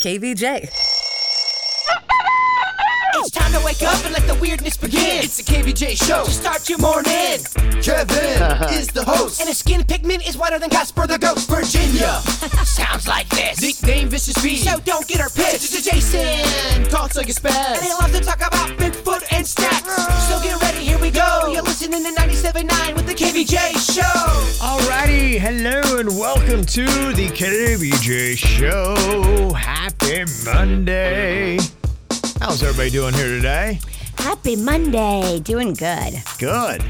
KVJ. It's time to wake up and let the weirdness begin. It's the KBJ show. To start your morning. Kevin is the host. And his skin pigment is whiter than Casper the Ghost. Virginia sounds like this. Nickname Vicious B. So don't get her pissed. It's Jason talks like a spaz. And he loves to talk about Bigfoot and snacks. So get ready, here we go. You're listening to 97.9 with the KBJ show. Alrighty, hello and welcome to the KBJ Show. Happy Monday. How's everybody doing here today? Happy Monday. Doing good. Good.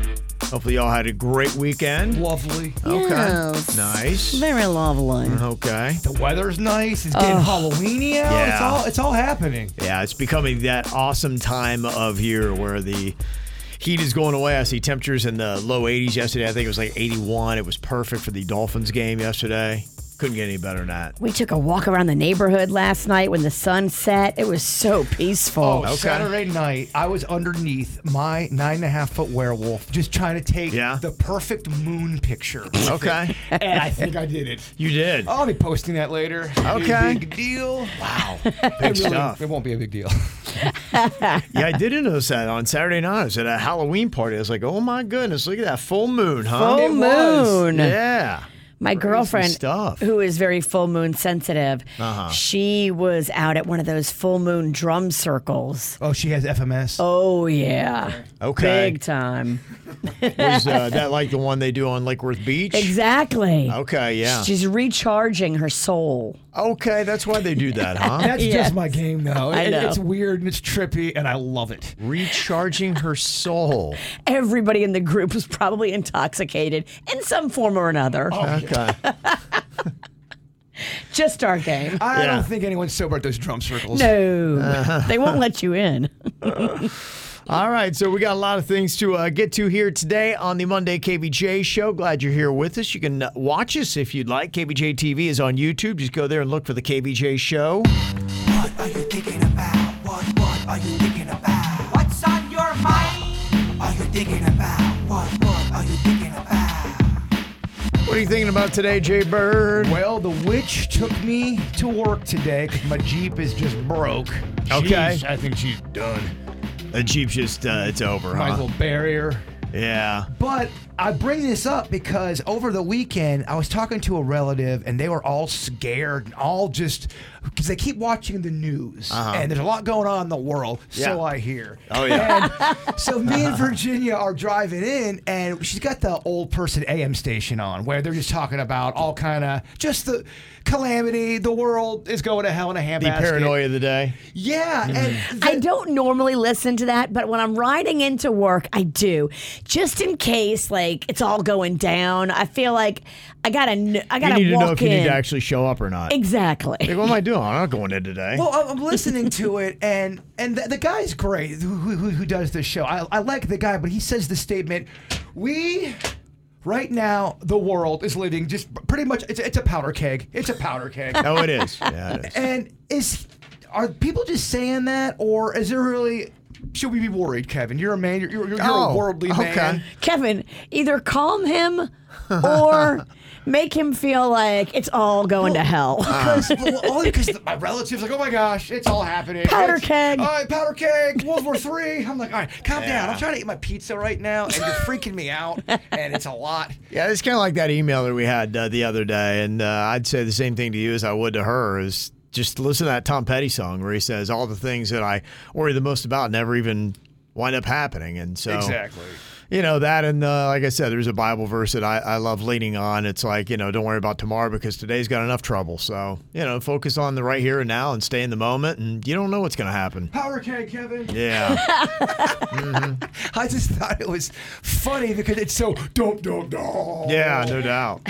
Hopefully, y'all had a great weekend. Lovely. Okay. Yes. Nice. Very lovely. Okay. The weather's nice. It's getting Halloweeny out. Yeah. It's all it's all happening. Yeah, it's becoming that awesome time of year where the heat is going away. I see temperatures in the low 80s yesterday. I think it was like 81. It was perfect for the Dolphins game yesterday. Couldn't get any better than that. We took a walk around the neighborhood last night when the sun set. It was so peaceful. Oh, okay. Saturday night, I was underneath my nine and a half foot werewolf, just trying to take Yeah. the perfect moon picture. Okay. and I think I did it. you did. I'll be posting that later. Okay. Big deal. Wow. Big Really, stuff. It won't be a big deal. Yeah, I did notice that on Saturday night. I was at a Halloween party. I was like, oh my goodness, look at that full moon, huh? Full It was. moon. Yeah. My girlfriend, stuff. Uh-huh. who is very full moon sensitive, she was out at one of those full moon drum circles. Oh, she has FMS. Oh, yeah. Okay. Big time. Was uh, that like the one they do on Lake Worth Beach? Exactly. Okay, yeah. She's recharging her soul. Okay, that's why they do that, huh? That's just my game, though. I It- know. It's weird and it's trippy, and I love it. Recharging her soul. Everybody in the group was probably intoxicated in some form or another. Okay. Just our game. I Yeah. don't think anyone's sober at those drum circles. No, they won't let you in. All right, so we got a lot of things to uh, get to here today on the Monday KBJ show. Glad you're here with us. You can uh, watch us if you'd like. KBJ TV is on YouTube. Just go there and look for the KBJ show. What are you thinking about? What, what are you thinking about? What's on your mind? Are you thinking about? What, what are you thinking about? What are you thinking about today, Jay Bird? Well, the witch took me to work today because my Jeep is just broke. Okay. She's- I think she's done. The Jeep's just, uh, it's over, huh? My little barrier. Yeah. But I bring this up because over the weekend, I was talking to a relative and they were all scared and all just because they keep watching the news and there's a lot going on in the world. Uh-huh. Yeah. So I hear. Oh, yeah. And so me and Virginia are driving in, and she's got the old person AM station on, where they're just talking about all kind of just the calamity, the world is going to hell in a The handbasket. paranoia Mm-hmm. of the day. Yeah, and I don't normally listen to that, but when I'm riding into work, I do, just in case like it's all going down. I feel like I gotta, kn- I You gotta need to walk know if you in need to actually show up or not. exactly. Like, what am I doing? I'm not going in today. well, I'm- I'm listening to it, and and the, the guy's great who, who, who does this show. I, I like the guy, but he says the statement, "We." Right now, the world is living just pretty much. It's, it's a powder keg. It's a powder keg. oh, it is. Yeah, it is. And is are people just saying that, or is there really? Should we be worried, Kevin? You're a man. You're, you're, you're Oh, a worldly okay. man. Kevin, either calm him or make him feel like it's all going to hell. Uh. Because well, only because my relatives like, oh my gosh, it's all happening. Powder It's- keg. All right, powder keg. World War Three. I'm like, all right, calm down. I'm trying to eat my pizza right now, and you're freaking me out, and it's a lot. Yeah, it's kind of like that email that we had uh, the other day, and uh, I'd say the same thing to you as I would to her. Is just listen to that Tom Petty song where he says all the things that I worry the most about never even wind up happening, and so you know that, and uh, like I said, there's a Bible verse that I, I love leaning on. It's like you know, don't worry about tomorrow because today's got enough trouble. So you know, focus on the right here and now and stay in the moment, and you don't know what's going to happen. Power K, Kevin. Yeah, I just thought it was funny because it's so don't don't don't. yeah, no doubt.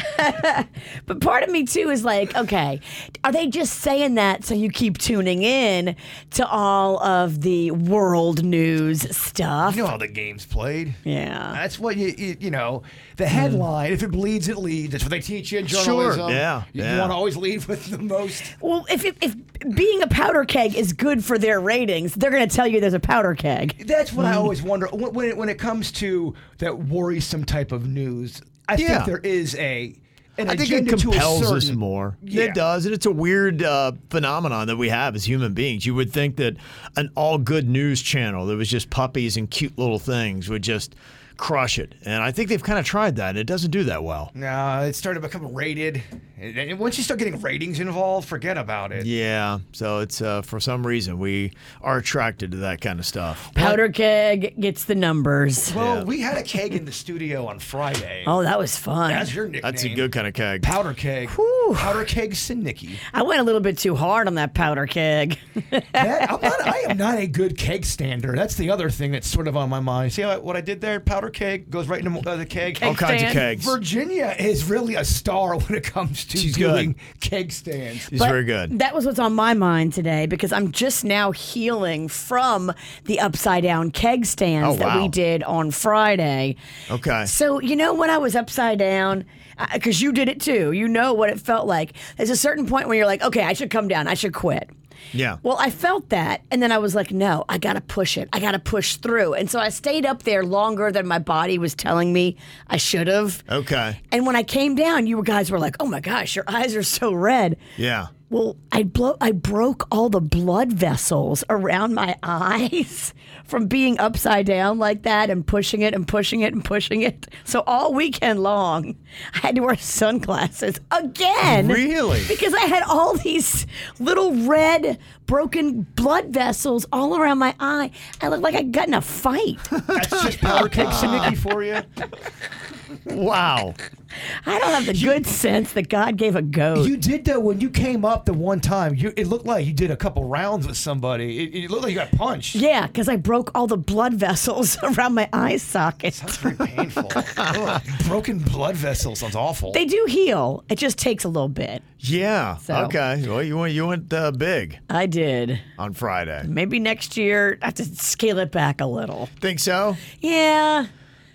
But part of me too is like, okay, are they just saying that so you keep tuning in to all of the world news stuff? You know how the game's played. Yeah. That's what you, you you know. The headline. If it bleeds, it leads. That's what they teach you in journalism. yeah, You, yeah. want to always lead with the most. Well, if, if if being a powder keg is good for their ratings, they're going to tell you there's a powder keg. That's what I always wonder when when it, when it comes to that worrisome type of news. I Yeah. think there is a. An I think it agenda to a compels us certain- more. Yeah. It does, and it's a weird uh, phenomenon that we have as human beings. You would think that an all good news channel that was just puppies and cute little things would just crush it, and I think they've kind of tried that. and It doesn't do that well. No, it started to become rated. And and once you start getting ratings involved, forget about it. Yeah, so it's uh, for some reason we are attracted to that kind of stuff. Powder keg gets the numbers. Well, we had a keg in the studio on Friday. Oh, that was fun. That's your nickname. That's a good kind of keg. powder keg. Powder keg Sinicky. I went a little bit too hard on that powder keg. That, I'm not, I am not a good keg stander. That's the other thing that's sort of on my mind. See how, what I did there? Powder keg goes right into uh, the keg. All kinds stand. of kegs. Virginia is really a star when it comes to She's doing keg stands. He's But very good. That was what's on my mind today because I'm just now healing from the upside down keg stands Oh, that wow. we did on Friday. Okay. So, you know, when I was upside down, because you did it too, you know what it felt like. There's a certain point where you're like, okay, I should come down, I should quit. Yeah. Well, I felt that. And then I was like, no, I got to push it. I got to push through. And so I stayed up there longer than my body was telling me I should have. Okay. And when I came down, you guys were like, oh my gosh, your eyes are so red. Yeah. Well, I blow I broke all the blood vessels around my eyes from being upside down like that and pushing it and pushing it and pushing it. So all weekend long, I had to wear sunglasses again. Really? Because I had all these little red broken blood vessels all around my eye. I looked like I got in a fight. That's just powder keg Sinicky for you. Wow. I don't have the good sense that God gave a goat. You did though when you came up the one time. You it looked like you did a couple rounds with somebody. It, it looked like you got punched. yeah, because I broke all the blood vessels around my eye socket. Sounds very painful. Ugh, broken blood vessel sounds awful. They do heal. It just takes a little bit. Yeah. So- Okay. Well, you went you went uh, big I did. on Friday. Maybe next year I have to scale it back a little. Think so? Yeah.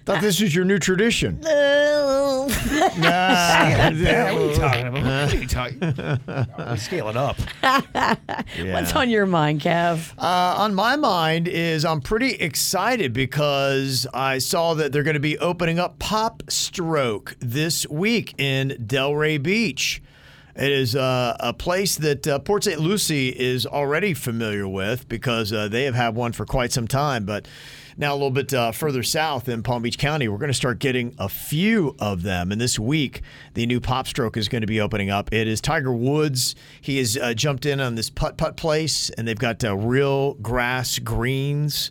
Thought this was your new tradition. Uh, Nah. Yeah, what are you talking about? What are you talking? No, we scale it up. What's on your mind, Kev? Uh, on my mind is I'm pretty excited because I saw that they're going to be opening up Pop Stroke this week in Delray Beach. It is uh, a place that uh, Port St. Lucie is already familiar with because uh, they have had one for quite some time. But now, a little bit uh, further south in Palm Beach County, we're going to start getting a few of them. And this week, the new Pop Stroke is going to be opening up. It is Tiger Woods. He has uh, jumped in on this putt putt place, and they've got uh, real grass greens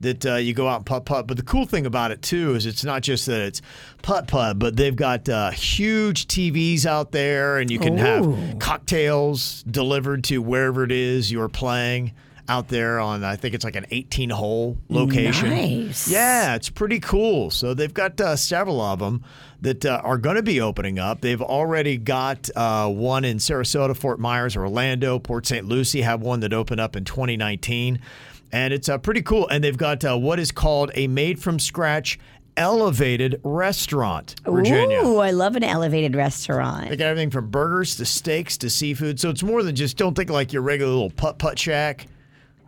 that uh, you go out and putt putt. But the cool thing about it too is it's not just that it's putt putt, but they've got uh, huge TVs out there, and you can have cocktails delivered to wherever it is you're playing out there on. I think it's like an 18 hole location. Nice. Yeah, it's pretty cool. So they've got uh, several of them that uh, are going to be opening up. They've already got uh, one in Sarasota, Fort Myers, Orlando, Port St. Lucie had one that opened up in 2019. And it's uh, pretty cool. And they've got uh, what is called a made from scratch elevated restaurant, Virginia. Ooh, I love an elevated restaurant. They got everything from burgers to steaks to seafood. So it's more than just don't think like your regular little putt putt shack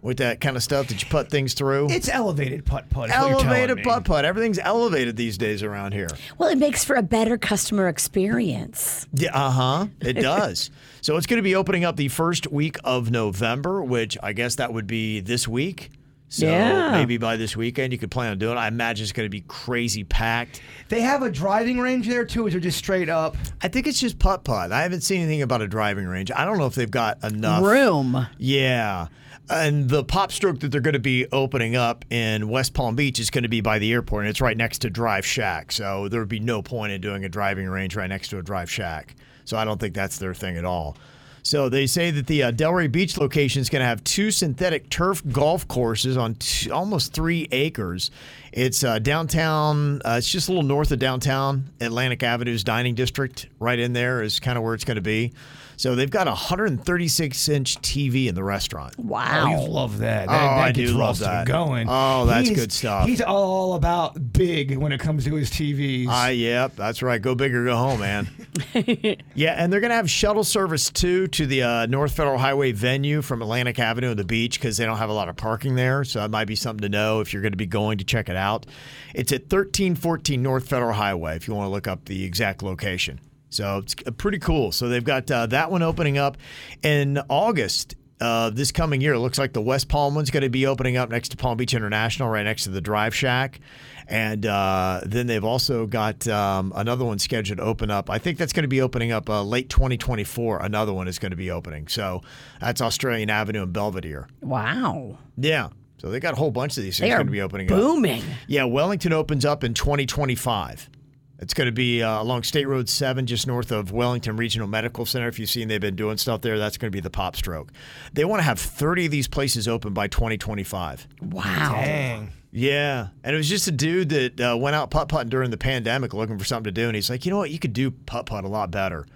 with that kind of stuff that you put things through. It's elevated putt putt. Elevated putt putt. Everything's elevated these days around here. Well, it makes for a better customer experience. Yeah, uh huh. It does. so it's going to be opening up the first week of November, which I guess that would be this week. So Yeah. maybe by this weekend you could plan on doing it. I imagine it's going to be crazy packed. They have a driving range there too, or is it just straight up? I think it's just putt putt. I haven't seen anything about a driving range. I don't know if they've got enough Room. Yeah. And the pop stroke that they're going to be opening up in West Palm Beach is going to be by the airport, and it's right next to Drive Shack. So there would be no point in doing a driving range right next to a Drive Shack. So I don't think that's their thing at all. So they say that the uh, Delray Beach location is going to have two synthetic turf golf courses on t- almost three acres. It's uh, downtown. Uh, it's just a little north of downtown Atlantic Avenue's dining district. Right in there is kind of where it's going to be. So they've got a 136 inch TV in the restaurant. Wow. Oh, love That- that. Oh, that I gets do love Russell that. going. Oh, that's He's- good stuff. He's all about big when it comes to his TVs. Ah, yep, that's right. Go big or go home, man. yeah, and they're going to have shuttle service too to the uh, North Federal Highway venue from Atlantic Avenue and the beach because they don't have a lot of parking there. So that might be something to know if you're going to be going to check it out. It's at 1314 North Federal Highway if you want to look up the exact location. So it's uh, pretty cool. So they've got uh, that one opening up in August. Uh, this coming year, it looks like the West Palm one's going to be opening up next to Palm Beach International, right next to the Drive Shack. And uh, then they've also got um, another one scheduled to open up. I think that's going to be opening up uh, late 2024. Another one is going to be opening. So that's Australian Avenue and Belvedere. Wow. Yeah. So they got a whole bunch of these things They are going to be opening up. booming. Yeah, Wellington opens up in 2025. It's going to be uh, along State Road 7, just north of Wellington Regional Medical Center. If you've seen, they've been doing stuff there. That's going to be the pop stroke. They want to have 30 of these places open by 2025. Wow. Dang. Yeah. And it was just a dude that uh, went out putt putting during the pandemic looking for something to do. And he's like, you know what? You could do putt putt a lot better.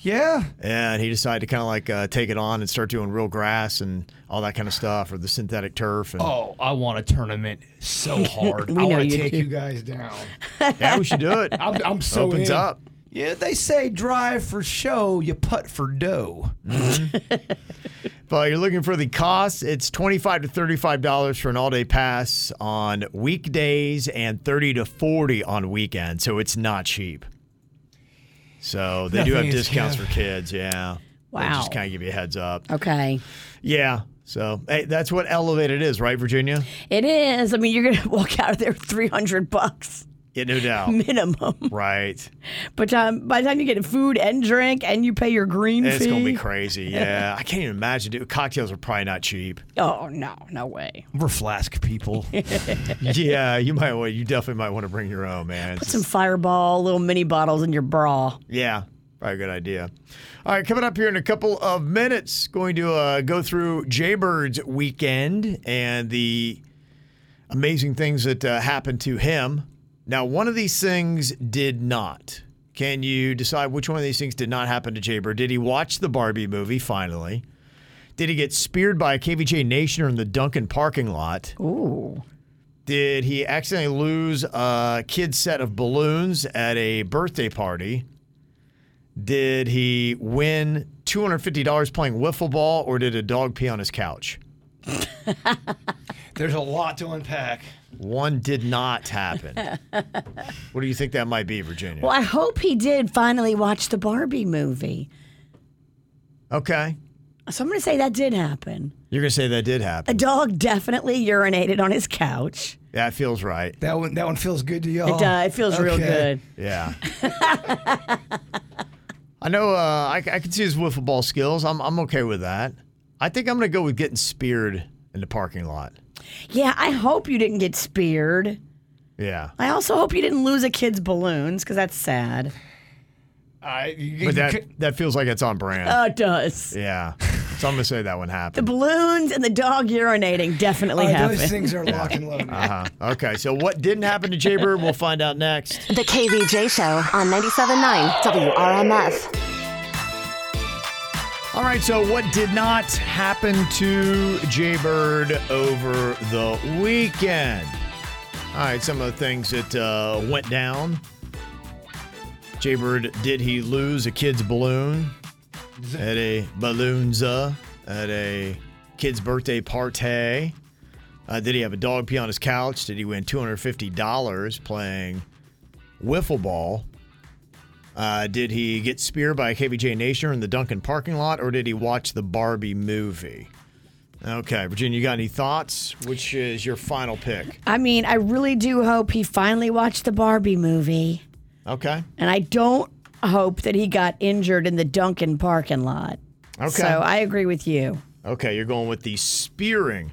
Yeah. And he decided to kind of like uh, take it on and start doing real grass and all that kind of stuff or the synthetic turf. And Oh, I want a tournament so hard. We I know want you to take do. you guys down. yeah, we should do it. I'm, I'm so Opens in. up. Yeah, they say drive for show, you putt for dough. But you're looking for the cost. It's twenty-five to thirty-five dollars for an all-day pass on weekdays and thirty to forty on weekends. So it's not cheap. So they do Nothing have is discounts cheap. for kids. Yeah. They Wow. just kind of give you a heads up. Okay. Yeah. So hey, that's what elevated is, right, Virginia? It is. I mean, you're going to walk out of there with 300 bucks Yeah, no doubt. minimum. right. But um, by the time you get food and drink and you pay your green It's fee. gonna be crazy. Yeah, I can't even imagine. Dude, cocktails are probably not cheap. Oh, no. No way. We're flask people. yeah, you might. want. You definitely might want to bring your own, man. It's Put some fireball, little mini bottles in your bra. Yeah, probably a good idea. All right, coming up here in a couple of minutes, going to uh, go through Jaybird's weekend and the amazing things that uh, happened to him. Now, one of these things did not. Can you decide which one of these things did not happen to Jaybird? Did he watch the Barbie movie finally? Did he get speared by a KVJ Nationer in the Duncan parking lot? Ooh. Did he accidentally lose a kid's set of balloons at a birthday party? Did he win $250 playing wiffle ball or did a dog pee on his couch? There's a lot to unpack. One did not happen. what do you think that might be, Virginia? Well, I hope he did finally watch the Barbie movie. Okay. So I'm going to say that did happen. You're going to say that did A happen. dog definitely urinated on his couch. That feels right. That one, that one feels good to y'all. It, uh, it feels real Oh, okay. good. Yeah. I know uh, I, I can see his wiffle ball skills. I'm, I'm okay with that. I think I'm going to go with getting speared in the parking lot. Yeah, I hope you didn't get speared. Yeah. I also hope you didn't lose a kid's balloons because that's sad. I, you, But you that could- that feels like it's on brand. Uh, Oh, it does. yeah. So I'm gonna say that one The happened. balloons and the dog urinating definitely uh, happened. those things are locked and loaded. Uh-huh. Okay. So what didn't happen to Jaybird? We'll find out next. The KVJ Show on 97.9 WRMF. All right. So what did not happen to Jaybird over the weekend? All right. Some of the things that uh, went down. Jaybird, did he lose a kid's balloon at a balloonza at a kid's birthday party? Uh, did he have a dog pee on his couch? Did he win $250 playing wiffle ball? Uh, did he get speared by a KVJ Nation in the Duncan parking lot, or did he watch the Barbie movie? Okay, Virginia, you got any thoughts? Which is your final pick? I mean, I really do hope he finally watched the Barbie movie. Okay. And I don't hope that he got injured in the Duncan parking lot. Okay. So I agree with you. Okay, you're going with the spearing.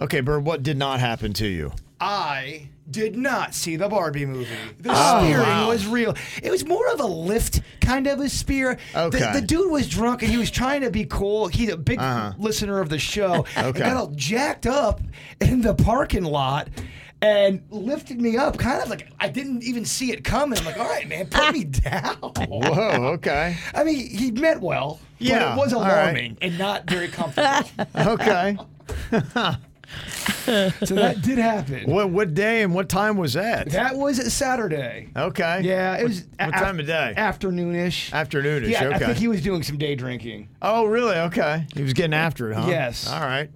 Okay, Bird, what did not happen to you? I did not see the Barbie movie. The Oh, spearing was real. It was more of a lift kind of a spear. Okay. Uh-huh. The, the dude was drunk and he was trying to be cool. He's a big listener of the show. And Okay. got all jacked up in the parking lot and lifted me up kind of like I didn't even see it coming. I'm like, all right, man, put me down. Whoa, okay. I mean, he meant well, Yeah, but it was all right. alarming and not very comfortable. Okay. so that did happen. what what day and what time was that? That was Saturday. Okay. Yeah, it was. What time of day? Afternoonish. Afternoonish, Yeah, I okay. think he was doing some day drinking. oh, really? Okay. He was getting after it, huh? Yes. All right.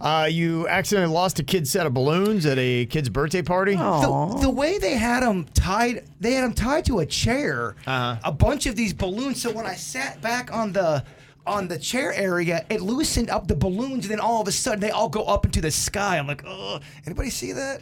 Uh, you accidentally lost a kid's set of balloons at a kid's birthday party? The, the way they had him tied, they had him tied to a chair. Uh-huh. A bunch of these balloons. So when I sat back on the on the chair area, it loosened up the balloons, and then all of a sudden they all go up into the sky. I'm like, oh, anybody see that?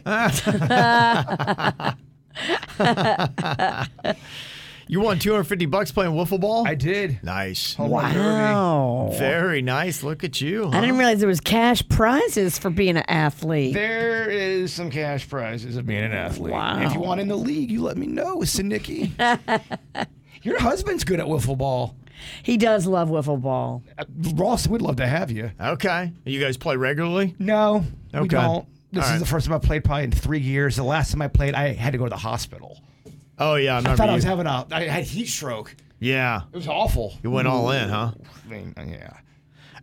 You won 250 bucks playing wiffle ball? did. Nice. Wow. Very nice. Look at you. Oh. I huh? didn't realize there was cash prizes for being an athlete. There is some cash prizes of being an athlete. Wow. If you want in the league, you let me know, Sinicky. Your husband's good at wiffle ball. He does love wiffle ball. Uh, Ross would love to have you. Okay. You guys play regularly? No, Okay. we don't. This All is right. the first time I played probably in three years. The last time I played, I had to go to the hospital. Oh, yeah. I remember I thought I you. was having a, I had heat stroke. yeah. It was awful. You went all in, huh? I mean, uh, yeah.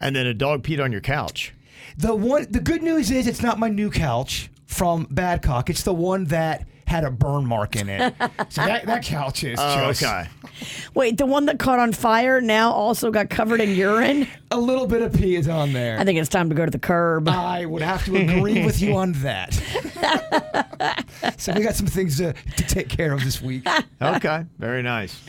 And then a dog peed on your couch. The one, the good news is it's not my new couch from Badcock. It's the one that had a burn mark in it. so that, that couch is just Oh, okay. Wait, the one that caught on fire now also got covered in urine? a little bit of pee is on there. I think it's time to go to the curb. I would have to agree with you on that. so we got some things to, to take care of this week. okay, very nice.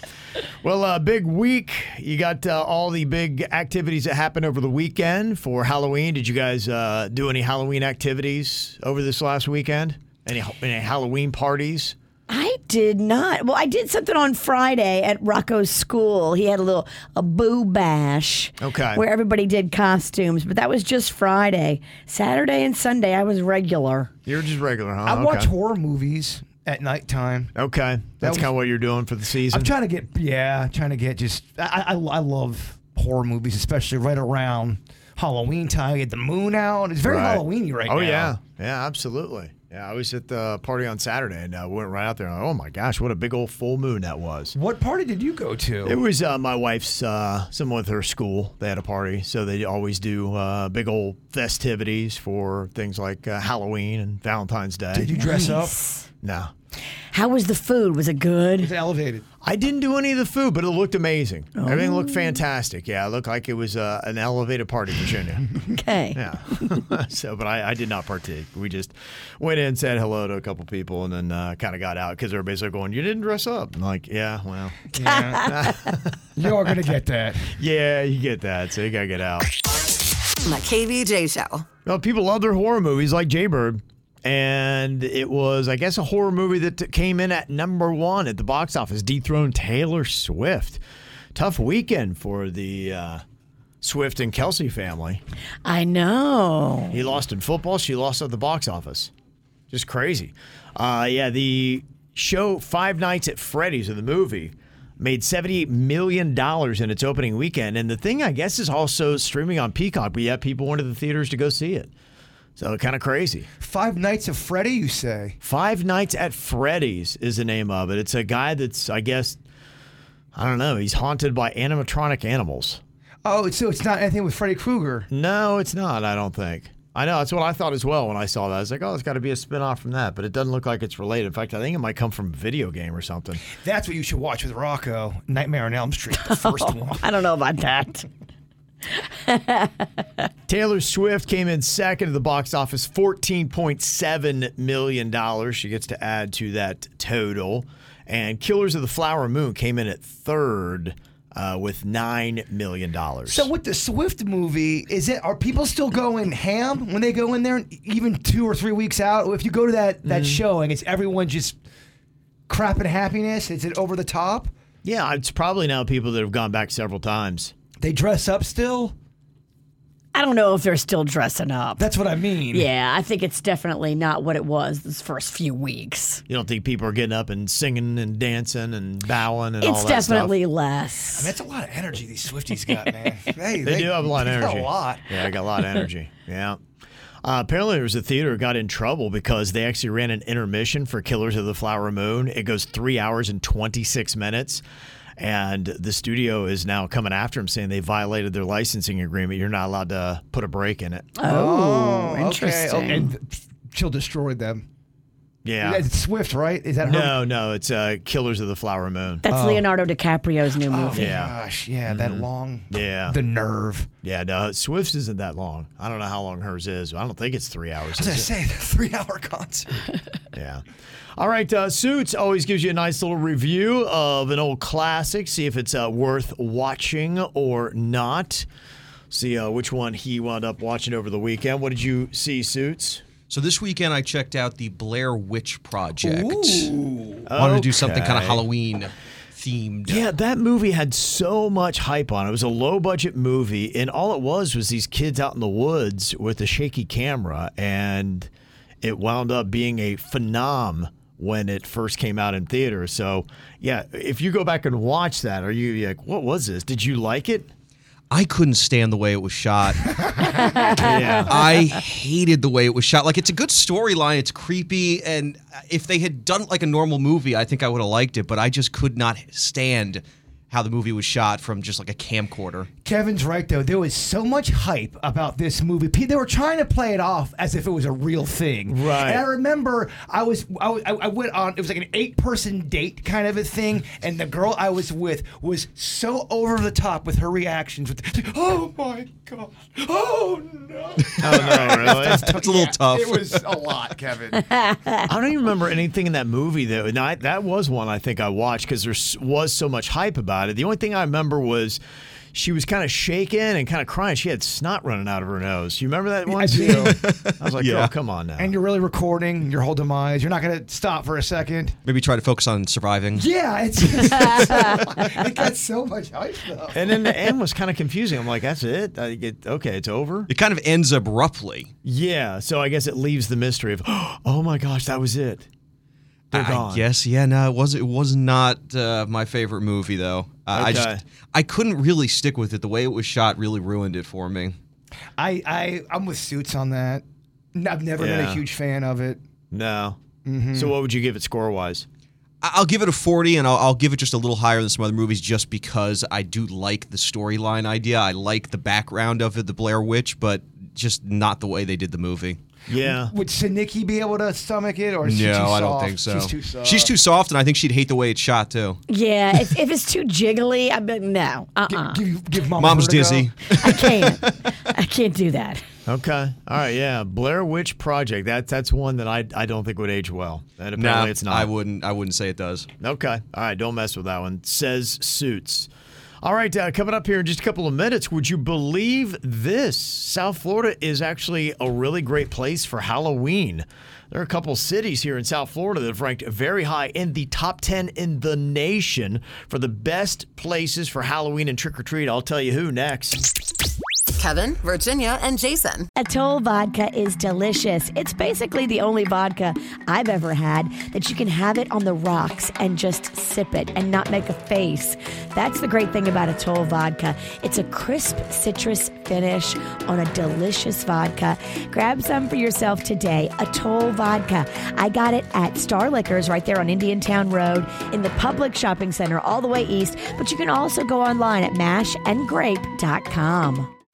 Well, uh, big week. You got uh, all the big activities that happened over the weekend for Halloween. Did you guys uh, do any Halloween activities over this last weekend? Any, any Halloween parties? I did not. Well, I did something on Friday at Rocco's school. He had a little a boo bash. Okay. Where everybody did costumes, but that was just Friday. Saturday and Sunday I was regular. You're just regular, huh? I Oh, okay. watch horror movies at nighttime. Okay, that's was- kind of what you're doing for the season. I'm trying to get, yeah, trying to get just, I, I, I love horror movies, especially right around Halloween time. You get the moon out. It's very Halloweeny right oh, now. yeah, yeah, absolutely. Yeah, I was at the party on Saturday and I uh, went right out there. And, oh my gosh, what a big old full moon that was! What party did you go to? It was uh, my wife's, uh, someone with her school. They had a party, so they always do uh, big old festivities for things like uh, Halloween and Valentine's Day. did you dress up? No, How was the food? Was it good? It's elevated. I didn't do any of the food, but it looked amazing. Oh. Everything looked fantastic. Yeah, it looked like it was uh, an elevated party, Virginia. Okay. yeah. so, but I, I did not partake. We just went in, said hello to a couple people, and then uh, kind of got out because everybody's like going, "You didn't dress up." I'm like, yeah, well, You are going to get that. yeah, you get that, so you gotta get out. My KVJ show. Well, people love their horror movies like Jaybird. And it was, I guess, a horror movie that t- came in at number one at the box office, dethroned Taylor Swift. Tough weekend for the uh, Swift and Kelsey family. I know. He lost in football. She lost at the box office. Just crazy. Uh, yeah, the show Five Nights at Freddy's, or the movie, made $78 million in its opening weekend. And the thing, I guess, is also streaming on Peacock, but yet people went to the theaters to go see it. So kind of crazy. Five Nights of Freddy, you say? Five Nights at Freddy's is the name of it. It's a guy that's, I guess, I don't know, he's haunted by animatronic animals. Oh, so it's not anything with Freddy Krueger. No, it's not. I don't think. I know that's what I thought as well when I saw that. I was like, "Oh, it's got to be a spin-off from that," but it doesn't look like it's related. In fact, I think it might come from a video game or something. That's what you should watch with Rocco. Nightmare on Elm Street, the first one. I don't know about that. Taylor Swift came in second at the box office, fourteen point seven million dollars. She gets to add to that total. And Killers of the Flower Moon came in at third. uh, with nine million dollars. So with the Swift movie, is it are people still going ham when they go in there, even two or three weeks out? If you go to that that Mm-hmm. showing, is everyone just crap and happiness? Is it over the top? yeah, it's probably now people that have gone back several times. They dress up still. I don't know if they're still dressing up. That's what I mean. yeah, I think it's definitely not what it was those first few weeks. You don't think people are getting up and singing and dancing and bowing and all It's that definitely I mean, less. that's a lot of energy these Swifties got, man. Hey, stuff. They, do have a lot of they got energy. A lot. Yeah, they got a lot of energy. Yeah. Uh, apparently, there was a theater that got in trouble because they actually ran an intermission for Killers of the Flower Moon. It goes three hours and 26 minutes. And the studio is now coming after them saying they violated their licensing agreement. You're not allowed to put a break in it. Uh, Oh, Okay, interesting. Okay. And she'll destroy them. Yeah. It's Swift, right? Is that her? No, no, it's uh, Killers of the Flower Moon. That's Leonardo DiCaprio's new movie. Yeah. Oh, Mm-hmm. Gosh, yeah, that long. Yeah. The nerve. Yeah, no, Swift's isn't that long. I don't know how long hers is. I don't think it's three hours. As I is it? say, the three-hour concert. Yeah. All right, uh, Suits always gives you a nice little review of an old classic, see if it's uh, worth watching or not. See uh, which one he wound up watching over the weekend. What did you see, Suits? So this weekend I checked out the Blair Witch Project. Wanted to do something kind of Okay. Halloween themed. Yeah, that movie had so much hype on it. It was a low budget movie, and all it was was these kids out in the woods with a shaky camera, and it wound up being a phenom when it first came out in theaters. So, yeah, if you go back and watch that, are you you're like, what was this? Did you like it? I couldn't stand the way it was shot. Yeah. I hated the way it was shot. Like it's a good storyline, it's creepy, and if they had done it like a normal movie, I think I would have liked it. But I just could not stand how the movie was shot from just like a camcorder. Kevin's right though. There was so much hype about this movie. Pe- They were trying to play it off as if it was a real thing. Right. And I remember I was I, was- I- I went on. It was like an eight-person date kind of a thing, and the girl I was with was so over the top with her reactions. With oh my god, oh no, I don't know, really. That's a little tough. it was a lot, Kevin. I don't even remember anything in that movie though. Now, I, that was one I think I watched because there s- was so much hype about it. The only thing I remember was she was kind of shaking and kind of crying. She had snot running out of her nose. You remember that one? do. I was like, oh, come on now. and you're really recording your whole demise. You're not gonna stop for a second. Maybe try to focus on surviving. Yeah, it's it got so much hype though. and then the end was kind of confusing. I'm like, that's it? I get, okay, it's over? It kind of ends abruptly. Yeah. So I guess it leaves the mystery of, oh my gosh, that was it. They're I gone. guess, yeah, no, it was it was not uh, my favorite movie though. Uh, I Okay. just I couldn't really stick with it. The way it was shot really ruined it for me. I, I I'm with suits on that. N- I've never been a Yeah. huge fan of it. No. Mm-hmm. So what would you give it score wise? I- I'll give it a 40 and I'll, I'll give it just a little higher than some other movies just because I do like the storyline idea. I like the background of it, the Blair Witch, but just not the way they did the movie. Yeah. Would Siniki be able to stomach it, or is she too no, I don't soft? think so. She's too soft. She's too soft, and I think she'd hate the way it's shot, too. Yeah, if, if it's too jiggly, I bet no. Uh uh Give, give mom Mom's vertigo. dizzy. I can't. I can't do that. Okay. All right. Yeah. Blair Witch Project. That that's one that I I don't think would age well. And apparently Nah, it's not. I wouldn't. I wouldn't say it does. Okay. All right. Don't mess with that one. Says suits. All right. Uh, coming up here in just a couple of minutes. Would you believe this? South Florida is actually a really great place for Halloween. There are a couple cities here in South Florida that have ranked very high in the top 10 in the nation for the best places for Halloween and trick or treat. I'll tell you who next. Kevin, Virginia, and Jason. Atoll vodka is delicious. It's basically the only vodka I've ever had that you can have it on the rocks and just sip it and not make a face. That's the great thing about Atoll vodka. It's a crisp citrus finish on a delicious vodka. Grab some for yourself today. Atoll vodka. I got it at Star Liquors right there on Indian Town Road in the public shopping center all the way east, but you can also go online at mashandgrape.com.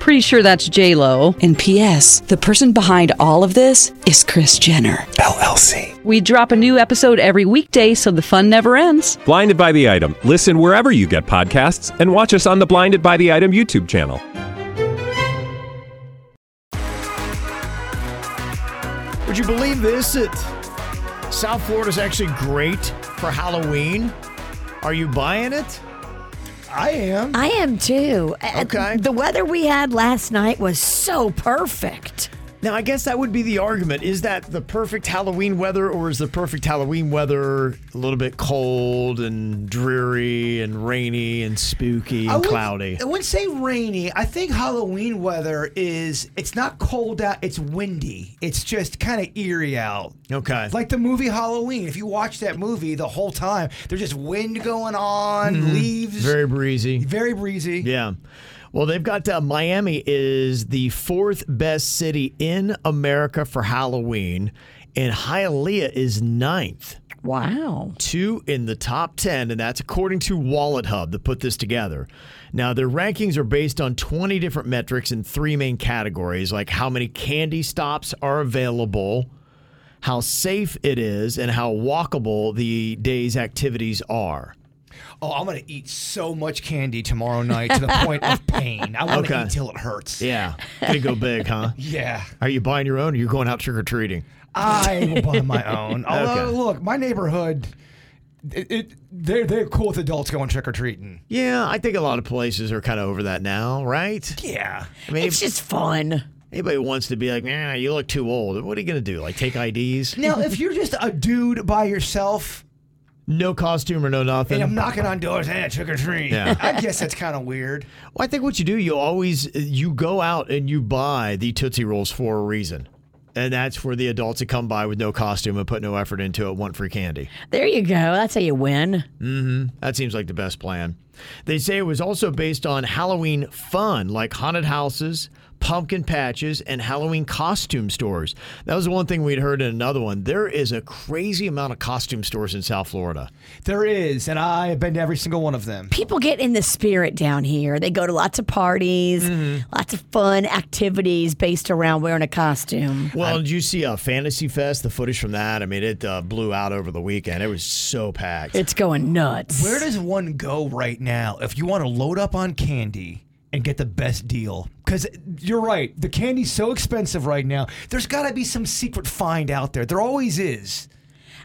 Pretty sure that's J Lo. And P.S. The person behind all of this is Chris Jenner LLC. We drop a new episode every weekday, so the fun never ends. Blinded by the Item. Listen wherever you get podcasts and watch us on the Blinded by the Item YouTube channel. Would you believe this? That South Florida is actually great for Halloween. Are you buying it? I am. I am too. And Okay. The weather we had last night was so perfect. Now, I guess that would be the argument. Is that the perfect Halloween weather, or is the perfect Halloween weather a little bit cold and dreary and rainy and spooky I and wouldn't- cloudy? I wouldn't say rainy. I think Halloween weather is it's not cold out, it's windy. It's just kind of eerie out. Okay. Like the movie Halloween. If you watch that movie the whole time, there's just wind going on, leaves. Very breezy. Mm-hmm. Very breezy. Yeah. Well, they've got uh, Miami is the fourth best city in America for Halloween, and Hialeah is ninth. Wow. Two in the top 10, and that's according to Wallet Hub that put this together. Now, their rankings are based on 20 different metrics in three main categories like how many candy stops are available, how safe it is, and how walkable the day's activities are. Oh, I'm gonna eat so much candy tomorrow night to the point of pain. I want to Okay. eat till it hurts. Yeah. Gonna go big, huh? Yeah. Are you buying your own or are you going out trick or treating? I will buy my own. Although, Okay. look, my neighborhood, it, it, they're they're cool with adults going trick or treating. Yeah, I think a lot of places are kind of over that now, right? Yeah. I mean, It's if just fun. anybody wants to be like, nah, you look too old, what are you going to do? Like, take IDs? Now, if you're just a dude by yourself No costume or no nothing? and I'm knocking on doors, eh, trick or treat. Yeah. I guess that's kind of weird. Well, I think what you do, you always you go out and you buy the Tootsie Rolls for a reason. And that's for the adults that come by with no costume and put no effort into it, want free candy. There you go. That's how you win. That seems like the best plan. They say it was also based on Halloween fun, like haunted houses, pumpkin patches, and Halloween costume stores. That was the one thing we'd heard in another one. There is a crazy amount of costume stores in South Florida. There is, and I have been to every single one of them. People get in the spirit down here. They go to lots of parties, lots of fun activities based around wearing a costume. Well, did you see a Fantasy Fest? The footage from that, I mean, it uh, blew out over the weekend. It was so packed. It's going nuts. Where does one go right now if you want to load up on candy and get the best deal? Because you're right, the candy's so expensive right now. There's got to be some secret find out there. There always is.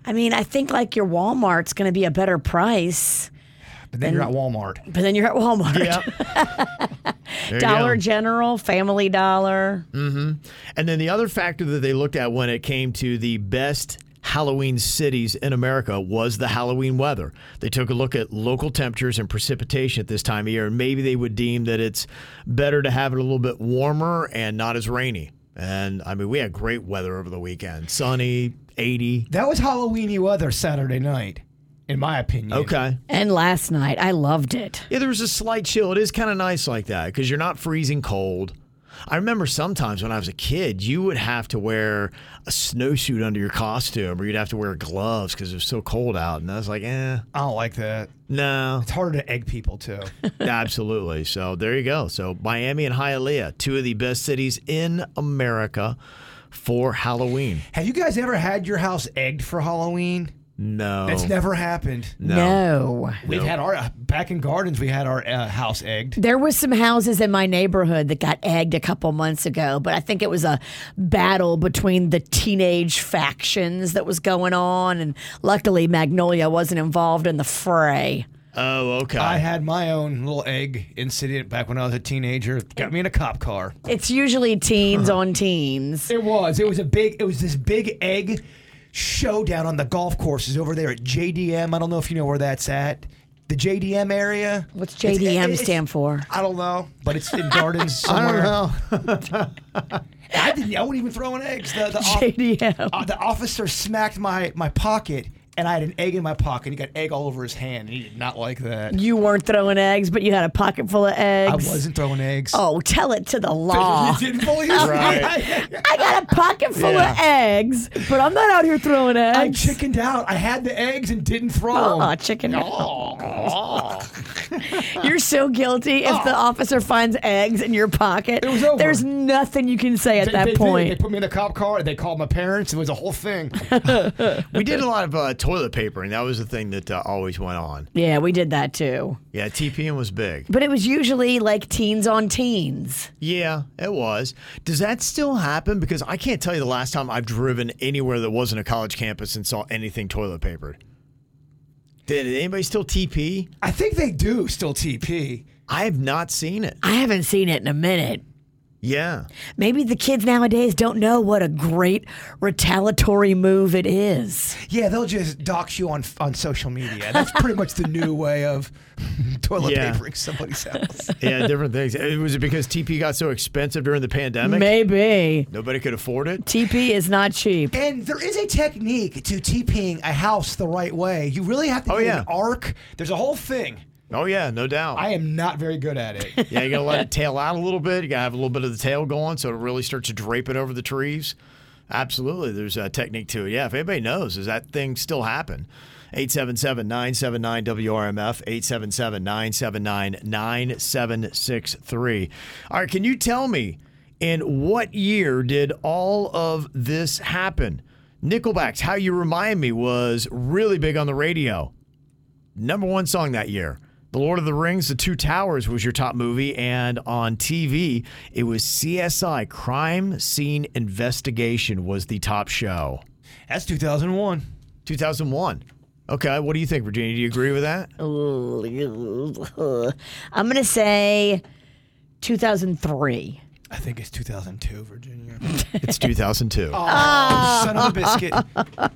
I mean, I think like your Walmart's going to be a better price, But then you're at Walmart. but then you're at Walmart. yeah. There you Dollar go. General, Family Dollar. And then the other factor that they looked at when it came to the best Halloween cities in America was the Halloween weather. They took a look at local temperatures and precipitation at this time of year, and maybe they would deem that it's better to have it a little bit warmer and not as rainy. And I mean, we had great weather over the weekend sunny, 80. That was Halloweeny weather Saturday night, in my opinion. Okay. And last night, I loved it. Yeah, there was a slight chill. It is kind of nice like that because you're not freezing cold. I remember sometimes when I was a kid, you would have to wear a snowsuit under your costume or you'd have to wear gloves because it was so cold out. And I was like, eh, I don't like that. no, It's harder to egg people too. absolutely. So there you go. So Miami and Hialeah, two of the best cities in America for Halloween. Have you guys ever had your house egged for Halloween? No. That's never happened. No. We've had our back in gardens. We had our uh, house egged. There were some houses in my neighborhood that got egged a couple months ago, but I think it was a battle between the teenage factions that was going on. And luckily, Magnolia wasn't involved in the fray. Oh, okay. I had my own little egg incident back when I was a teenager. Got me in a cop car. It's usually teens on teens. It was. It was a big. It was this big egg showdown on the golf courses over there at JDM. I don't know if you know where that's at. The JDM area. What's It's- JDM it's- stand for? I don't know, but it's in gardens somewhere. I didn't. I wasn't even throwing eggs. The, the, off- JDM. uh, the officer smacked my my pocket, and I had an egg in my pocket. He got egg all over his hand, and he did not like that. You weren't throwing eggs, but you had a pocket full of I eggs. wasn't throwing eggs. Oh, tell it to the law. You didn't believe me? I got a pocket full of eggs, but I'm not out here throwing I eggs. chickened out. I had the eggs and didn't throw Aw, them. chicken. Oh. You're so guilty if the Ah. officer finds eggs in your pocket. It was over. There's nothing you can say at They- that they did. point. They put me in a cop car. They called my parents. It was a whole thing. we did a lot of uh, toilet papering. That was the thing that uh, always went on. yeah, we did that too. Yeah, TPM was big. But it was usually like teens on teens. Yeah, it was. Does that still happen? Because I can't tell you the last time I've driven anywhere that wasn't a college campus and saw anything toilet papered. Did anybody still TP? I think they do still TP. I have not seen it. I haven't seen it in a minute. Yeah. Maybe the kids nowadays don't know what a great retaliatory move it is. Yeah, they'll just dox you on on social media. That's pretty much the new way of toilet Yeah. papering somebody's house. Yeah, different things. It was it because TP got so expensive during the pandemic? Maybe. Nobody could afford it. TP is not cheap. And there is a technique to TPing a house the right way. You really have to Oh, get yeah. an arc. There's a whole thing. Oh yeah, no doubt. I am not very good at it. yeah, you gotta let it tail out a little bit. You gotta have a little bit of the tail going so it really starts draping over the trees. Absolutely, there's a technique to it. Yeah, if anybody knows, does that thing still happen? 877-979-WRMF, 877-979-9763. All right, can you tell me in what year did all of this happen? Nickelback's How You Remind Me was really big on the radio number one song that year. The Lord of the Rings, The Two Towers was your top movie, and on TV, it was CSI Crime Scene Investigation was the top show. That's 2001. 2001. Okay, what do you think, Virginia? Do you agree with that? I'm going to say 2003. I think it's 2002, Virginia. It's 2002. Ah. Oh, son of a biscuit.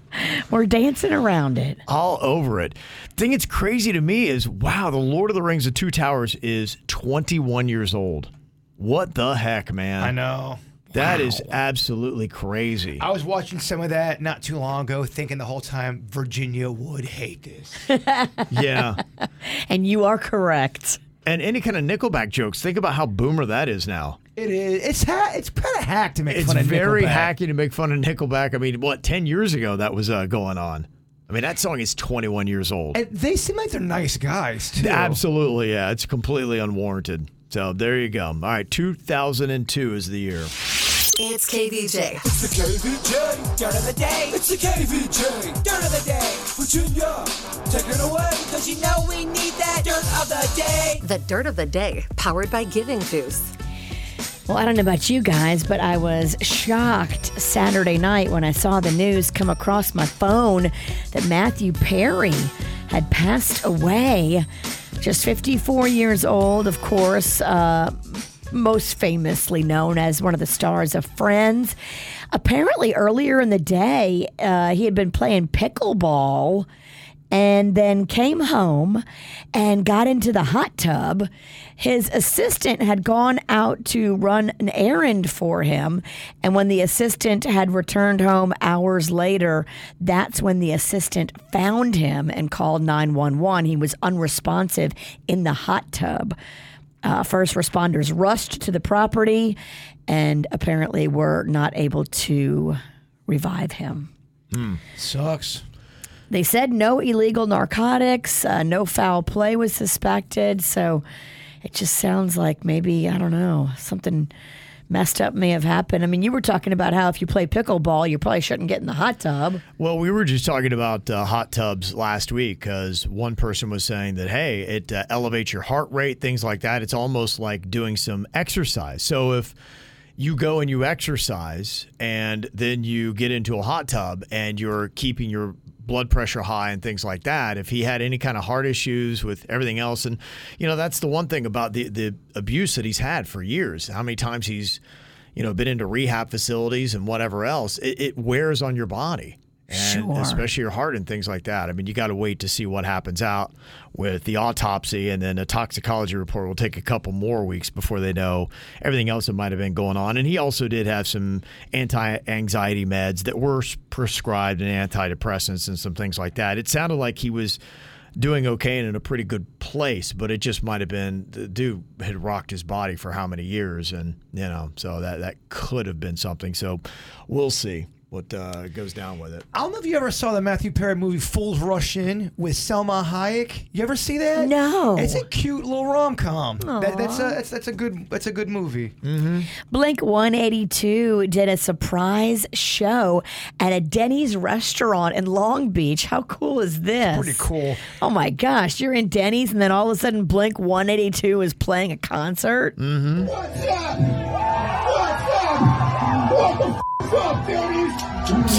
We're dancing around it. All over it. Thing that's crazy to me is wow, The Lord of the Rings, The Two Towers is 21 years old. What the heck, man? I know. That is absolutely crazy. I was watching some of that not too long ago, thinking the whole time Virginia would hate this. Yeah. And you are correct. and any kind of Nickelback jokes, think about how boomer that is now. It is. It's ha- it's kind of hack to make It's fun of very Nickelback. hacky to make fun of Nickelback. I mean, what, 10 years ago that was uh, going on? I mean, that song is 21 years old. And they seem like they're nice guys too. Absolutely, yeah. It's completely unwarranted. So there you go. All right, 2002 is the year. It's KVJ. It's the KVJ. Dirt of the day. It's the KVJ. Dirt of the day. Virginia, take it away. Cause you know we need that dirt of the day. The dirt of the day, powered by Giving Juice. Well, I don't know about you guys, but I was shocked Saturday night when I saw the news come across my phone that Matthew Perry had passed away. Just 54 years old, of course, uh, most famously known as one of the stars of Friends. Apparently, earlier in the day, uh, he had been playing pickleball and then came home and got into the hot tub. His assistant had gone out to run an errand for him. And when the assistant had returned home hours later, that's when the assistant found him and called 911. He was unresponsive in the hot tub. Uh, first responders rushed to the property and apparently were not able to revive him. Sucks. They said no illegal narcotics, uh, no foul play was suspected. So it just sounds like maybe, I don't know, something messed up may have happened. I mean, you were talking about how if you play pickleball, you probably shouldn't get in the hot tub. Well, we were just talking about uh, hot tubs last week because one person was saying that, hey, it uh, elevates your heart rate, things like that. It's almost like doing some exercise. So if you go and you exercise and then you get into a hot tub and you're keeping your blood pressure high and things like that if he had any kind of heart issues with everything else and you know that's the one thing about the the abuse that he's had for years how many times he's you know been into rehab facilities and whatever else it, it wears on your body and Sure. especially your heart and things like that. I mean, you got to wait to see what happens out with the autopsy, and then a toxicology report will take a couple more weeks before they know everything else that might have been going on. And he also did have some anti-anxiety meds that were s- prescribed and antidepressants and some things like that. It sounded like he was doing okay and in a pretty good place, but it just might have been the dude had rocked his body for how many years, and you know, so that that could have been something. So we'll see. what uh, goes down with it. I don't know if you ever saw the Matthew Perry movie Fools Rush In with Selma Hayek. You ever see that? No. It's a cute little rom com. That, that's a that's, that's a good that's a good movie. Mm-hmm. Blink 182 did a surprise show at a Denny's restaurant in Long Beach. How cool is this? pretty cool. Oh my gosh, you're in Denny's and then all of a sudden Blink 182 is playing a concert? Mm-hmm. What's up? What's up? What the f- up,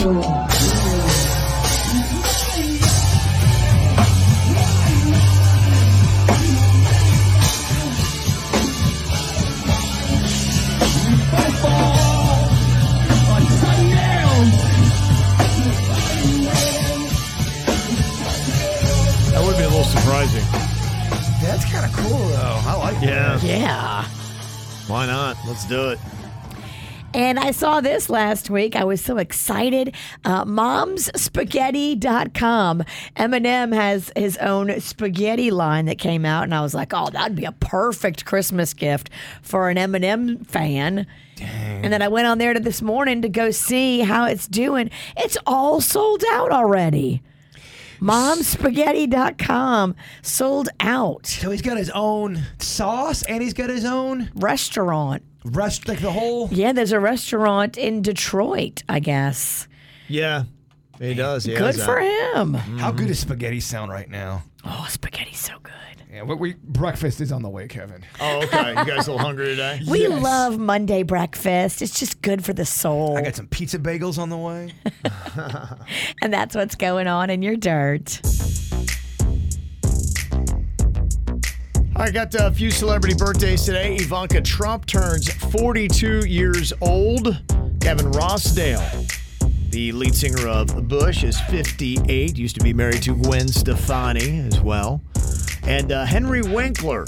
That would be a little surprising. That's kind of cool though. I like Yeah. that. Yeah. Why not? Let's do it. And I saw this last week. I was so excited. Uh, MomsSpaghetti.com. Eminem has his own spaghetti line that came out, and I was like, oh, that'd be a perfect Christmas gift for an Eminem fan. And then I went on there to this morning to go see how it's doing. It's all sold out already. MomSpaghetti.com sold out. So he's got his own sauce and he's got his own restaurant. Rest like the whole Yeah, there's a restaurant in Detroit, I guess. Yeah. He does. Yeah. Good for him. How good does spaghetti sound right now? Oh, spaghetti's so good. Yeah, we, we breakfast is on the way, Kevin. Oh, okay. You guys a little hungry today? We love Monday breakfast. It's just good for the soul. I got some pizza bagels on the way. And that's what's going on in your dirt. I got a few celebrity birthdays today. Ivanka Trump turns 42 years old. Gavin Rossdale, the lead singer of Bush, is 58. Used to be married to Gwen Stefani as well. And uh, Henry Winkler,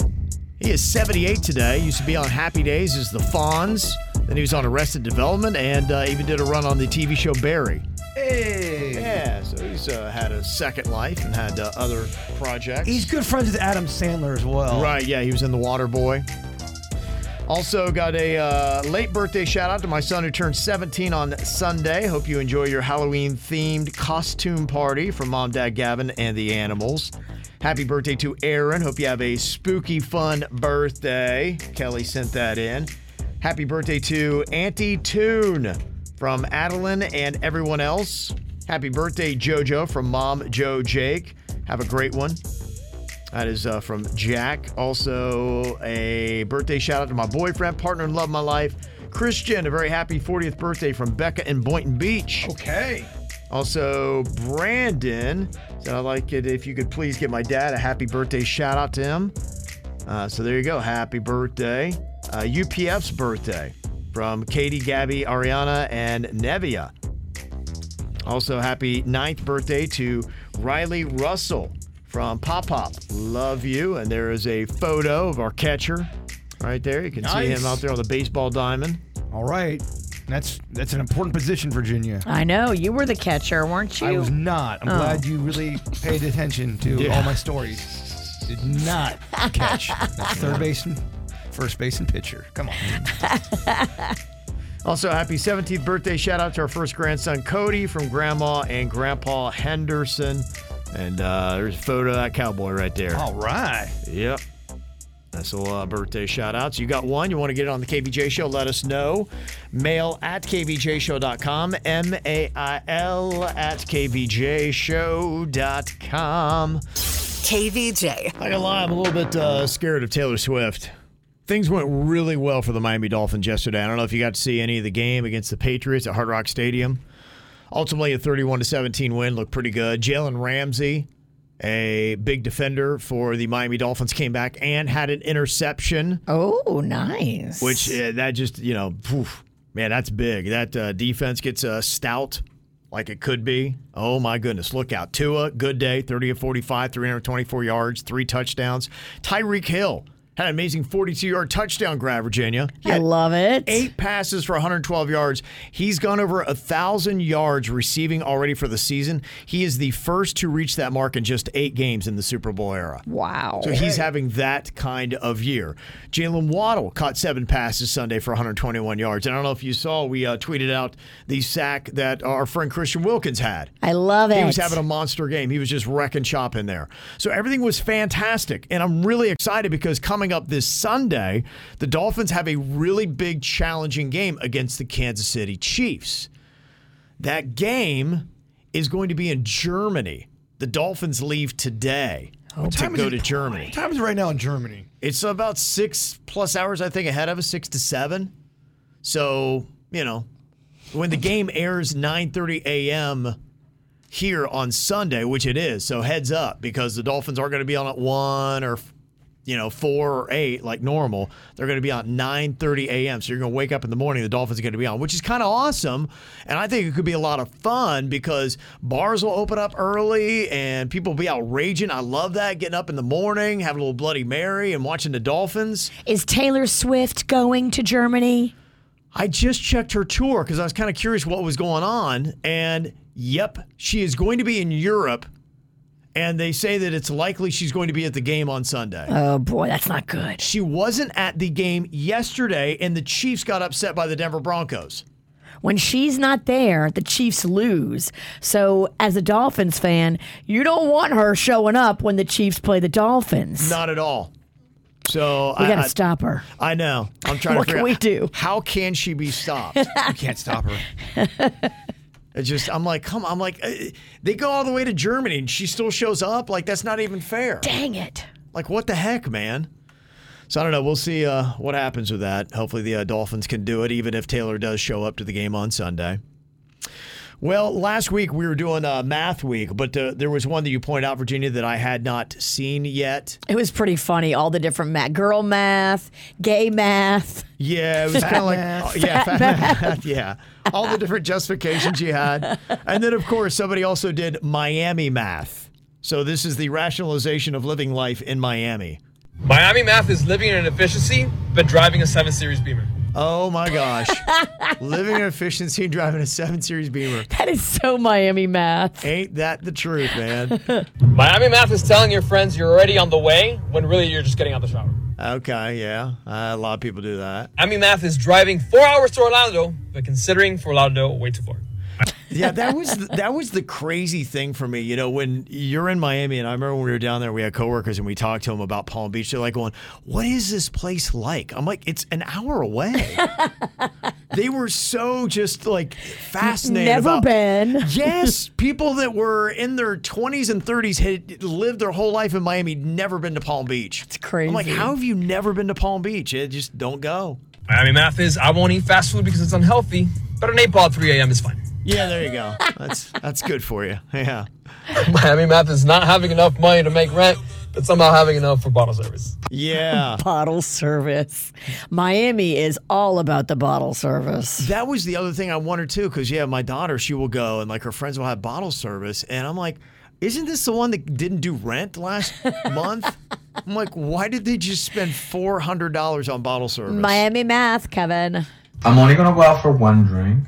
he is 78 today. Used to be on Happy Days as the Fonz. Then he was on Arrested Development and uh, even did a run on the TV show Barry. Hey. Yeah, so he's uh, had a second life and had uh, other projects. He's good friends with Adam Sandler as well. Right, yeah, he was in The Water Boy. Also, got a uh, late birthday shout out to my son who turned 17 on Sunday. Hope you enjoy your Halloween themed costume party from Mom, Dad, Gavin, and the animals. Happy birthday to Aaron. Hope you have a spooky, fun birthday. Kelly sent that in. Happy birthday to Auntie Toon from Adeline and everyone else. Happy birthday, JoJo, from Mom, Joe, Jake. Have a great one. That is uh, from Jack. Also, a birthday shout out to my boyfriend, partner in love, of my life, Christian. A very happy 40th birthday from Becca in Boynton Beach. Okay. Also, Brandon said, I'd like it if you could please give my dad a happy birthday shout out to him. Uh, so there you go. Happy birthday. Uh, UPF's birthday from Katie, Gabby, Ariana, and Nevia. Also, happy ninth birthday to Riley Russell from Pop Pop. Love you. And there is a photo of our catcher right there. You can see Nice. him out there on the baseball diamond. All right. That's that's an important position, Virginia. I know. You were the catcher, weren't you? I was not. I'm Oh. glad you really paid attention to Yeah. all my stories. Did not catch That's third baseman, first base, and pitcher. Come on. Also, happy 17th birthday. Shout out to our first grandson, Cody, from Grandma and Grandpa Henderson. And uh, there's a photo of that cowboy right there. All right. Yep. That's a lot of birthday shout outs. You got one, you want to get it on the KBJ show, let us know. Mail at kbjshow.com, M A I L at kbjshow.com. KVJ. I gotta lie, I'm a little bit uh, scared of Taylor Swift. Things went really well for the Miami Dolphins yesterday. I don't know if you got to see any of the game against the Patriots at Hard Rock Stadium. Ultimately, a 31 to 17 win looked pretty good. Jalen Ramsey, a big defender for the Miami Dolphins, came back and had an interception, Oh, nice. which uh, that just you know, phew, man, that's big. That uh, defense gets uh, stout. Like it could be. Oh my goodness! Look out, Tua. Good day. Thirty of forty-five, three hundred twenty-four yards, three touchdowns. Tyreek Hill Had an amazing 42 yard touchdown grab, Virginia. He I had love it. Eight passes for 112 yards. He's gone over a thousand yards receiving already for the season. He is the first to reach that mark in just eight games in the Super Bowl era. Wow. So he's having that kind of year. Jalen Waddle caught seven passes Sunday for 121 yards. And I don't know if you saw, we uh, tweeted out the sack that our friend Christian Wilkins had. I love it. He was having a monster game. He was just wrecking shop in there. So everything was fantastic. And I'm really excited because coming up this Sunday, the Dolphins have a really big, challenging game against the Kansas City Chiefs. That game is going to be in Germany. The Dolphins leave today to time is go to it playing? Germany. Time is right now in Germany. It's about six plus hours, I think, ahead of us, six to seven. So, you know, when the game airs 9.30 a.m. here on Sunday, which it is, so heads up because the Dolphins aren't going to be on at 1 or, you know, 4 or 8 like normal. They're going to be on 9.30 a.m. So you're going to wake up in the morning, the Dolphins are going to be on, which is kind of awesome. And I think it could be a lot of fun because bars will open up early and people will be out raging. I love that, getting up in the morning, having a little Bloody Mary and watching the Dolphins. Is Taylor Swift going to Germany? I just checked her tour because I was kind of curious what was going on. And yep, she is going to be in Europe. And they say that it's likely she's going to be at the game on Sunday. Oh boy, that's not good. She wasn't at the game yesterday, and the Chiefs got upset by the Denver Broncos. When she's not there, the Chiefs lose. So, as a Dolphins fan, you don't want her showing up when the Chiefs play the Dolphins. Not at all. So we I, got I- to stop her. I know. I'm trying to What figure can we out do? how can she be stopped. You can't stop her. It's just I'm like, come. I'm like, eh, they go all the way to Germany, and she still shows up. Like that's not even fair. Dang it. Like, what the heck, man? So I don't know. We'll see uh, what happens with that. Hopefully, the uh, Dolphins can do it, even if Taylor does show up to the game on Sunday. Well, last week we were doing uh, math week, but uh, there was one that you pointed out, Virginia, that I had not seen yet. It was pretty funny. All the different math girl math, gay math. Yeah, it was kind of like math. oh, yeah, fat math. yeah, all the different justifications you had, and then of course somebody also did Miami math. So this is the rationalization of living life in Miami. Miami Math is living in an efficiency, but driving a 7 Series Beamer. Oh my gosh. Living in efficiency and driving a 7 Series Beamer. That is so Miami math. Ain't that the truth, man? Miami Math is telling your friends you're already on the way when really you're just getting out the shower. Okay, yeah. Uh, a lot of people do that. Miami Math is driving four hours to Orlando, but considering for Orlando way too far. Yeah, that was the, that was the crazy thing for me. You know, when you're in Miami, and I remember when we were down there, we had coworkers and we talked to them about Palm Beach. They're like, going, "What is this place like?" I'm like, "It's an hour away." they were so just like fascinated. Never about- been. Yes, people that were in their 20s and 30s had lived their whole life in Miami, never been to Palm Beach. It's crazy. I'm like, how have you never been to Palm Beach? It just don't go. Miami Math is I won't eat fast food because it's unhealthy, but an 8 ball at 3 a.m. is fine. Yeah, there you go. That's that's good for you. Yeah. Miami Math is not having enough money to make rent, but somehow having enough for bottle service. Yeah. Bottle service. Miami is all about the bottle service. That was the other thing I wondered too, because yeah, my daughter, she will go and like her friends will have bottle service, and I'm like, isn't this the one that didn't do rent last month? I'm like, why did they just spend four hundred dollars on bottle service? Miami math, Kevin. I'm only gonna go out for one drink.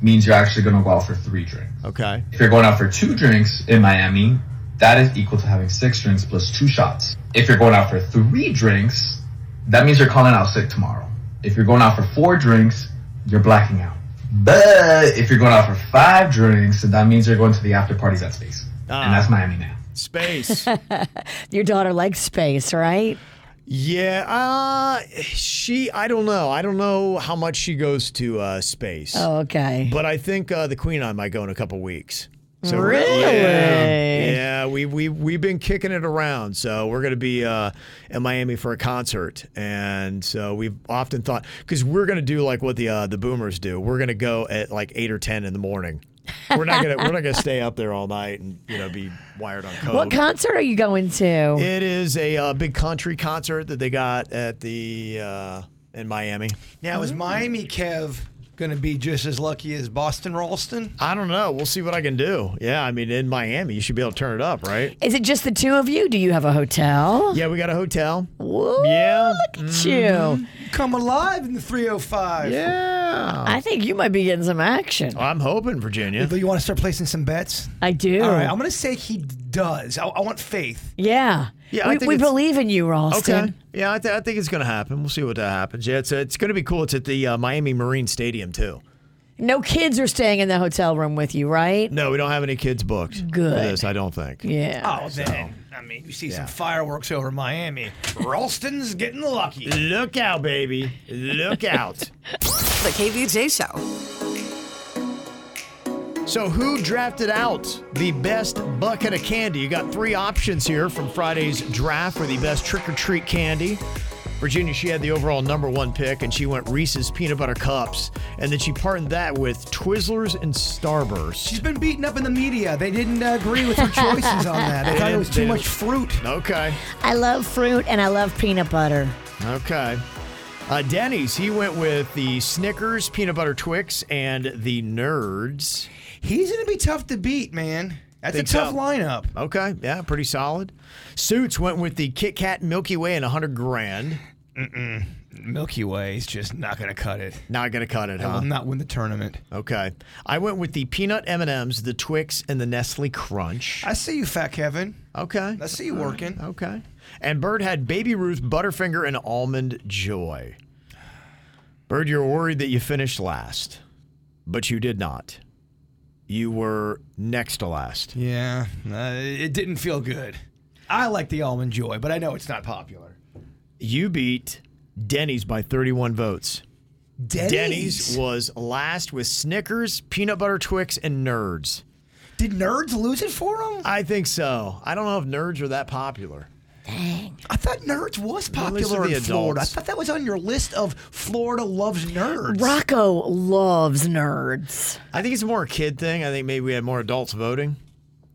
Means you're actually gonna go out for three drinks. okay, If you're going out for two drinks in Miami, that is equal to having six drinks plus two shots. If you're going out for three drinks, that means you're calling out sick tomorrow. If you're going out for four drinks, you're blacking out. But if you're going out for five drinks, that means you're going to the after parties at Space, Ah. and that's Miami now. Uh, space. Your daughter likes space, right? yeah, uh, she. I don't know. I don't know how much she goes to uh, space, Oh, Okay. but I think uh, the Queen and I might go in a couple weeks. So we're- really? Yeah, yeah, we we we've been kicking it around. So we're going to be uh, in Miami for a concert, and so we've often thought because we're going to do like what the uh, the Boomers do. We're going to go at like eight or ten in the morning. We're not gonna we're not gonna stay up there all night and you know be wired on coke. What concert are you going to? it is a uh, big country concert that they got at the uh, in Miami. Now is Miami Kev going to be just as lucky as Boston Ralston? I don't know. We'll see what I can do. Yeah, I mean, in Miami, you should be able to turn it up, right? Is it just the two of you? Do you have a hotel? Yeah, we got a hotel. Whoa, yeah. Look at Mm-hmm. you. Come alive in the 305. Yeah. I think you might be getting some action. I'm hoping, Virginia. You want to start placing some bets? I do. All right, I'm going to say he does. I, I want faith. Yeah. Yeah, I we, think we it's- believe in you, Ralston. Okay. Yeah, I, th- I think it's going to happen. We'll see what that happens. Yeah, it's, uh, it's going to be cool. It's at the uh, Miami Marine Stadium, too. No kids are staying in the hotel room with you, right? No, we don't have any kids booked. Good. For this, I don't think. Yeah. Oh, then. I mean, you see some fireworks over Miami. Ralston's getting lucky. Look out, baby. Look out. The KVJ Show. So, who drafted out the best bucket of candy? You got three options here from Friday's draft for the best trick or treat candy. Virginia, she had the overall number one pick, and she went Reese's peanut butter cups, and then she partnered that with Twizzlers and Starburst. She's been beaten up in the media. They didn't uh, agree with her choices on that. They thought it was too much fruit. Okay. Oh. I love fruit and I love peanut butter. Okay. Uh, Denny's, he went with the Snickers, peanut butter Twix, and the Nerds. He's going to be tough to beat, man. That's Think a tough so. lineup. Okay, yeah, pretty solid. Suits went with the Kit Kat Milky Way and 100 grand. Mm-mm. Milky Way is just not going to cut it. Not gonna cut it, I Uh-huh. will huh? not win the tournament. Okay, I went with the peanut M and M's, the Twix, and the Nestle Crunch. I see you, Fat Kevin. Okay, I see you working. Okay. And Bird had Baby Ruth, Butterfinger, and Almond Joy. Bird, you're worried that you finished last, but you did not. You were next to last. Yeah, uh, it didn't feel good. I like the almond joy, but I know it's not popular. You beat Denny's by 31 votes. Denny's? was last with Snickers, peanut butter Twix, and Nerds. Did Nerds lose it for him? I think so. I don't know if Nerds are that popular. I thought Nerds was Well, these are popular in the Florida. I adults. thought that was on your list of Florida loves Nerds. Rocco loves nerds. I think it's more a kid thing. I think maybe we had more adults voting.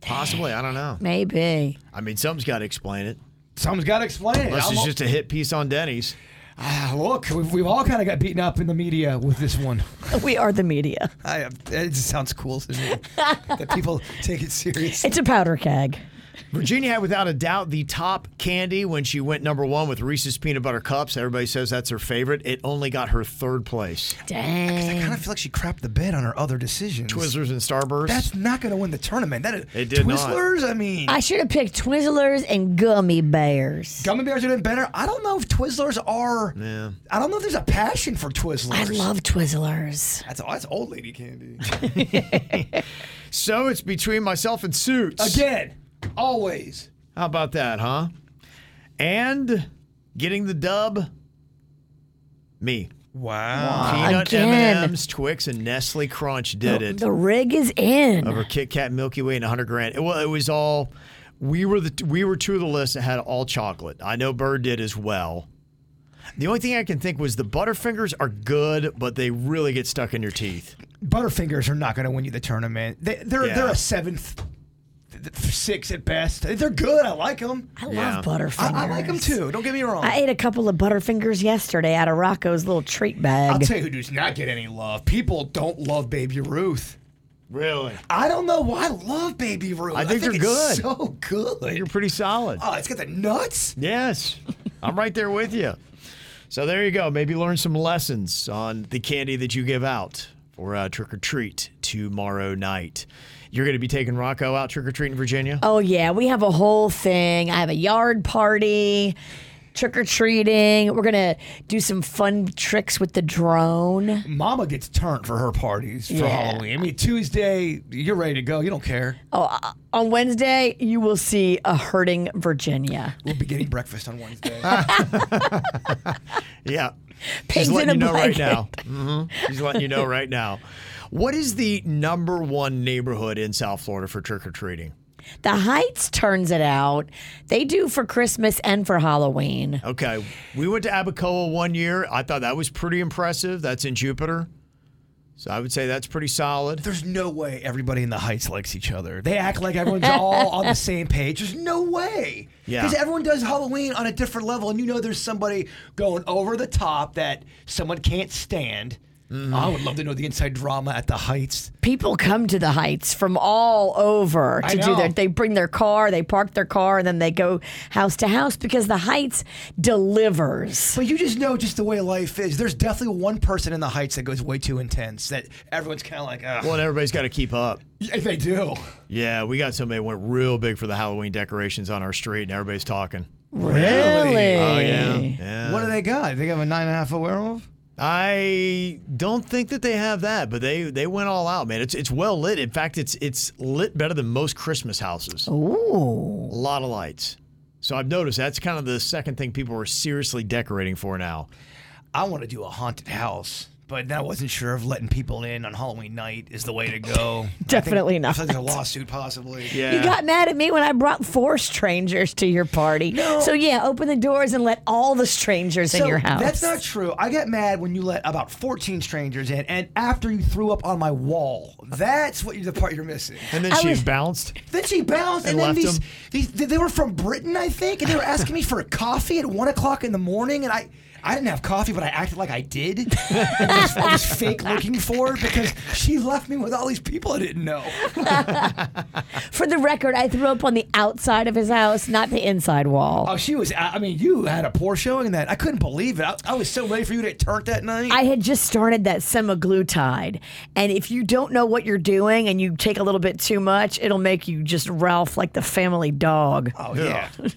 Possibly. I don't know. Maybe. I mean, something's got to explain it. Someone's got to explain it. Unless I'm it's all- just a hit piece on Denny's. Ah, look, we've, we've all kind of got beaten up in the media with this one. We are the media. I, uh, it just sounds cool to me that people take it serious. It's a powder keg. Virginia had, without a doubt, the top candy when she went number one with Reese's peanut butter cups. Everybody says that's her favorite. It only got her third place. I kind of feel like she crapped the bed on her other decisions. Twizzlers and Starburst. That's not going to win the tournament. That is, It did not. Twizzlers. I mean, I should have picked Twizzlers and gummy bears. gummy bears are doing better. I don't know if Twizzlers are. yeah. I don't know if there's a passion for Twizzlers. I love Twizzlers. That's that's old lady candy. So it's between myself and Suits. Again, always. How about that, huh? And getting the dub, me. Wow. Peanut Uh, Again. Oh, M&M's, Twix, and Nestle Crunch did it. The rig is in. over Kit Kat, Milky Way, and 100 grand. It, well, it was all we were the we were two of the list that had all chocolate. I know Bird did as well. The only thing I can think was the Butterfingers are good, but they really get stuck in your teeth. Butterfingers are not going to win you the tournament. They, they're Yeah. they're a seventh, th- th- six at best. They're good. I like them. I love Yeah. Butterfingers. I, I like them too. Don't get me wrong. I ate a couple of Butterfingers yesterday out of Rocco's little treat bag. I'll tell you who does not get any love. People don't love Baby Ruth. Really, I don't know why I love Baby Ruth. I think they're it's good. So good. you're pretty solid. Oh, it's got the nuts. Yes, I'm right there with you. So there you go. Maybe learn some lessons on the candy that you give out for uh, trick or treat tomorrow night. You're going to be taking Rocco out trick or treating in Virginia. Oh yeah, we have a whole thing. I have a yard party, trick or treating. We're gonna do some fun tricks with the drone. Mama gets turned for her parties for Yeah. Halloween. I mean, Tuesday, you're ready to go. You don't care. Oh, uh, on Wednesday you will see a hurting Virginia. We'll be getting breakfast on Wednesday. Yeah. Pigs She's letting in you a know right blanket. now. hmm She's letting you know right now. What is the number one neighborhood in South Florida for trick or treating? The Heights turns it out. They do for Christmas and for Halloween. Okay. We went to Abacoa one year. I thought that was pretty impressive. That's in Jupiter. So I would say that's pretty solid. There's no way everybody in the Heights likes each other. They act like everyone's all on the same page. There's no way. Yeah. Because everyone does Halloween on a different level, and you know there's somebody going over the top that someone can't stand. I would love to know the inside drama at the Heights. People come to the Heights from all over I to do know. their. They bring their car, they park their car, and then they go house to house because the Heights delivers. But you just know just the way life is. There's definitely one person in the Heights that goes way too intense that everyone's kind of like, Ugh. Well, and everybody's got to keep up. Yeah, they do. Yeah, we got somebody that went real big for the Halloween decorations on our street, and everybody's talking. Oh yeah. yeah. What do they got? They have a nine and a half foot werewolf. I don't think that they have that, but they they went all out, man. It's it's well lit. In fact, it's it's lit better than most Christmas houses. Ooh, a lot of lights. So I've noticed that's kind of the second thing people are seriously decorating for now. I want to do a haunted house, but I wasn't sure if letting people in on Halloween night is the way to go. I think- Definitely not. I think there's a lawsuit possibly. You got mad at me when I brought four strangers to your party. So yeah, open the doors and let all the strangers in So, your house. That's not true. I got mad when you let about 14 strangers in, and after you threw up on my wall. That's what you, the part you're missing. And then she's she's bounced. Then she bounced, and, And then left these, him. these they they were from Britain, I think, and they were asking me for a coffee at one o'clock in the morning, and I. I didn't have coffee, but I acted like I did. I was, I was fake looking for her because she left me with all these people I didn't know. For the record, I threw up on the outside of his house, not the inside wall. Oh, she was. I I mean, you had a poor showing in that. I couldn't believe it. I, I was so ready for you to get turned that night. I had just started that semaglutide, and if you don't know what you're doing and you take a little bit too much, it'll make you just Ralph like the family dog. Oh yeah, it,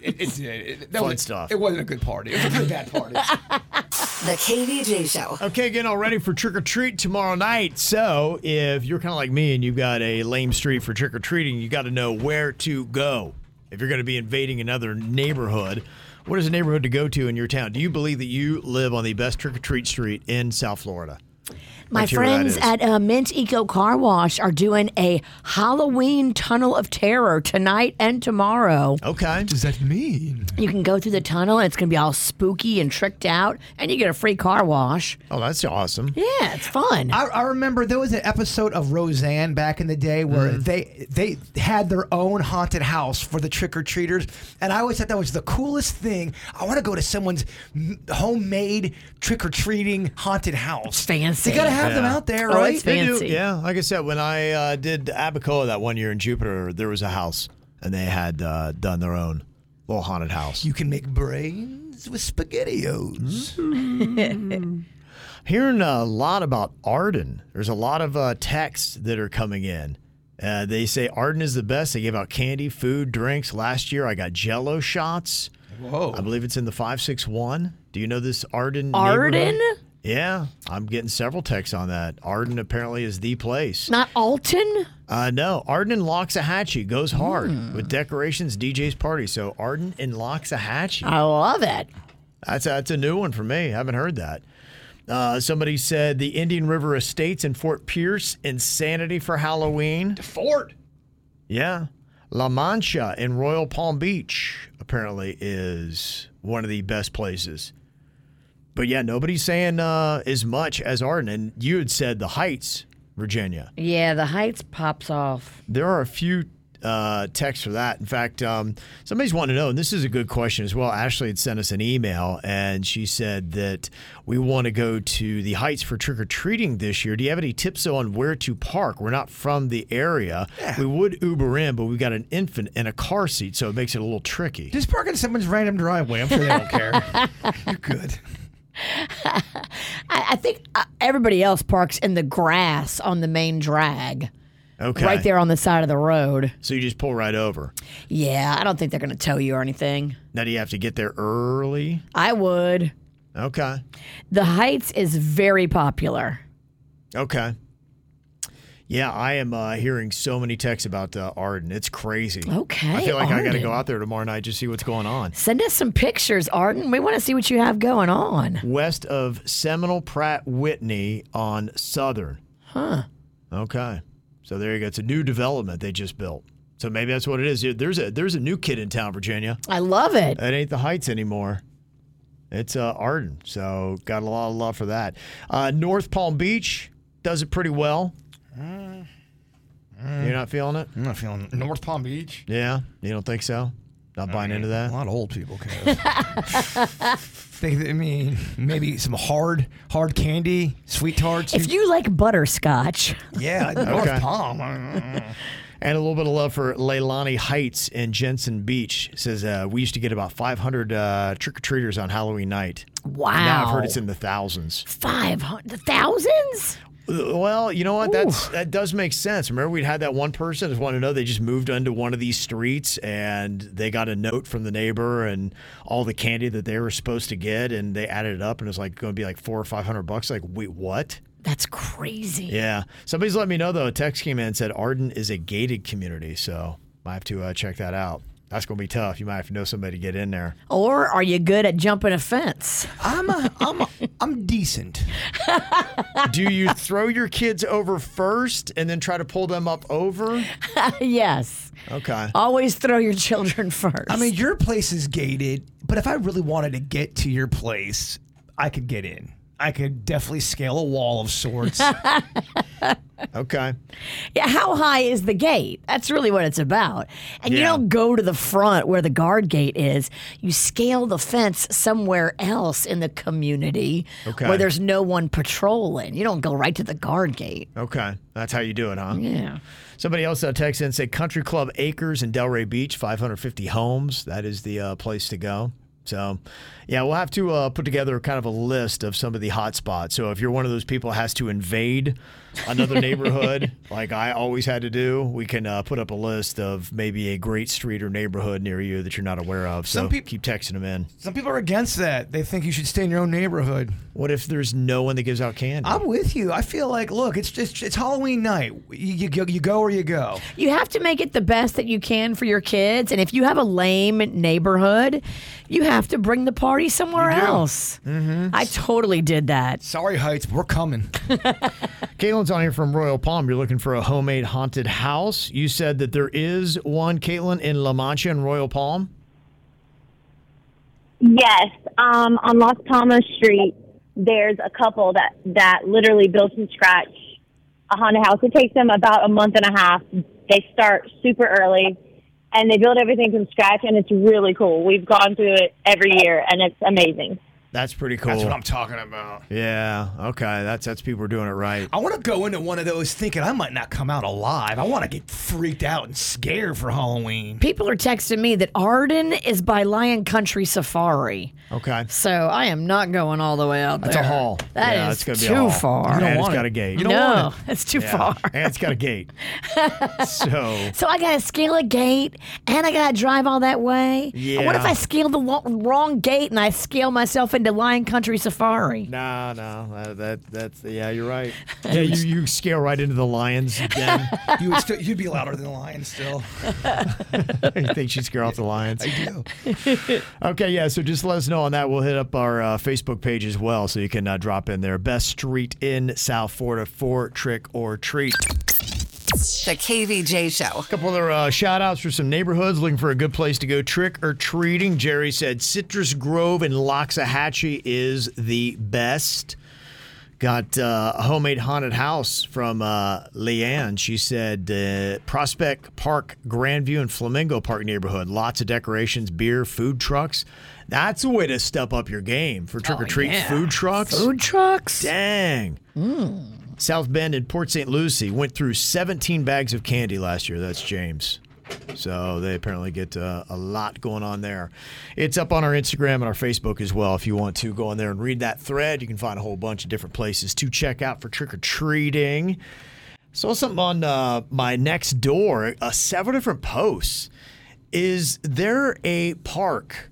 it, it, it, that Fun was, stuff. It wasn't a good party. It was a pretty bad party. The KVJ Show. Okay, getting all ready for trick or treat tomorrow night. So if you're kind of like me and you've got a lame street for trick or treating, you got to know where to go. If you're going to be invading another neighborhood, what is a neighborhood to go to in your town? Do you believe that you live on the best trick or treat street in South Florida? My Let's hear what that friends is. at uh, Mint Eco Car Wash are doing a Halloween Tunnel of Terror tonight and tomorrow. Okay. What does that mean? You can go through the tunnel and it's going to be all spooky and tricked out, and you get a free car wash. Oh, that's awesome. Yeah, it's fun. I, I remember there was an episode of Roseanne back in the day where Mm-hmm. they they had their own haunted house for the trick or treaters, and I always thought that was the coolest thing. I want to go to someone's m- homemade trick or treating haunted house. fancy. They gotta have them Oh, out there, right? They do, Yeah, like I said, when I uh, did Abacoa that one year in Jupiter, there was a house, and they had uh, done their own little haunted house. You can make brains with spaghettios. Hearing uh, a lot about Arden. There's a lot of uh, texts that are coming in. Uh, they say Arden is the best. They give out candy, food, drinks. Last year, I got Jello shots. Whoa! I believe it's in the five six one. Do you know this Arden? Arden? neighborhood? Yeah, I'm getting several texts on that. Arden apparently is the place. Not Alton? Uh, no, Arden and Loxahatchee goes hard with decorations, DJ's party. So Arden and Loxahatchee. I love it. That's that's a new one for me. I haven't heard that. Uh, somebody said the Indian River Estates in Fort Pierce, insanity for Halloween. Fort. Yeah. La Mancha in Royal Palm Beach apparently is one of the best places. But yeah, nobody's saying uh, as much as Arden. And you had said the Heights, Virginia. Yeah, the Heights pops off. There are a few uh, texts for that. In fact, um, somebody's wanting to know, and this is a good question as well. Ashley had sent us an email, and she said that we want to go to the Heights for trick or treating this year. Do you have any tips on where to park? We're not from the area. We would Uber in, but we got an infant in a car seat, so it makes it a little tricky. Just park in someone's random driveway. I'm sure they don't care. I, I think uh, everybody else parks in the grass on the main drag. Okay. Right there on the side of the road. So you just pull right over. Yeah, I don't think they're going to tow you or anything. Now, do you have to get there early? I would. Okay. The Heights is very popular. Okay. Yeah, I am uh, hearing so many texts about uh, Arden. It's crazy. Okay, I feel like I got to Arden. go out there tomorrow night just see what's going on. Send us some pictures, Arden. We want to see what you have going on. West of Seminole Pratt Whitney on Southern. Huh. Okay. So there you go. It's a new development they just built. So maybe that's what it is. There's a there's a new kid in town, Virginia. I love it. It ain't the Heights anymore. It's uh, Arden. So got a lot of love for that. Uh, North Palm Beach does it pretty well. You're not feeling it? Mm. I'm not feeling North Palm Beach. Yeah, you don't think so? Not buying into that. A lot of old people care. they, I mean, maybe some hard, hard candy, sweet tarts. If you like butterscotch, yeah, North Palm. And a little bit of love for Leilani Heights in Jensen Beach. Says uh, we used to get about 500 uh, trick or treaters on Halloween night. Now I've Wow. heard it's in the thousands. five hundred thousands. Well, you know what? That's that does make sense. Remember, we'd had that one person just wanted to know they just moved onto one of these streets and they got a note from the neighbor and all the candy that they were supposed to get, and they added it up and it was like going to be like four or five hundred bucks. Like, wait, what? That's crazy. Yeah. Somebody's let me know though. A text came in and said Arden is a gated community, so I have to uh, check that out. That's going to be tough. You might have to know somebody to get in there. Or are you good at jumping a fence? I'm a, I'm a, I'm decent. Do you throw your kids over first and then try to pull them up over? yes. Okay. Always throw your children first. I mean, your place is gated, but if I really wanted to get to your place, I could get in. I could definitely scale a wall of sorts. okay. Yeah, how high is the gate? That's really what it's about. And you Yeah. don't go to the front where the guard gate is. You scale the fence somewhere else in the community Okay. where there's no one patrolling. You don't go right to the guard gate. Okay. That's how you do it, huh? Yeah. Somebody else uh, texted in said Country Club Acres in Delray Beach, 550 homes. That is the uh, place to go. So, yeah, we'll have to uh, put together kind of a list of some of the hot spots. So, if you're one of those people who has to invade another neighborhood, like I always had to do, we can uh, put up a list of maybe a great street or neighborhood near you that you're not aware of. So, Some peop- keep texting them in. Some people are against that. They think you should stay in your own neighborhood. What if there's no one that gives out candy? I'm with you. I feel like, look, it's just it's Halloween night. You, you go, you go or you go. You have to make it the best that you can for your kids. And if you have a lame neighborhood, you have to bring the party somewhere else. Mm-hmm. I totally did that. Sorry, Heights, we're coming. Caitlin's on here from Royal Palm. You're looking for a homemade haunted house. You said that there is one, Caitlin, in La Mancha and Royal Palm. Yes, um, on Las Palmas Street, there's a couple that that literally built from scratch a haunted house. It takes them about a month and a half. They start super early, and they build everything from scratch, and it's really cool. We've gone through it every year, and it's amazing. That's pretty cool. That's what I'm talking about. Yeah. Okay. That's that's people are doing it right. I want to go into one of those thinking I might not come out alive. I want to get freaked out and scared for Halloween. People are texting me that Arden is by Lion Country Safari. Okay. So I am not going all the way out That's there. a haul. That yeah, is it's gonna be a too haul. far. and it's got a gate. no, it's too Yeah, far. And it's got a gate. so So I gotta scale a gate, and I gotta drive all that way. And what if Yeah. I scale the lo- wrong gate and I scale myself into Lion Country Safari? No, no, uh, that that's yeah, you're right. Yeah, you, you scale right into the lions again. you would still, you'd be louder than the lion still. you think she'd scare off the lions? I do. okay, yeah. So just let us know on that. We'll hit up our uh, Facebook page as well, so you can uh, drop in there. Best street in South Florida for trick or treat. The KVJ Show. A couple other uh, shout outs for some neighborhoods looking for a good place to go trick or treating. Jerry said Citrus Grove in Loxahatchee is the best. Got uh, a homemade haunted house from uh, Leanne. She said uh, Prospect Park, Grandview, and Flamingo Park neighborhood. Lots of decorations, beer, food trucks. That's a way to step up your game for trick or treat Oh, yeah. food trucks. Food trucks. Dang. South Bend and Port St. Lucie went through 17 bags of candy last year. That's James. So they apparently get uh, a lot going on there. It's up on our Instagram and our Facebook as well. If you want to go on there and read that thread, you can find a whole bunch of different places to check out for trick or treating. Saw something on uh, my next door, uh, several different posts. Is there a park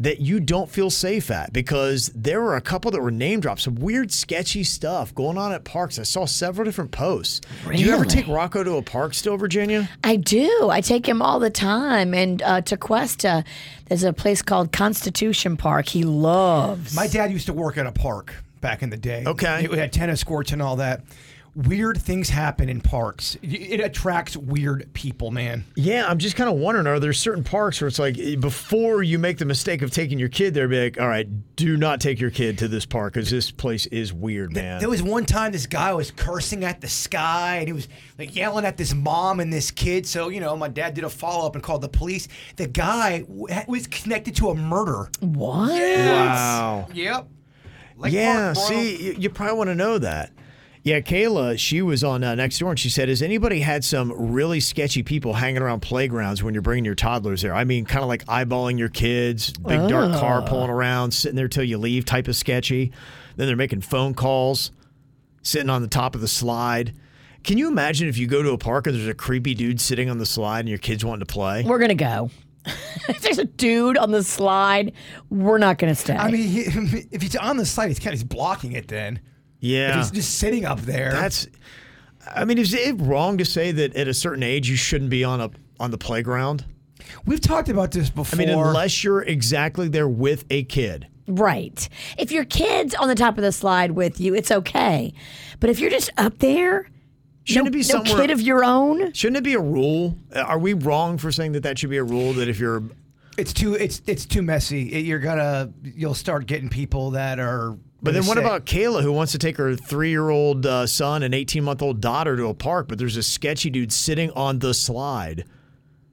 that you don't feel safe at? Because there were a couple that were name dropped, some weird, sketchy stuff going on at parks. I saw several different posts. Do you ever Really? take Rocco to a park still, Virginia? I do. I take him all the time. And uh, to Cuesta, there's a place called Constitution Park. He loves. My dad used to work at a park back in the day. Okay. It had tennis courts and all that. weird things happen in parks. Y- It attracts weird people, man. Yeah, I'm just kind of wondering are there certain parks where it's like eh, before you make the mistake of taking your kid there, be like, all right, do not take your kid to this park because this place is weird, man. There was one time this guy was cursing at the sky and he was like yelling at this mom and this kid. So, you know, my dad did a follow up and called the police. The guy w- was connected to a murder. What? Wow. Yep. yeah, see, you, you probably want to know that. Yeah, Kayla, she was on uh, Next Door and she said, Has anybody had some really sketchy people hanging around playgrounds when you're bringing your toddlers there? I mean, kind of like eyeballing your kids, big dark car Oh. pulling around, sitting there till you leave type of sketchy. Then they're making phone calls, sitting on the top of the slide. Can you imagine if you go to a park and there's a creepy dude sitting on the slide and your kids wanting to play? We're gonna go. if there's a dude on the slide, we're not gonna stay. I mean, he, if he's on the site, he's kind of he's blocking it then. Yeah. If he's just sitting up there. That's. I mean, is it wrong to say that at a certain age you shouldn't be on a on the playground? We've talked about this before. I mean, unless you're exactly there with a kid. Right. If your kid's on the top of the slide with you, it's okay. But if you're just up there, Shouldn't no, it be no somewhere? kid of your own? Shouldn't it be a rule? Uh, Are we wrong for saying that that should be a rule that if you're It's too it's it's too messy. It- you're gonna you'll start getting people that are. But then gonna what say- about Kayla, who wants to take her three year old uh, son and 18 month old daughter to a park, but there's a sketchy dude sitting on the slide?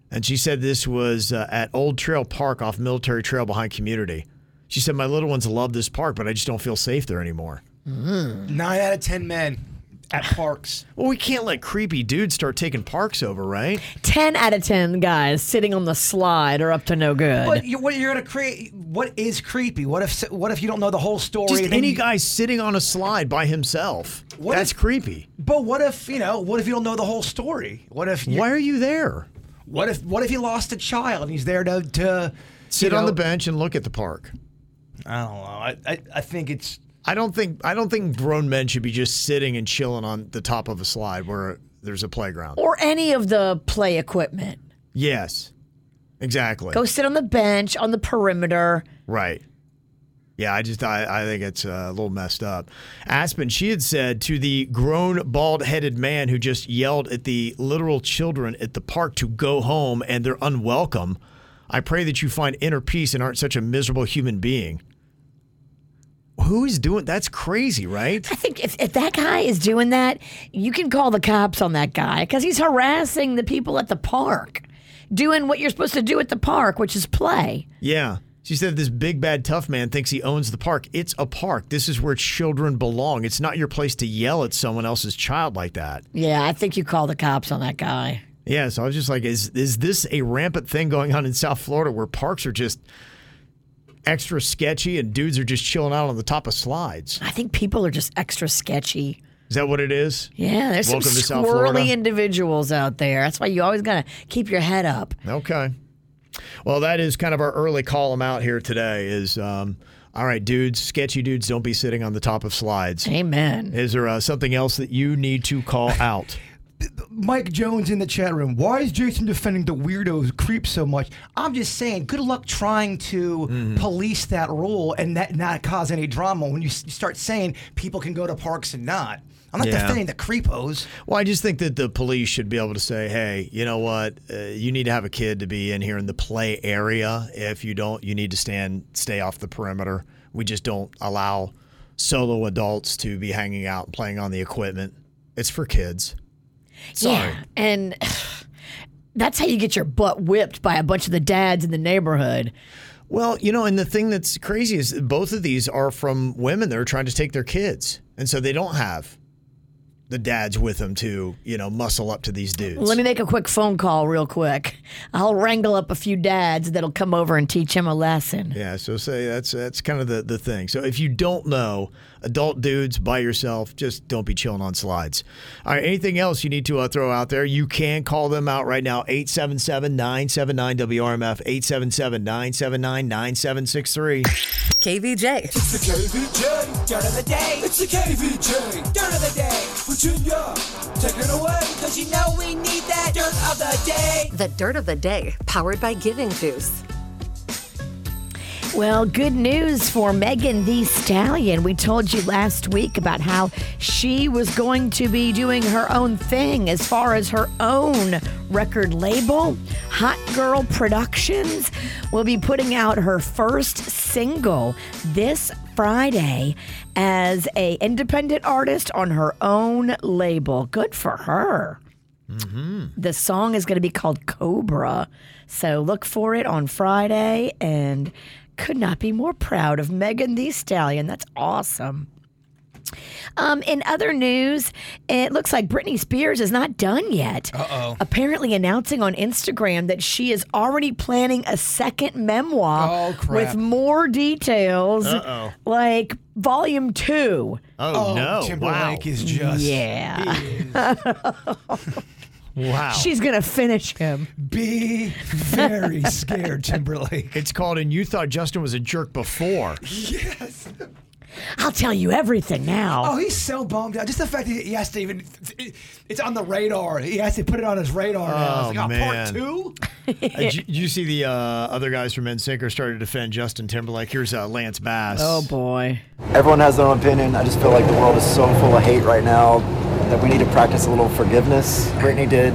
And she said this was uh, at Old Trail Park off Military Trail behind community. She said, My little ones love this park, but I just don't feel safe there anymore. nine out of ten men at parks? Well, we can't let creepy dudes start taking parks over, right? 10 out of 10 guys sitting on the slide are up to no good. But you, what you're gonna create? What is creepy? What if what if you don't know the whole story? Just and then any you- guy sitting on a slide by himself. What That's if- creepy. But what if you know? What if you don't know the whole story? What if? you- Why are you there? What if? What if he lost a child and he's there to to Sit you on know- the bench and look at the park. I don't know. I, I, I think it's. I don't think I don't think grown men should be just sitting and chilling on the top of a slide where there's a playground. or any of the play equipment. yes, exactly. Go sit on the bench, on the perimeter. Right. Yeah, I just I, I think it's uh, a little messed up. Aspen, she had said to the grown bald-headed man who just yelled at the literal children at the park to go home and they're unwelcome. I pray that you find inner peace and aren't such a miserable human being. Who is doing that's crazy, right? I think if, if that guy is doing that, you can call the cops on that guy because he's harassing the people at the park, doing what you're supposed to do at the park, which is play. Yeah. She said this big bad tough man thinks he owns the park. It's a park. This is where children belong. It's not your place to yell at someone else's child like that. Yeah, I think you call the cops on that guy. Yeah, so I was just like, is is this a rampant thing going on in South Florida where parks are just extra sketchy and dudes are just chilling out on the top of slides? I think people are just extra sketchy. Is that what it is? Yeah, there's Welcome to some South Florida. squirrely individuals out there. That's why you always gotta keep your head up. Okay. Well, that is kind of our early column out here today is um, all right, dudes, sketchy dudes, don't be sitting on the top of slides. Amen. Is there uh, something else that you need to call out? Mike Jones in the chat room. Why is Jason defending the weirdos creep so much? I'm just saying, good luck trying to Mm-hmm. police that rule and that not cause any drama when you s- start saying people can go to parks and not. I'm not Yeah. defending the creepos. Well, I just think that the police should be able to say, "Hey, you know what? Uh, you need to have a kid to be in here in the play area. If you don't, you need to stand stay off the perimeter. We just don't allow solo adults to be hanging out and playing on the equipment. It's for kids." Sorry. Yeah, and that's how you get your butt whipped by a bunch of the dads in the neighborhood. Well, you know, and the thing that's crazy is that both of these are from women that are trying to take their kids, and so they don't have the dads with them to, you know, muscle up to these dudes. Let me make a quick phone call, real quick. I'll wrangle up a few dads that'll come over and teach him a lesson. Yeah, so say that's that's kind of the, the thing. So if you don't know, adult dudes by yourself, just don't be chilling on slides. All right, anything else you need to uh, throw out there, you can call them out right now 877-979-WRMF 877-979-9763. KVJ. It's the KVJ. Dirt of the day. It's the KVJ. Dirt of the day. Virginia, take it away. Cause you know we need that dirt of the day. The dirt of the day, powered by Giving Juice. Well, good news for Megan the Stallion. We told you last week about how she was going to be doing her own thing as far as her own record label. Hot Girl Productions will be putting out her first single this Friday as a independent artist on her own label. Good for her. The song is going to be called Cobra. So look for it on Friday and could not be more proud of Megan the Stallion. That's awesome. Um, in other news, it looks like Britney Spears is not done yet. Uh-oh. Apparently announcing on Instagram that she is already planning a second memoir Oh, crap. with more details Uh-oh. like volume 2. Oh, no. Timberlake wow. is just- Yeah. Wow. She's going to finish him. Be very scared, Timberlake. It's called And You Thought Justin Was a Jerk Before. Uh, I'll tell you everything now. Oh, he's so bummed out. Just the fact that he has to even, it's on the radar. He has to put it on his radar. now. It's Oh, like, man. Part two? Uh, did you, did you see the uh, other guys from NSYNC are starting to defend Justin Timberlake. Here's uh, Lance Bass. Oh, boy. Everyone has their own opinion. I just feel like the world is so full of hate right now that we need to practice a little forgiveness. Oh, Brittany did,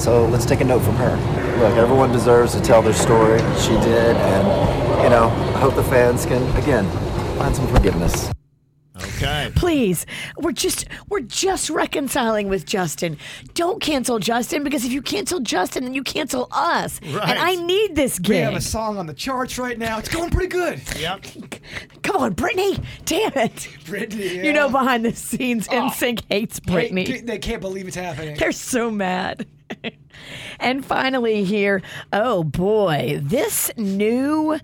so let's take a note from her. Look, everyone deserves to tell their story. She did, and you know, I hope the fans can again find some forgiveness. Okay. Please, we're just we're just reconciling with Justin. Don't cancel Justin because if you cancel Justin, then you cancel us. Right. And I need this We gig. have a song on the charts right now. It's going pretty good. Yep. Come on, Brittany! Damn it! Brittany, You know, yeah. Oh. behind the scenes, NSYNC hates Brittany. They, they can't believe it's happening. They're so mad. and finally, here, oh boy, this new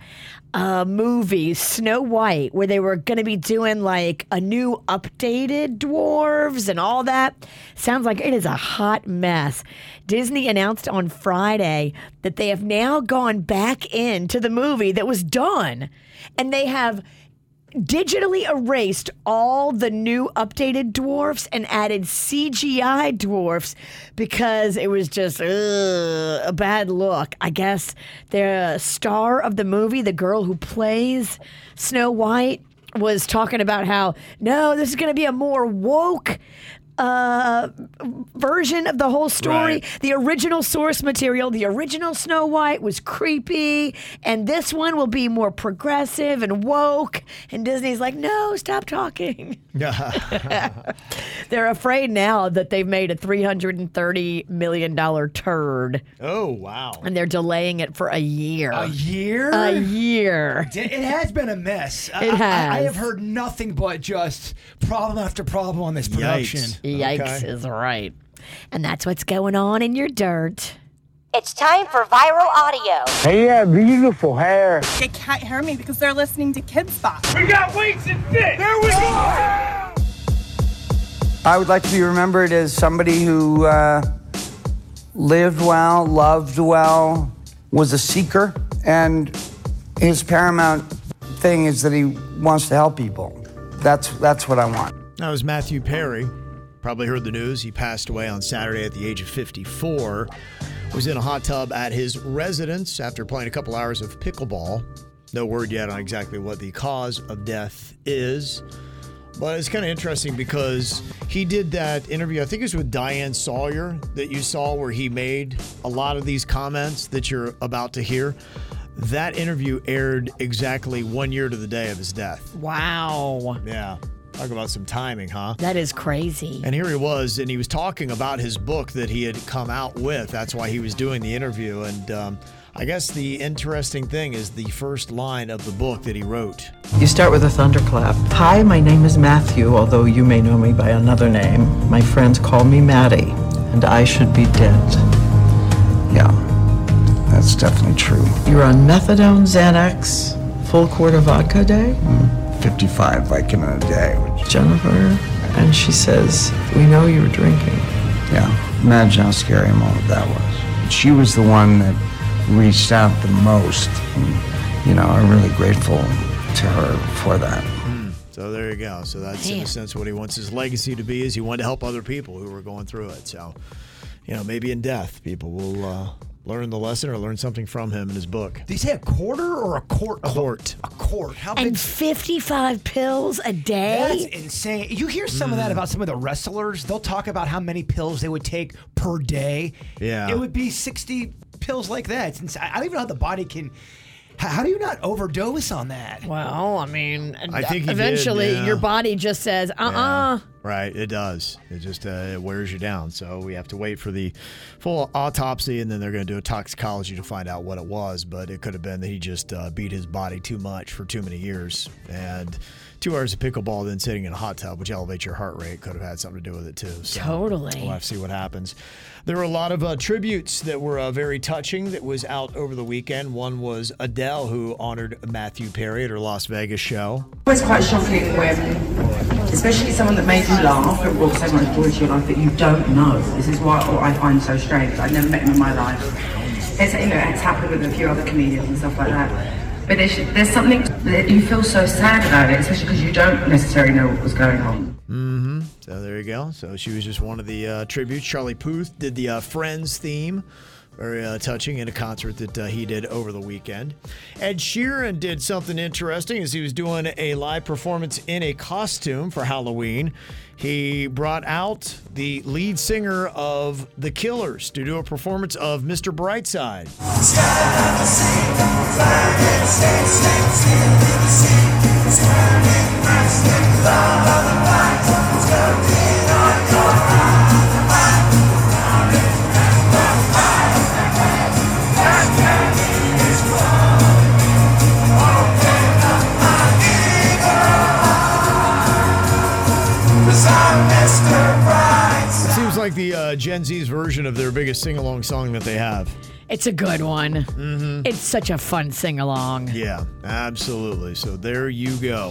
uh, movie, Snow White, where they were going to be doing like a new updated dwarves and all that, sounds like it is a hot mess. Disney announced on Friday that they have now gone back into the movie that was done, and they have digitally erased all the new updated dwarfs and added CGI dwarfs because it was just ugh, a bad look. I guess the star of the movie, the girl who plays Snow White, was talking about how no, this is going to be a more woke uh version of the whole story Right. the original source material, the original Snow White was creepy, and this one will be more progressive and woke. And Disney's like, no, stop talking. They're afraid now that they've made a $330 million turd. Oh, wow. And they're delaying it for a year. A year? A year. It it has been a mess. I- It I, I, has. have heard nothing but just problem after problem on this production. Yikes is right. And that's what's going on in your dirt. It's time for viral audio. Hey, yeah, beautiful hair. They can't hear me because they're listening to Kids Bop. We got weights and fit. There we go. I would like to be remembered as somebody who uh, lived well, loved well, was a seeker, and his paramount thing is that he wants to help people. That's that's what I want. That was Matthew Perry. Probably heard the news. He passed away on Saturday at the age of 54. Was in a hot tub at his residence after playing a couple hours of pickleball. No word yet on exactly what the cause of death is. But it's kind of interesting because he did that interview, I think it was with Diane Sawyer that you saw, where he made a lot of these comments that you're about to hear. That interview aired exactly one year to the day of his death. Wow. Yeah. Talk about some timing, huh? That is crazy. And here he was, and he was talking about his book that he had come out with. That's why he was doing the interview. And um, I guess the interesting thing is the first line of the book that he wrote. You start with a thunderclap. Hi, my name is Matthew, although you may know me by another name. My friends call me Maddie, and I should be dead. Yeah, that's definitely true. You're on methadone, Xanax, full quart of vodka day? 55, like in a day. Jennifer, and she says, We know you were drinking. Yeah, imagine how scary a moment that was. She was the one that reached out the most. And, you know, I'm really grateful to her for that. So there you go. So that's in a sense what he wants his legacy to be is he wanted to help other people who were going through it. So, you know, maybe in death, people will uh, learn the lesson or learn something from him in his book. Did he say a quarter or a quart? Quart. A quart. How big? And 55 pills a That's day? insane. You hear some of that about some of the wrestlers. They'll talk about how many pills they would take per day. Yeah. It would be 60 pills like that. It's insane. I don't even know how the body can. How, how do you not overdose on that? Well, I mean, uh, I think he did, eventually yeah. your body just says, uh uh Right, it does. It just uh, it wears you down. So we have to wait for the full autopsy, and then they're going to do a toxicology to find out what it was. But it could have been that he just uh, beat his body too much for too many years, and two hours of pickleball, then sitting in a hot tub, which elevates your heart rate, could have had something to do with it too. So Totally. We'll have to see what happens. There were a lot of uh, tributes that were uh, very touching that was out over the weekend. One was Adele, who honored Matthew Perry at her Las Vegas show. It's quite shocking when, especially someone that made you laugh and brought so much joy to your life that you don't know. This is what what I find so strange. I've never met him in my life. It's, you know, it's happened with a few other comedians and stuff like that. But there's, there's something that you feel so sad about it, especially because you don't necessarily know what was going on. Mm-hmm. So there you go. So she was just one of the uh, tributes. Charlie Puth did the uh, Friends theme. Very uh, touching in a concert that uh, he did over the weekend. Ed Sheeran did something interesting as he was doing a live performance in a costume for Halloween. He brought out the lead singer of The Killers to do a performance of Mr. Brightside. It seems like the uh, Gen Z's version of their biggest sing along song that they have. It's a good one. Mm-hmm. It's such a fun sing along. Yeah, absolutely. So there you go.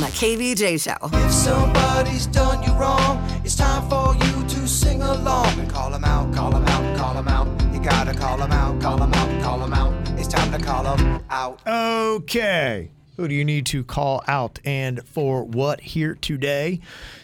My KVJ show. If somebody's done you wrong, it's time for you to sing along and call 'em out, call 'em out, call 'em out. You gotta call 'em out, call 'em out, call 'em out. It's time to call 'em out. Okay. Who do you need to call out and for what here today?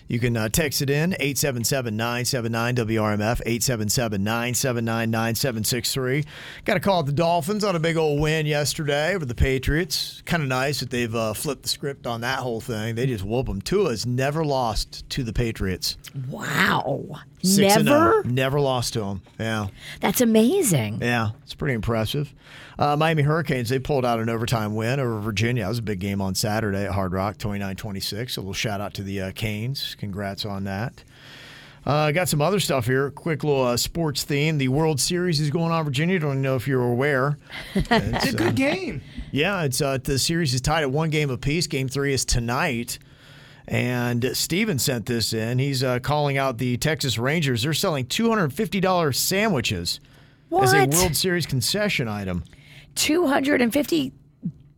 You can uh, text it in 877 979 WRMF, 877 979 9763. Got to call out the Dolphins on a big old win yesterday over the Patriots. Kind of nice that they've uh, flipped the script on that whole thing. They just whoop them. Tua's never lost to the Patriots. Wow. Six and Never? oh. never lost to them. Yeah. That's amazing. Yeah, it's pretty impressive. Uh, Miami Hurricanes, they pulled out an overtime win over Virginia. That was a big game on Saturday at Hard Rock, 29 26. A little shout out to the uh, Canes. Congrats on that. Uh, got some other stuff here. Quick little uh, sports theme. The World Series is going on in Virginia. Don't know if you're aware. It's a good game. Yeah, it's uh, the series is tied at one game apiece. Game three is tonight. And Steven sent this in. He's uh, calling out the Texas Rangers. They're selling $250 sandwiches as a What? World Series concession item. 250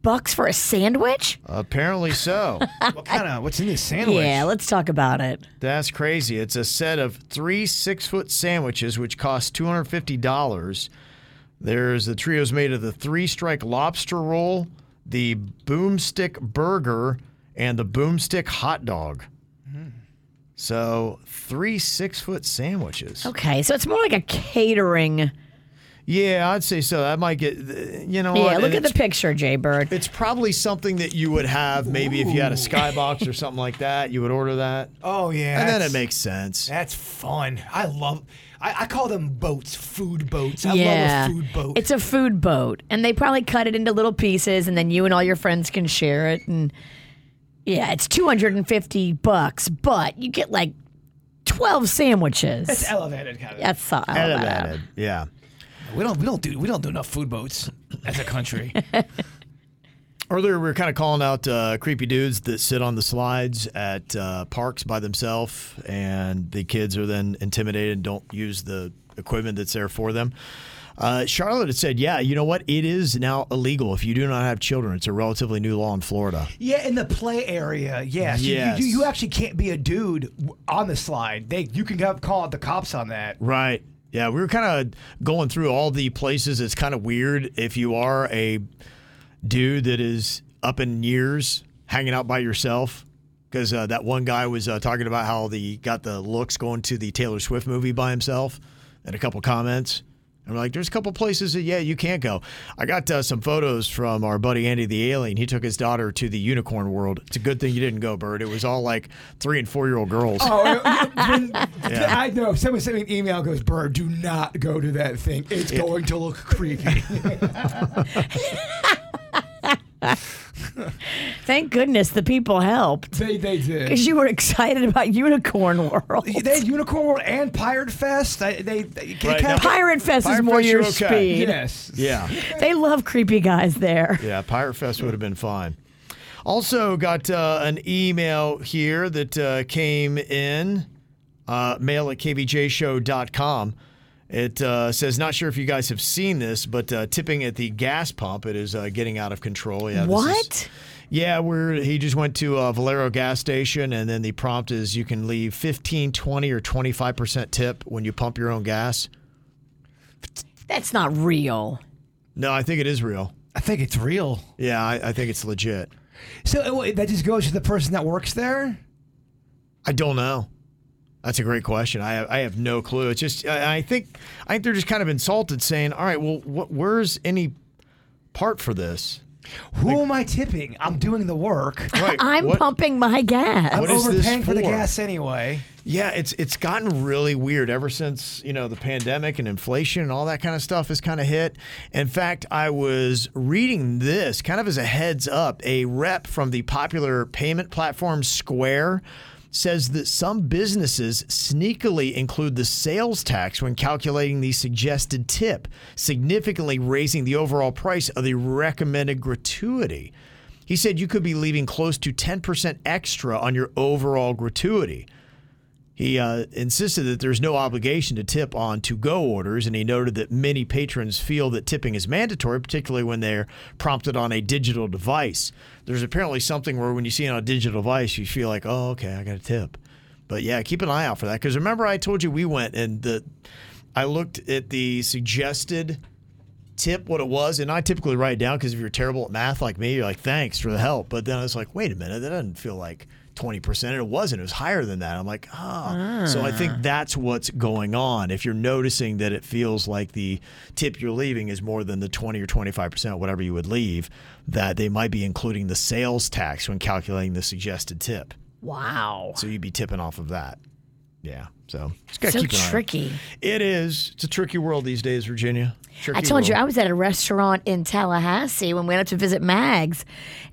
bucks for a sandwich? Apparently so. what kind of what's in this Yeah, let's talk about it. That's crazy. It's a set of three six foot sandwiches, which cost two hundred fifty dollars. There's the trio's made of the three strike lobster roll, the boomstick burger, and the boomstick hot dog. So three six foot sandwiches. Okay, so it's more like a catering. Yeah, I'd say so. That might get you know. what, yeah, look Oh, and at the it's- picture, Jay Bird. It's probably something that you would have maybe if you had a Ooh. skybox or something like that. You would order that. Oh yeah, and then that's- it makes sense. That's fun. I love. I, I call them boats, food boats. I yeah. love a food boat. It's a food boat. And they probably cut it into little pieces and then you and all your friends can share it and yeah, it's 250 bucks, but you get like 12 sandwiches. It's elevated kind of. That's so elevated. Yeah. We don't. We don't do. We don't do enough food boats as a country. Earlier, we were kind of calling out uh, creepy dudes that sit on the slides at uh, parks by themselves, and the kids are then intimidated and don't use the equipment that's there for them. Uh, Charlotte had said, Yeah, you know what? It is now illegal if you do not have children. It's a relatively new law in Florida. yeah, in the play area. Yes. You- Yes. You, you, actually can't be a dude w- on the slide. They. You can have, call out the cops on that. Right. Yeah, we were kind of going through all the places. It's kind of weird if you are a dude that is up in years hanging out by yourself. Because uh, that one guy was uh, talking about how the got the looks going to the Taylor Swift movie by himself, and a couple comments, I'm like, there's a couple places that, yeah, you can't go. I got uh, some photos from our buddy Andy the Alien. He took his daughter to the unicorn world. It's a good thing you didn't go, Bird. It was all like three and four year old girls. Oh, when, Yeah. I know. Someone sent me an email goes, Bird, do not go to that thing. It's Yeah. going to look creepy. Thank goodness the people helped. They, they did. Because you were excited about Unicorn World. they had Unicorn World and Pirate Fest. I, they, they, Right, now- Pirate Fest is Pirate more Fest, your you're okay. speed. Yes. Yeah. They love creepy guys there. Yeah, Pirate Fest would have been fine. Also, got uh, an email here that uh, came in uh, mail at kvjshow.com. It uh, says, not sure if you guys have seen this, but uh, tipping at the gas pump, it is uh, getting out of control. Yeah, this is- What? yeah, where he just went to uh, Valero gas station, and then the prompt is you can leave 15, 20, or 25% tip when you pump your own gas. That's not real. No, I think it is real. I think it's real. Yeah, I, I think it's legit. So uh, wait, that just goes to the person that works there? I don't know. That's a great question. I have, I have no clue. It's just I, I think I think they're just kind of insulted, saying, "All right, well, what, where's any part for this?" Who am I tipping? I'm doing the work. Right. I'm What- pumping my gas. I'm What is this overpaying for the for? gas anyway. Yeah, it's it's gotten really weird ever since you know the pandemic and inflation and all that kind of stuff has kind of hit. In fact, I was reading this kind of as a heads up. A rep from the popular payment platform Square says that some businesses sneakily include the sales tax when calculating the suggested tip, significantly raising the overall price of the recommended gratuity. He said you could be leaving close to 10% extra on your overall gratuity. He uh, insisted that there's no obligation to tip on to go orders, and he noted that many patrons feel that tipping is mandatory, particularly when they're prompted on a digital device. There's apparently something where when you see it on a digital device, you feel like, oh, okay, I got a tip. But yeah, keep an eye out for that. Because remember, I told you we went and the, I looked at the suggested tip what it was, and I typically write it down because if you're terrible at math like me, you're like, thanks for the help. But then I was like, wait a minute, that doesn't feel like 20%. And it wasn't, it was higher than that. I'm like, ah. So I think that's what's going on. If you're noticing that it feels like the tip you're leaving is more than the 20 or 25%, whatever you would leave, that they might be including the sales tax when calculating the suggested tip. Wow. So you'd be tipping off of that. Yeah. So just gotta So keep an eye on it. tricky. It is. It's a tricky world these days, Virginia. Tricky I told you world. I was at a restaurant in Tallahassee when we went up to visit Mags,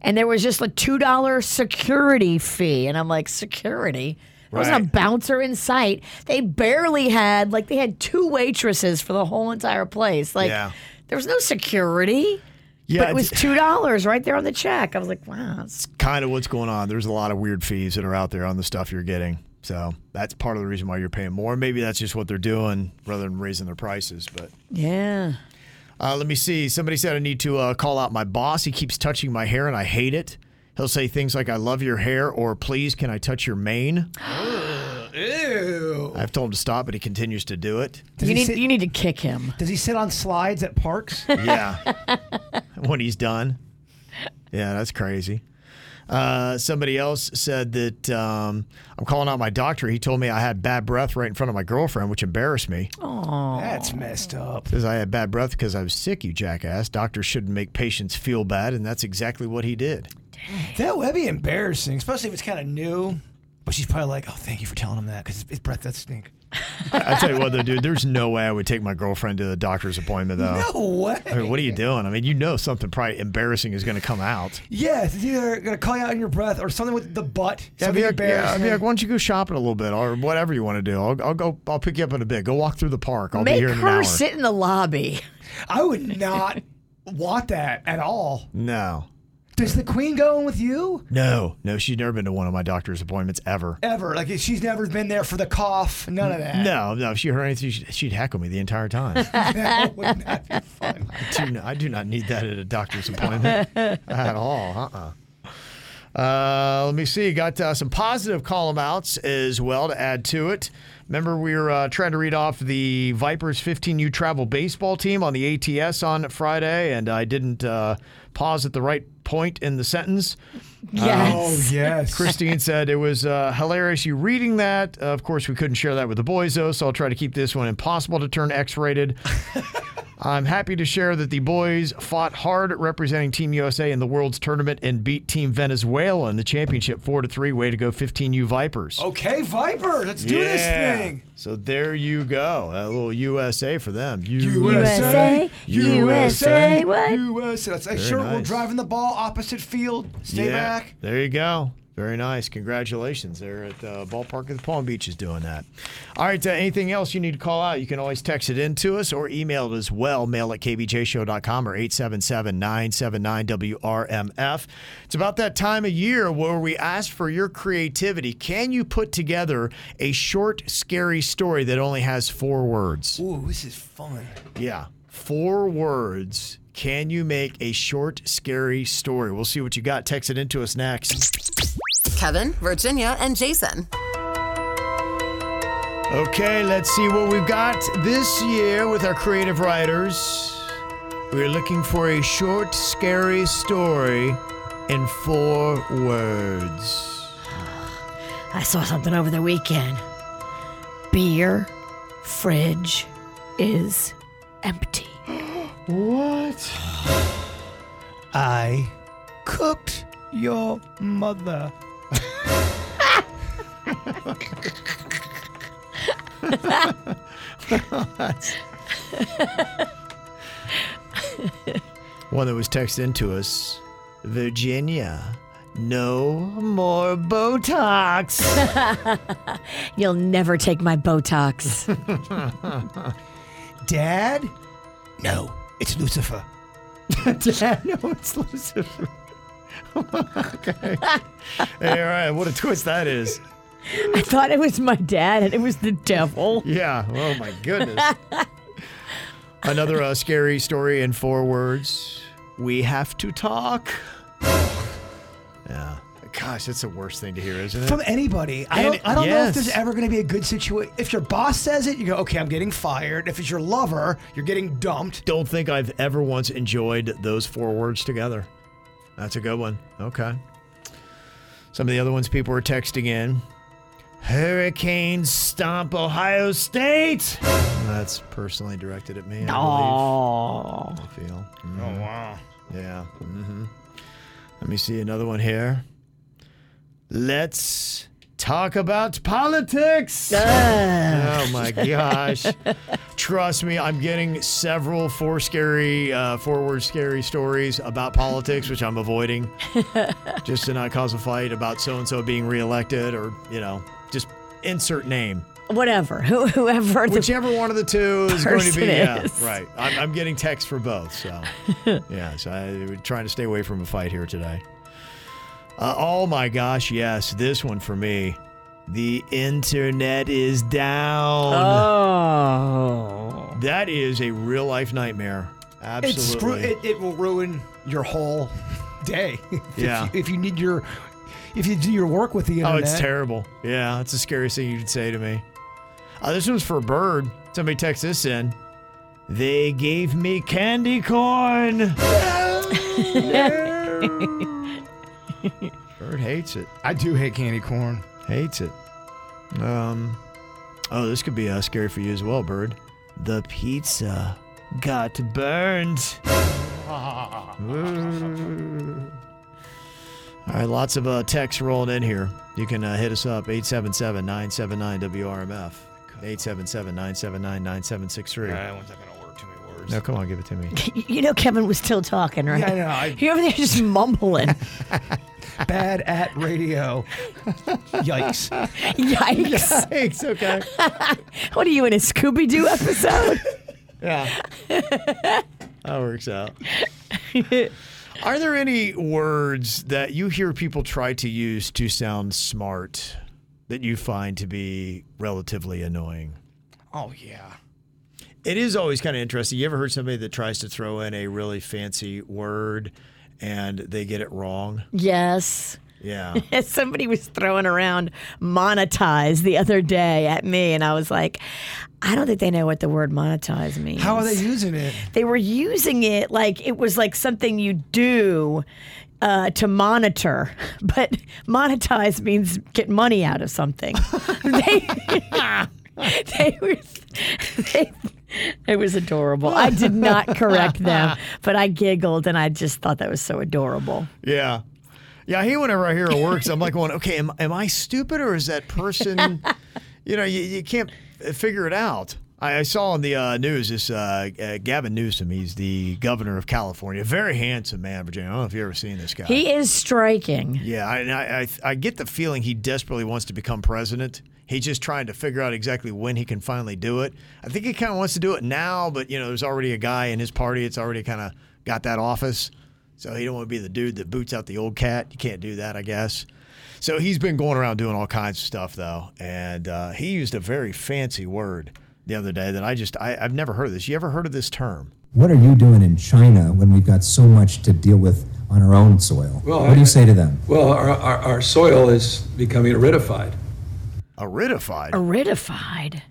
and there was just a two dollar security fee, and I'm like, security. There wasn't a Right. bouncer in sight. They barely had like they had two waitresses for the whole entire place. Like Yeah. there was no security. Yeah, but it was it's- two dollars right there on the check. I was like, wow. that's- kind of what's going on. There's a lot of weird fees that are out there on the stuff you're getting. So that's part of the reason why you're paying more. Maybe that's just what they're doing rather than raising their prices. But Yeah. uh, let me see. Somebody said I need to uh, call out my boss. He keeps touching my hair and I hate it. He'll say things like, I love your hair or please, can I touch your mane? I've told him to stop, but he continues to do it. you need you need to kick him. Does he sit on slides at parks? Yeah. when he's done. Yeah, that's crazy. Uh, somebody else said that um, I'm calling out my doctor. He told me I had bad breath right in front of my girlfriend, which embarrassed me. Oh, that's messed up. Says I had bad breath because I was sick, you jackass. Doctors shouldn't make patients feel bad, and that's exactly what he did. That would be embarrassing, especially if it's kind of new. But she's probably like, "Oh, thank you for telling him that," because his breath does stink. I, I tell you what, though, dude, there's no way I would take my girlfriend to the doctor's appointment, though. No way. Oh. I mean, what are you doing? I mean, you know something probably embarrassing is going to come out. Yes, it's either gonna call you out in your breath or something with the butt. Yeah, I'd something be like, yeah, I'd embarrassing. be like, why don't you go shopping a little bit or whatever you want to do? I'll, I'll go. I'll pick you up in a bit. Go walk through the park. I'll be Make here in an hour. her sit in the lobby. I would not want that at all. no, Does the queen go in with you no, no. She's never been to one of my doctor's appointments ever. ever? Like she's never been there for the cough. None of that. No, no. If she heard anything, she'd, she'd heckle me the entire time. that would not be fun. I do, not, I do not need that at a doctor's appointment at all. Uh-uh. Uh, let me see. Got uh, some positive column outs as well to add to it. Remember, we were uh, trying to read off the Vipers 15U travel baseball team on the ATS on Friday, and I didn't uh, pause at the right point in the sentence. Yes. Oh, yes. Christine said it was uh, hilarious you reading that. Uh, of course, we couldn't share that with the boys, though, so I'll try to keep this one impossible to turn X rated. I'm happy to share that the boys fought hard representing Team USA in the World's Tournament and beat Team Venezuela in the championship 4 to 3. Way to go, 15U Vipers. Okay, Viper, let's Oh, do this Yeah. thing. So there you go. A little USA for them. USA, USA, What? USA. That's like, Very sure, we're nice. driving the ball opposite field. Stay Yeah, back. There you go. Very nice. Congratulations. They're at the ballpark of the Palm Beach is doing that. All right. Uh, anything else you need to call out? You can always text it in to us or email it as well. Mail at kbjshow.com or 877 979 WRMF. It's about that time of year where we ask for your creativity. Can you put together a short, scary story that only has four words? Ooh, this is fun. Yeah. Four words. Can you make a short, scary story? We'll see what you got. Text it into us next. Kevin, Virginia, and Jason. Okay, let's see what we've got this year with our creative writers. We're looking for a short, scary story in four words. I saw something over the weekend. Beer fridge is empty. what? I cooked your mother. One that was texted into us Virginia, no more Botox. You'll never take my Botox. Dad? No, it's Lucifer. Dad, no, it's Lucifer. okay. Hey, all right, what a twist that is. I thought it was my dad, and it was the devil. Yeah. Oh my goodness. Another uh, scary story in four words. We have to talk. Yeah. Gosh, that's the worst thing to hear, isn't it? From anybody. I don't, And- I don't know yes. if there's ever going to be a good situation. If your boss says it, you go, okay, I'm getting fired. If it's your lover, you're getting dumped. Don't think I've ever once enjoyed those four words together. That's a good one. Okay. Some of the other ones people were texting in. Hurricanes stomp Ohio State. That's personally directed at me. I Aw. believe. I feel. Oh, wow. Mm-hmm. Yeah. hmm Let me see another one here. Let's talk about politics. Ugh. Oh my gosh. Trust me, I'm getting several four scary, uh, forward scary stories about politics, which I'm avoiding just to not cause a fight about so and so being reelected or, you know, just insert name. Whatever, who- whoever. Whichever one of the two is going to be. person Yeah, is. right. I'm, I'm getting texts for both. So, yeah, so I, we're trying to stay away from a fight here today. Uh, oh my gosh, yes, this one for me. The internet is down. Oh. That is a real life nightmare. Absolutely. It's screw- it, it will ruin your whole day. if, Yeah. you, if you need your, if you do your work with the Oh, internet. it's terrible. Yeah, that's the scariest thing you could say to me. Uh, this one's for Bird. Somebody text this in. They gave me candy corn. Bird hates it. I do hate candy corn. Hates it. Um. Oh, this could be uh, scary for you as well, Bird. The pizza got burned. All right, lots of uh, texts rolling in here. You can uh, hit us up 877 979 WRMF. 877 979 9763. No, come on, give it to me. You know, Kevin was still talking, right? Yeah, I know, I- You're over there just mumbling. Bad at radio. Yikes. Yikes. Yikes, okay. what are you in a Scooby Doo episode? Yeah. that works out. Are there any words that you hear people try to use to sound smart that you find to be relatively annoying? Oh, yeah. It is always kind of interesting. You ever heard somebody that tries to throw in a really fancy word and they get it wrong? Yes. Yeah. Somebody was throwing around monetize the other day at me, and I was like, I don't think they know what the word monetize means. How are they using it? They were using it like it was like something you do. uh, to monitor, but monetize means get money out of something. they, they were. They, it was adorable. I did not correct them, but I giggled and I just thought that was so adorable. Yeah. Yeah, I hate whenever I hear it works. I'm like, going, okay, am, am I stupid or is that person, you know, you, you can't f- figure it out. I, I saw on the uh, news this uh, uh, Gavin Newsom. He's the governor of California. Very handsome man, Virginia. I don't know if you've ever seen this guy. He is striking. Yeah, I, and I, I, I get the feeling he desperately wants to become president. He's just trying to figure out exactly when he can finally do it. I think he kind of wants to do it now, but you know, there's already a guy in his party. It's already kind of got that office, so he don't want to be the dude that boots out the old cat. You can't do that, I guess. So he's been going around doing all kinds of stuff though, and uh, he used a very fancy word the other day that I just I, I've never heard of this. You ever heard of this term? What are you doing in China when we've got so much to deal with on our own soil? Well, what do I- you say to them? Well, our, our, our soil is becoming aridified. Aridified? Aridified.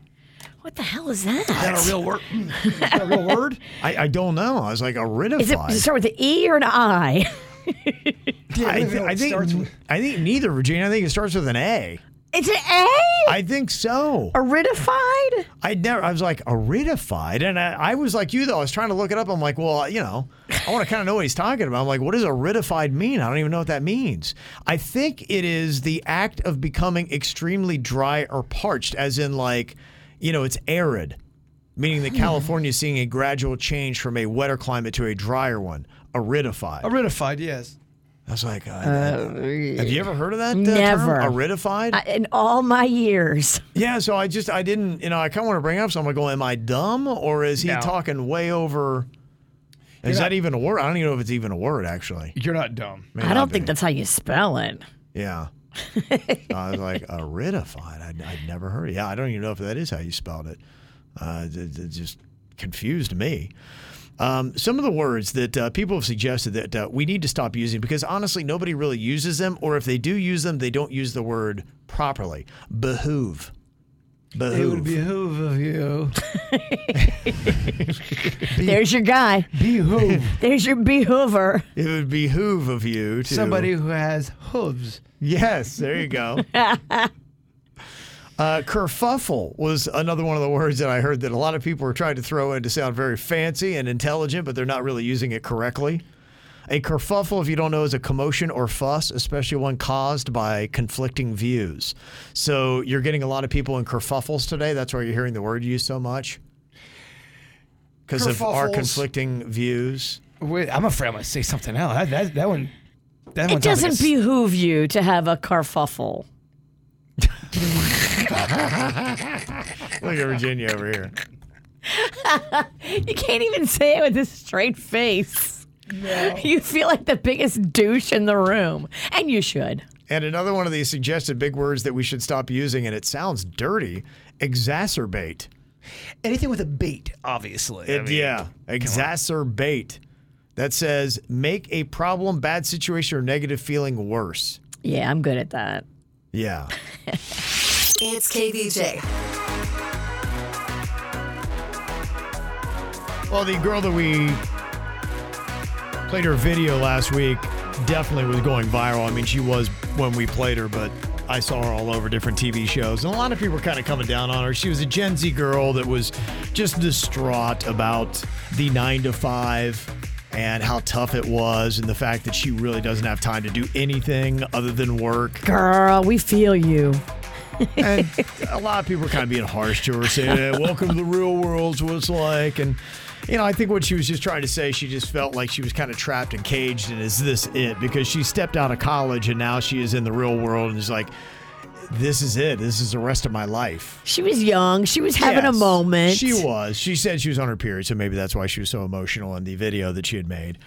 What the hell is that? Is that a real word? Is that a real word? I, I don't know. I was like aridified. Is it does it start with an E or an I? I, th- I think I think neither, Virginia. I think it starts with an A. It's an A. I think so. Aridified? I never. I was like aridified, and I, I was like you though. I was trying to look it up. I'm like, well, you know, I want to kind of know what he's talking about. I'm like, what does aridified mean? I don't even know what that means. I think it is the act of becoming extremely dry or parched, as in like, you know, it's arid, meaning that California is seeing a gradual change from a wetter climate to a drier one. Aridified. Aridified, yes. I was like, uh, have you ever heard of that? uh, Never. Term? Aridified? I- in all my years. Yeah, so I just I didn't you know I kind of want to bring it up. So I'm like, well, am I dumb or is he No. talking way over? You're Is not- that even a word? I don't even know if it's even a word actually. You're not dumb. May I not don't be. think that's how you spell it. Yeah. I was like aridified. I'd, I'd never heard. Yeah, I don't even know if that is how you spelled it. Uh, it, it just confused me. Um, some of the words that uh, people have suggested that uh, we need to stop using because honestly, nobody really uses them, or if they do use them, they don't use the word properly. Behoove. Behoove. It would behoove of you. There's your guy. Behoove. There's your behoover. It would behoove of you to Somebody who has hooves. Yes, there you go. Uh, kerfuffle was another one of the words that I heard that a lot of people were trying to throw in to sound very fancy and intelligent, but they're not really using it correctly. A kerfuffle, if you don't know, is a commotion or fuss, especially one caused by conflicting views. So you're getting a lot of people in kerfuffles today. That's why you're hearing the word used so much because of our Kerfuffles. conflicting views. Wait, I'm afraid I'm going to say something else. That, that, that one. That It one sounds doesn't like a s- behoove you to have a carfuffle. Look at Virginia over here. You can't even say it with a straight face. You feel like the biggest douche in the room, and you should. And another one of these suggested big words that we should stop using, and it sounds dirty exacerbate. Anything with a bait, obviously. I It- mean, yeah, exacerbate. That says make a problem, bad situation, or negative feeling worse. Yeah, I'm good at that. Yeah. It's KVJ. Well, the girl that we played her video last week definitely was going viral. I mean, she was when we played her, but I saw her all over different TV shows. And a lot of people were kind of coming down on her. She was a Gen Z girl that was just distraught about the nine to five and how tough it was, and the fact that she really doesn't have time to do anything other than work. Girl, we feel you. and a lot of people were kind of being harsh to her, saying, "Eh, "Welcome to the real world's what it's like." And you know, I think what she was just trying to say, she just felt like she was kind of trapped and caged, and is this it? Because she stepped out of college and now she is in the real world, and is like, "This is it. This is the rest of my life." She was young. She was having a Yes, moment. She was. She said she was on her period, so maybe that's why she was so emotional in the video that she had made.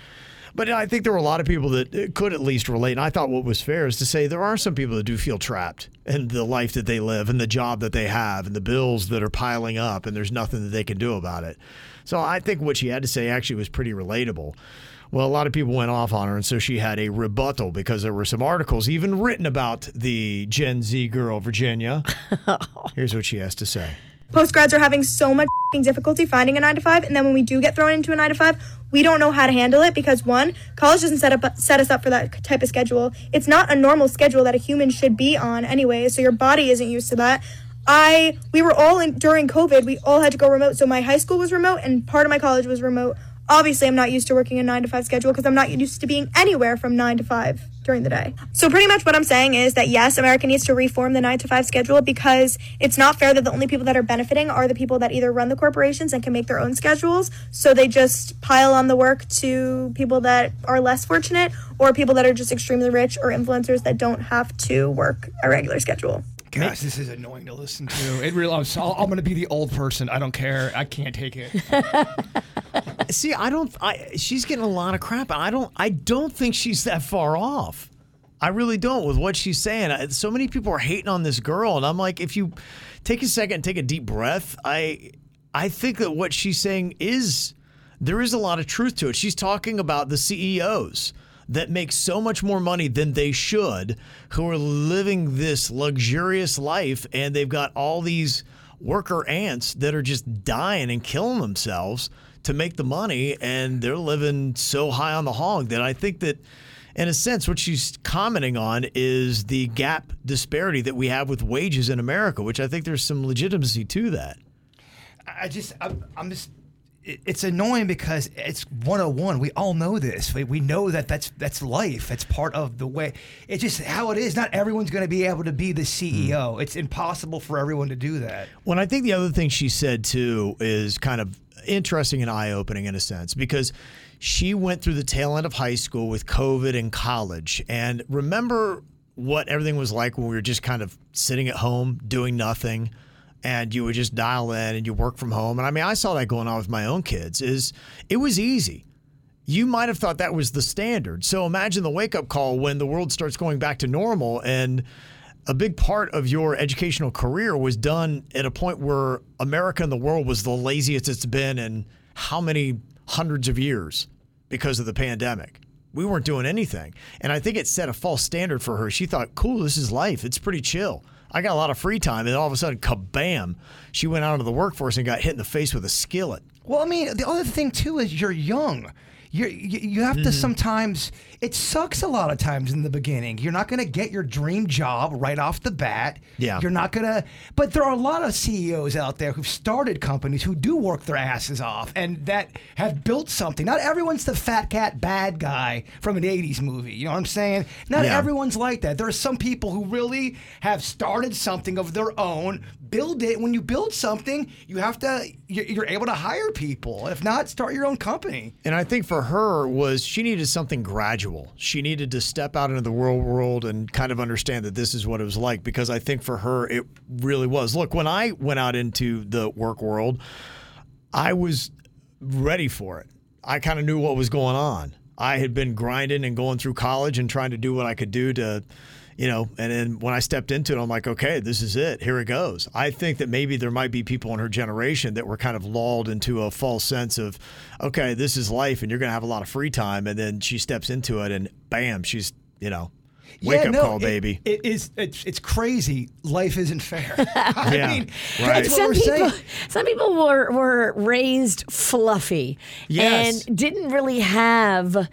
But I think there were a lot of people that uh, could at least relate. And I thought what was fair is to say there are some people that do feel trapped in the life that they live and the job that they have and the bills that are piling up and there's nothing that they can do about it. So I think what she had to say actually was pretty relatable. Well, a lot of people went off on her, and so she had a rebuttal because there were some articles even written about the Gen Z girl, Virginia. Here's what she has to say. Postgrads are having so much f***ing difficulty finding a nine to five, and then when we do get thrown into a nine to five, we don't know how to handle it because one, college doesn't set up set us up for that type of schedule. It's not a normal schedule that a human should be on anyway, so your body isn't used to that. I we were all in during COVID, we all had to go remote, so my high school was remote and part of my college was remote. Obviously, I'm not used to working a 9 to 5 schedule because I'm not used to being anywhere from 9 to 5 during the day. So pretty much what I'm saying is that yes, America needs to reform the 9 to 5 schedule because it's not fair that the only people that are benefiting are the people that either run the corporations and can make their own schedules, so they just pile on the work to people that are less fortunate or people that are just extremely rich or influencers that don't have to work a regular schedule. Gosh, this is annoying to listen to. It really, I'm, so- I'm going to be the old person. I don't care. I can't take it. See, I don't. I, she's getting a lot of crap. and I don't. I don't think she's that far off. I really don't. With what she's saying, I, so many people are hating on this girl, and I'm like, if you take a second, and take a deep breath. I, I think that what she's saying is there is a lot of truth to it. She's talking about the CEOs that make so much more money than they should, who are living this luxurious life, and they've got all these worker ants that are just dying and killing themselves to make the money, and they're living so high on the hog that I think that. In a sense, what she's commenting on is the gap disparity that we have with wages in America, which I think there's some legitimacy to that. I just, I'm, I'm just. it- It's annoying because it's 101. We all know this. We, we know that that's that's life. It's part of the way. It's just how it is. Not everyone's going to be able to be the CEO. It's impossible for everyone to do that. Well, and I think the other thing she said too is kind of interesting and eye opening in a sense because she went through the tail end of high school with COVID and college. And remember what everything was like when we were just kind of sitting at home doing nothing and you would just dial in and you work from home. And I mean, I saw that going on with my own kids is it was easy you might have thought that was the standard. So imagine the wake up call when the world starts going back to normal and a big part of your educational career was done at a point where America and the world was the laziest it's been in how many hundreds of years because of the pandemic. We weren't doing anything. And I think it set a false standard for her. She thought, cool, this is life. It's pretty chill. I got a lot of free time. And all of a sudden, kabam, she went out into the workforce and got hit in the face with a skillet. Well, I mean, the other thing too is you're young. You're, you you have to sometimes. It sucks a lot of times in the beginning. You're not going to get your dream job right off the bat. Yeah. You're not going to. But there are a lot of CEOs out there who've started companies who do work their asses off and that have built something. Not everyone's the fat cat bad guy from an '80s movie. You know what I'm saying? Not Yeah. everyone's like that. There are some people who really have started something of their own, build it. When you build something, you have to you're, you're able to hire people. If not, start your own company. And I think for her was she needed something gradual. She needed to step out into the real world and kind of understand that this is what it was like because I think for her it really was. Look, when I went out into the work world, I was ready for it. I kind of knew what was going on. I had been grinding and going through college and trying to do what I could do to, you know, and then when I stepped into it, I'm like, okay, this is it. Here it goes. I think that maybe there might be people in her generation that were kind of lulled into a false sense of, okay, this is life and you're going to have a lot of free time. And then she steps into it and bam, she's, you know, wake Yeah, up no, call, it- baby. It is. It's, it's crazy. Life isn't fair. I Yeah, mean, right. that's what some we're people, saying. some people were, were raised fluffy Yes. and didn't really have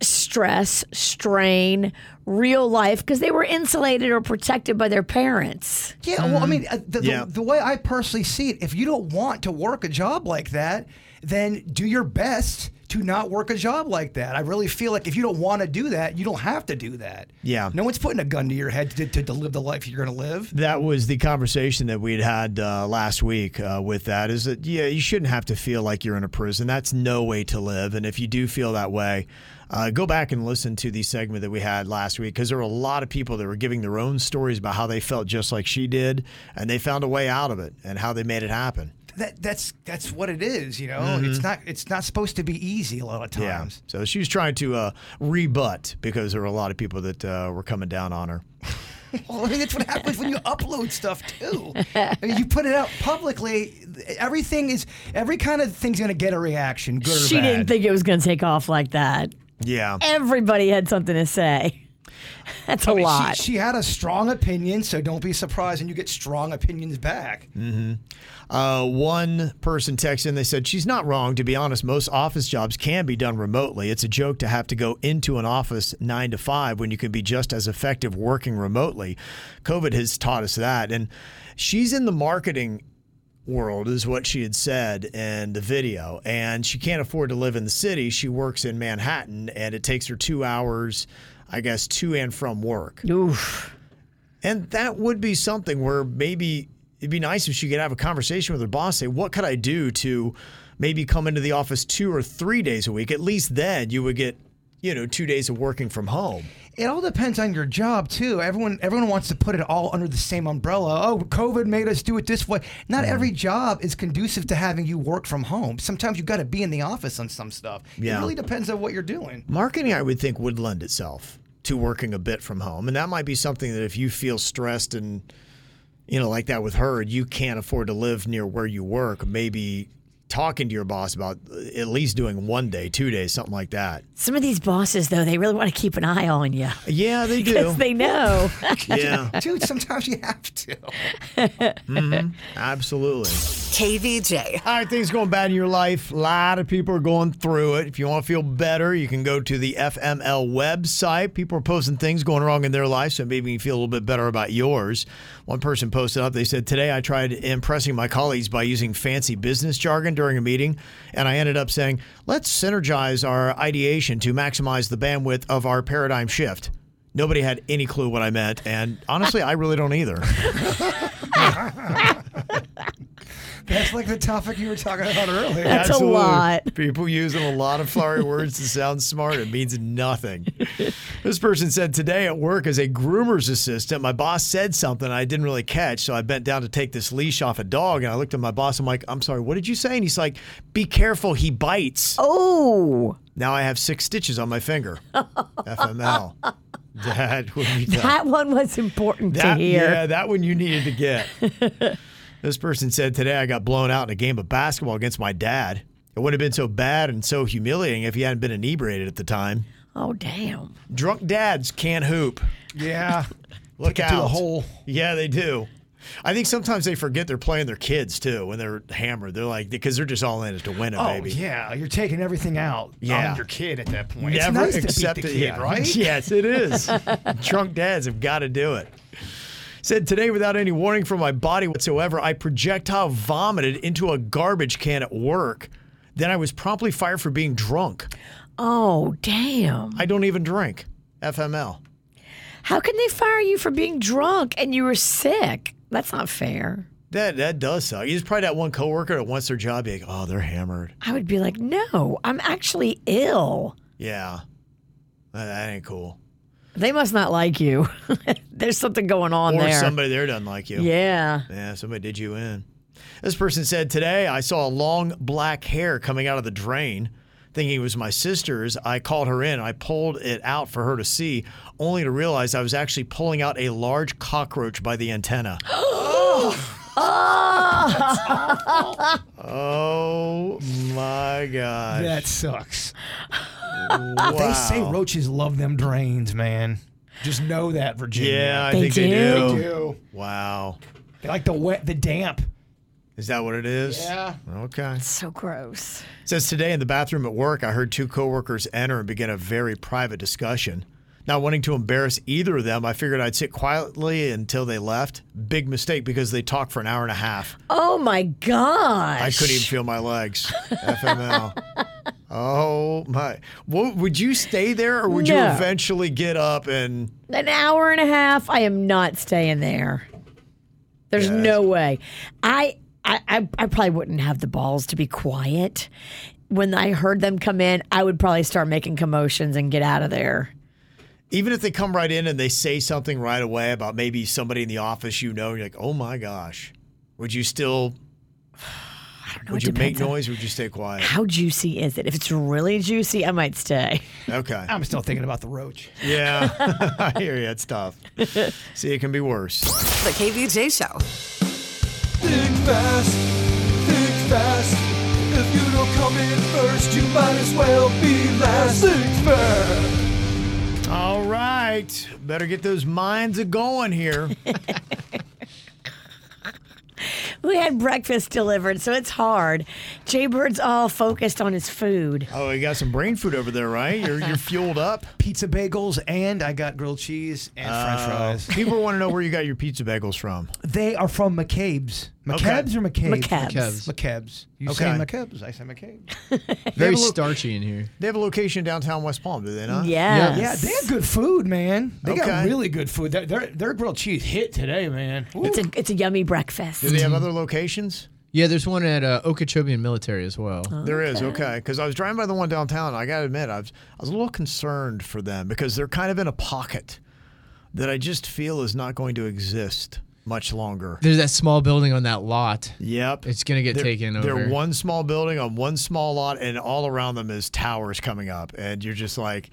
stress, strain, real life because they were insulated or protected by their parents. Yeah, well, I mean, uh, the, Yeah. the, the way I personally see it, if you don't want to work a job like that, then do your best to not work a job like that. I really feel like if you don't want to do that, you don't have to do that. Yeah. No one's putting a gun to your head to, to, to live the life you're going to live. That was the conversation that we'd had uh, last week uh, with that is that, yeah, you shouldn't have to feel like you're in a prison. That's no way to live. And if you do feel that way, uh, go back and listen to the segment that we had last week because there were a lot of people that were giving their own stories about how they felt just like she did and they found a way out of it and how they made it happen. That that's that's what it is, you know. Mhm. It's not it's not supposed to be easy a lot of times. Yeah. So she was trying to uh, rebut because there were a lot of people that uh, were coming down on her. Well, I mean, that's what happens when you upload stuff too. I mean, you put it out publicly. Everything is every kind of thing's going to get a reaction, good or She bad. didn't think it was going to take off like that. Yeah. Everybody had something to say. That's a a lot. She, she had a strong opinion, so don't be surprised when you get strong opinions back. hmm Uh, one person texted in, they said, She's not wrong. To be honest, most office jobs can be done remotely. It's a joke to have to go into an office nine to five when you can be just as effective working remotely. COVID has taught us that. And she's in the marketing world is what she had said in the video and she can't afford to live in the city she works in manhattan and it takes her two hours i guess to and from work Oof. and that would be something where maybe it'd be nice if she could have a conversation with her boss say what could i do to maybe come into the office two or three days a week at least then you would get you know two days of working from home It all depends on your job too. Everyone everyone wants to put it all under the same umbrella. Oh, COVID made us do it this way. Not Mm-hmm. every job is conducive to having you work from home. Sometimes you got to be in the office on some stuff. Yeah. It really depends on what you're doing. Marketing, I would think, would lend itself to working a bit from home. And that might be something that if you feel stressed and, you know, like that with her, and you can't afford to live near where you work, maybe talking to your boss about uh, at least doing one day, two days, something like that. Some of these bosses, though, they really want to keep an eye on you. Yeah, they do. Because they know. Yeah. Dude, sometimes you have to. Mhm. Absolutely. KVJ. All right, things going bad in your life. A lot of people are going through it. If you want to feel better, you can go to the FML website. People are posting things going wrong in their life, so maybe you feel a little bit better about yours. One person posted up, they said, Today I tried impressing my colleagues by using fancy business jargon during a meeting, and I ended up saying, Let's synergize our ideation to maximize the bandwidth of our paradigm shift. Nobody had any clue what I meant, and honestly, I really don't either. That's like the topic you were talking about earlier. Absolutely. People using a lot of flowery words to sound smart. It means nothing. This person said today at work as a groomer's assistant, my boss said something I didn't really catch. So I bent down to take this leash off a dog and I looked at my boss. I'm like, I'm sorry, what did you say? And he's like, be careful, he bites. Oh. Now I have six stitches on my finger. FML. That would be tough. That one was important That- to hear. Yeah, that one you needed to get. this person said today I got blown out in a game of basketball against my dad. It would have been so bad and so humiliating if he hadn't been inebriated at the time. Oh, damn. Drunk dads can't hoop. Yeah. Look Take it out. to the hole. Yeah, they do. I think sometimes they forget they're playing their kids too when they're hammered. They're like because they're just all in it to win it, Oh baby. yeah, you're taking everything out Yeah. on your kid at that point. Never it's nice to accept beat the it. kid, yeah. right? Yes, it is. Drunk dads have got to do it. Said today, without any warning from my body whatsoever, I projectile vomited into a garbage can at work. Then I was promptly fired for being drunk. Oh, damn. I don't even drink. FML. How can they fire you for being drunk and you were sick? That's not fair. That that does suck. There's probably that one coworker that wants their job. Be like, oh, they're hammered. I would be like, no, I'm actually ill. Yeah, that, that ain't cool. They must not like you. There's something going on or there. somebody there doesn't like you. Yeah. Yeah, somebody did you in. This person said today I saw a long black hair coming out of the drain. Thinking it was my sister's, I called her in. I pulled it out for her to see, only to realize I was actually pulling out a large cockroach by the antenna. Oh. oh my gosh. That sucks. They say Wow. roaches love them drains, man. Just know that, Virginia. Yeah, I think they do. They do. Wow. They like the wet, the damp. Is that what it is? Yeah. Okay. so gross. Says today in the bathroom at work, I heard two coworkers enter and begin a very private discussion. Not wanting to embarrass either of them, I figured I'd sit quietly until they left. Big mistake because they talked for an hour and a half. Oh my gosh. I couldn't even feel my legs. FML. Oh my! What, would you stay there, or would you No. eventually get up and? An hour and a half. I am not staying there. There's no way. I, I I I probably wouldn't have the balls to be quiet. When I heard them come in, I would probably start making commotions and get out of there. Even if they come right in and they say something right away about maybe somebody in the office you know, you're like, oh my gosh, would you still? I don't know, Would it you make depends on- noise? Or would you stay quiet? How juicy is it? If it's really juicy, I might stay. Okay. I'm still thinking about the roach. Yeah, I hear you. It's tough. See, it can be worse. The KVJ Show. Think fast, think fast. If you don't come in first, you might as well be last. Think fast. All right, right. Better get those minds a going here. We had breakfast delivered, so it's hard. Jaybird's all focused on his food. oh, you got some brain food over there, right? You're, you're fueled up. Pizza bagels, and I got grilled cheese and Uh, French fries. People want to know where you got your pizza bagels from. They are from McCabe's. Okay. McCabe's or McCabe's? McCabe's. McCabe's. You Okay. say McCabe's. I say McCabe's. Very They have a lo- starchy in here. They have a location in downtown West Palm, do they not? Yeah. Yeah, they have good food, man. They got Okay. really good food. Their, their, their grilled cheese hit today, man. It's a it's a yummy breakfast. Do they have other locations? Yeah, there's one at uh, Okeechobee and Military as well. Oh. There is okay because I was driving by the one downtown. And I gotta admit, I was I was a little concerned for them because they're kind of in a pocket that I just feel is not going to exist much longer. There's that small building on that lot. Yep, it's gonna get they're, taken over. they're one small building on one small lot, and all around them is towers coming up, and you're just like,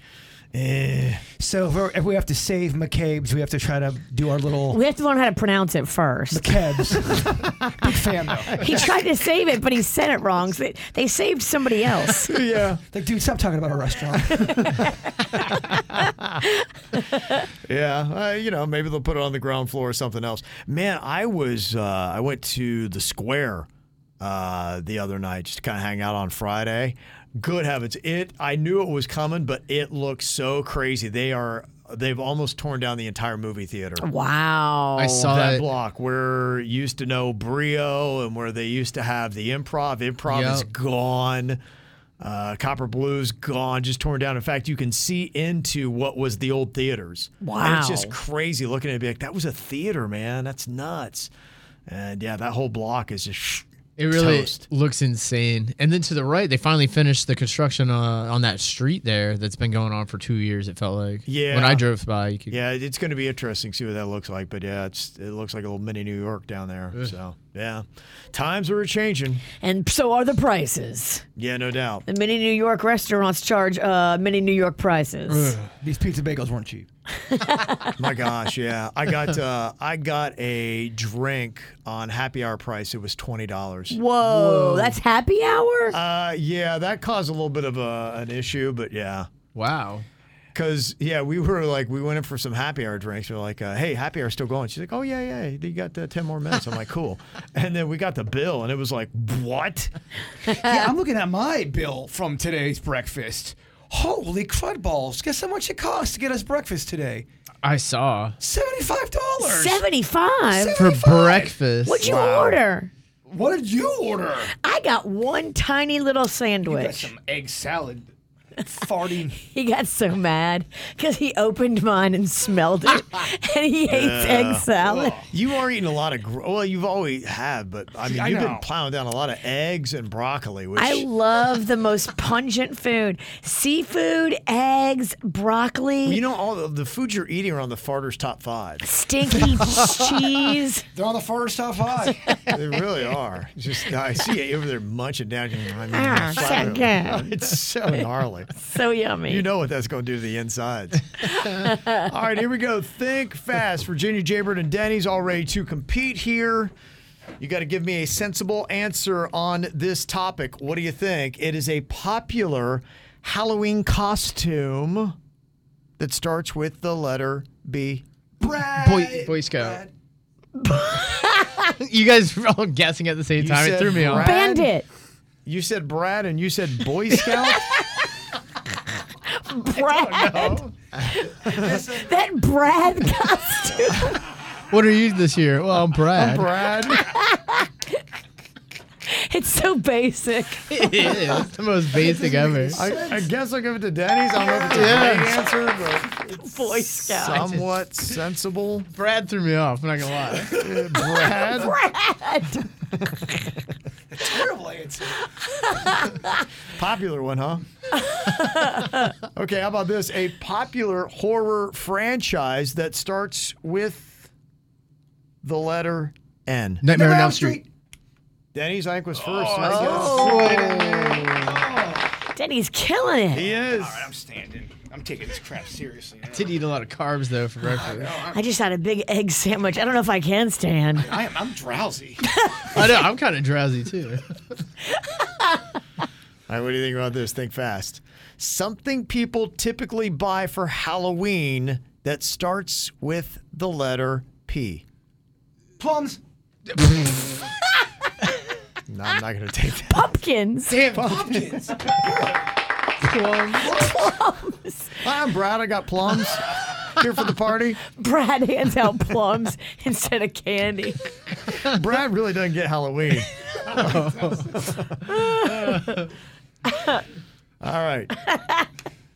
eh. So if, we're, if we have to save McCabe's, we have to try to do our little. We have to learn how to pronounce it first. McCabe's. Big fan though. he tried to save it, but he said it wrong. So they, they saved somebody else. yeah. Like, dude, stop talking about a restaurant. Yeah, uh, you know, maybe they'll put it on the ground floor or something else. Man, I was uh, I went to the square uh, the other night just to kind of hang out on Friday. Good heavens, it! I knew it was coming, but it looks so crazy. They are they've almost torn down the entire movie theater. Wow, I saw that that. block where used to know Brio and where they used to have the improv. Improv is Yep. gone. Uh, Copper Blues gone, just torn down. In fact, you can see into what was the old theaters. And it's just Wow. crazy looking at it. Be like, that was a theater, man. That's nuts. And yeah, that whole block is just. It really toast. looks insane. And then to the right, they finally finished the construction uh, on that street there that's been going on for two years. It felt like. Yeah. When I drove by, you could, Yeah, it's going to be interesting to see what that looks like. But yeah, it's it looks like a little mini New York down there. So yeah, times are changing. And so are the prices. Yeah, no doubt. The many New York restaurants charge uh, many New York prices. These pizza bagels weren't cheap. My gosh, yeah. I got uh, I got a drink on happy hour price. It was twenty dollars. Whoa, that's happy hour. Uh, yeah, that caused a little bit of a, an issue, but yeah. Wow. Cause yeah, we were like, we went in for some happy hour drinks. We are like, uh, hey, happy hour's still going. She's like, oh yeah, yeah, you got uh, ten more minutes. I'm like, cool. And then we got the bill, and it was like, what? yeah, I'm looking at my bill from today's breakfast. Holy crud balls. Guess how much it cost to get us breakfast today? I saw. $75. Seventy-five For breakfast. What'd you Wow. order? What did you order? I got one tiny little You got sandwich. some egg salad. Farting. He got so mad because he opened mine and smelled it, and he hates Yeah. egg salad. You are eating a lot of gro- well, you've always had, but I mean, I you've know. been plowing down a lot of eggs and broccoli, which I love the most pungent food: seafood, eggs, broccoli, Well, you know, all the, the foods you're eating are on the farters top five. stinky cheese. They're on the first top five. they really are. Just I see you over there munching down. you're like, Ah, flat so room. good. It's so gnarly. So yummy. You know what that's going to do to the insides. all right, here we go. Think fast. Virginia Jaybird and Denny's all ready to compete here. You got to give me a sensible answer on this topic. What do you think? It is a popular Halloween costume that starts with the letter B. Boy, Boy Scout. you guys were all guessing at the same You time. It said threw me off. Brad? Bandit. You said Brad and you said Boy Scout? Oh. Brad. that Brad costume. What are you this year? Well, I'm Brad. Brad. it's so basic. it is. It's the most basic ever. I, I guess I'll give it to Denny's. I don't know if it's a Yeah. great answer, but it's Boy Scout. somewhat sensible. Brad threw me off. I'm not gonna lie. Uh, Brad. Brad. Terrible answer. Popular one, huh? okay, how about this? A popular horror franchise that starts with the letter N. Nightmare on Elm Street. Denny's, I think, was first. Oh. Denny's killing it. He is. All right, I'm standing. I'm taking this crap seriously. I did eat a lot of carbs though Oh, for breakfast. I just had a big egg sandwich. I don't know if I can stand. I am, I'm drowsy. I know. I'm kind of drowsy too. All right, what do you think about this? Think fast. Something people typically buy for Halloween that starts with the letter P? Plums. No, I'm not going to take that. Pumpkins. Damn, pumpkins. plums. Hi, I'm Brad. I got plums here for the party. Brad hands out plums instead of candy. Brad really doesn't get Halloween. All right.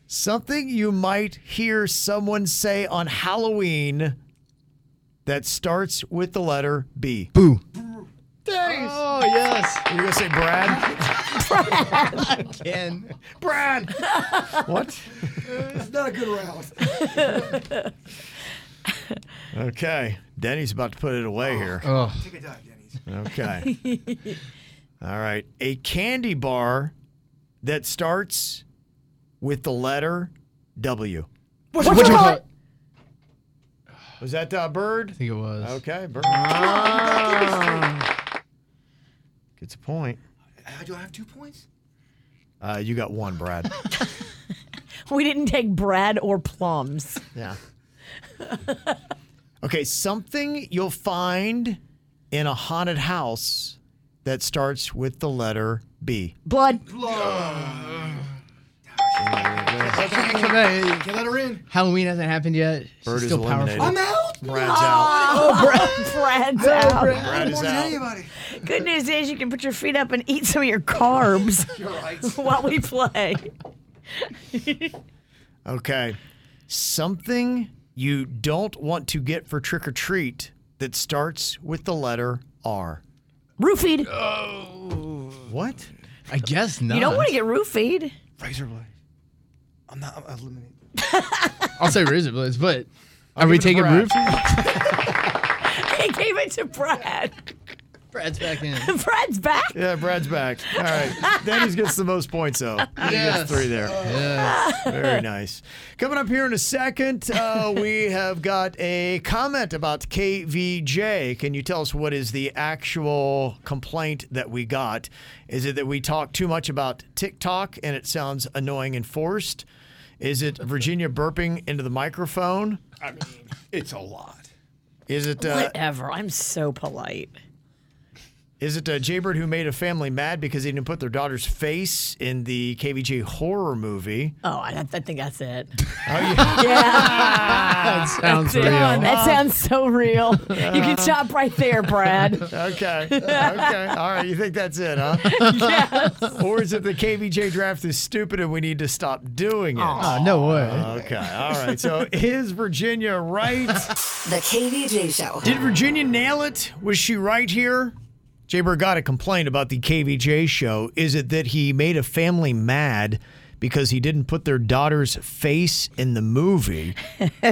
Something you might hear someone say on Halloween that starts with the letter B. Boo. Thanks. Oh yes. You're gonna say Brad? Brad. Again. Brad. What? it's not a good round. Okay. Denny's about to put it away here. Oh. Take a dive, Denny's. Okay. All right. A candy bar that starts with the letter W. What you call it? Was that uh, Bird? I think it was. Okay, Bird. Ah. Gets a point. Uh, do I have two points? Uh, you got one, Brad. We didn't take Brad or plums. yeah. Okay, something you'll find in a haunted house that starts with the letter B. Blood. Can't let her in. Halloween hasn't happened yet. She's Bird is still powerful. eliminated. I'm out. Brad's out. Oh, Brad. Brad's out. Brad is out. Good news is you can put your feet up and eat some of your carbs while we play. Okay. Something you don't want to get for trick or treat that starts with the letter R. Roofied. What? I guess not. You don't want to get roofied. Razor blade. I'm not I'm eliminated. I'll say razor blades, but are we give it to taking Brad. roof? He gave it to Brad. Brad's back in. Brad's back. Yeah, Brad's back. All right. Denny's gets the most points, though. He Yes. gets three there. Yes. Very nice. Coming up here in a second, uh, we have got a comment about KVJ. Can you tell us what is the actual complaint that we got? Is it that we talk too much about TikTok and it sounds annoying and forced? Is it Virginia burping into the microphone? I mean, it's a lot. Is it uh, Whatever. I'm so polite. Is it uh, Jaybird who made a family mad because he didn't put their daughter's face in the KVJ horror movie? Oh, I, I think that's it. Oh, yeah. That sounds That's it. real. That sounds so real. You can stop right there, Brad. okay. Okay. All right. You think that's it, huh? Or is it the KVJ draft is stupid and we need to stop doing it? Oh, no way. Okay. All right. So is Virginia right? The KVJ Show. Did Virginia nail it? Was she right here? Jaybird got a complaint about the KVJ show. Is it that he made a family mad because he didn't put their daughter's face in the movie,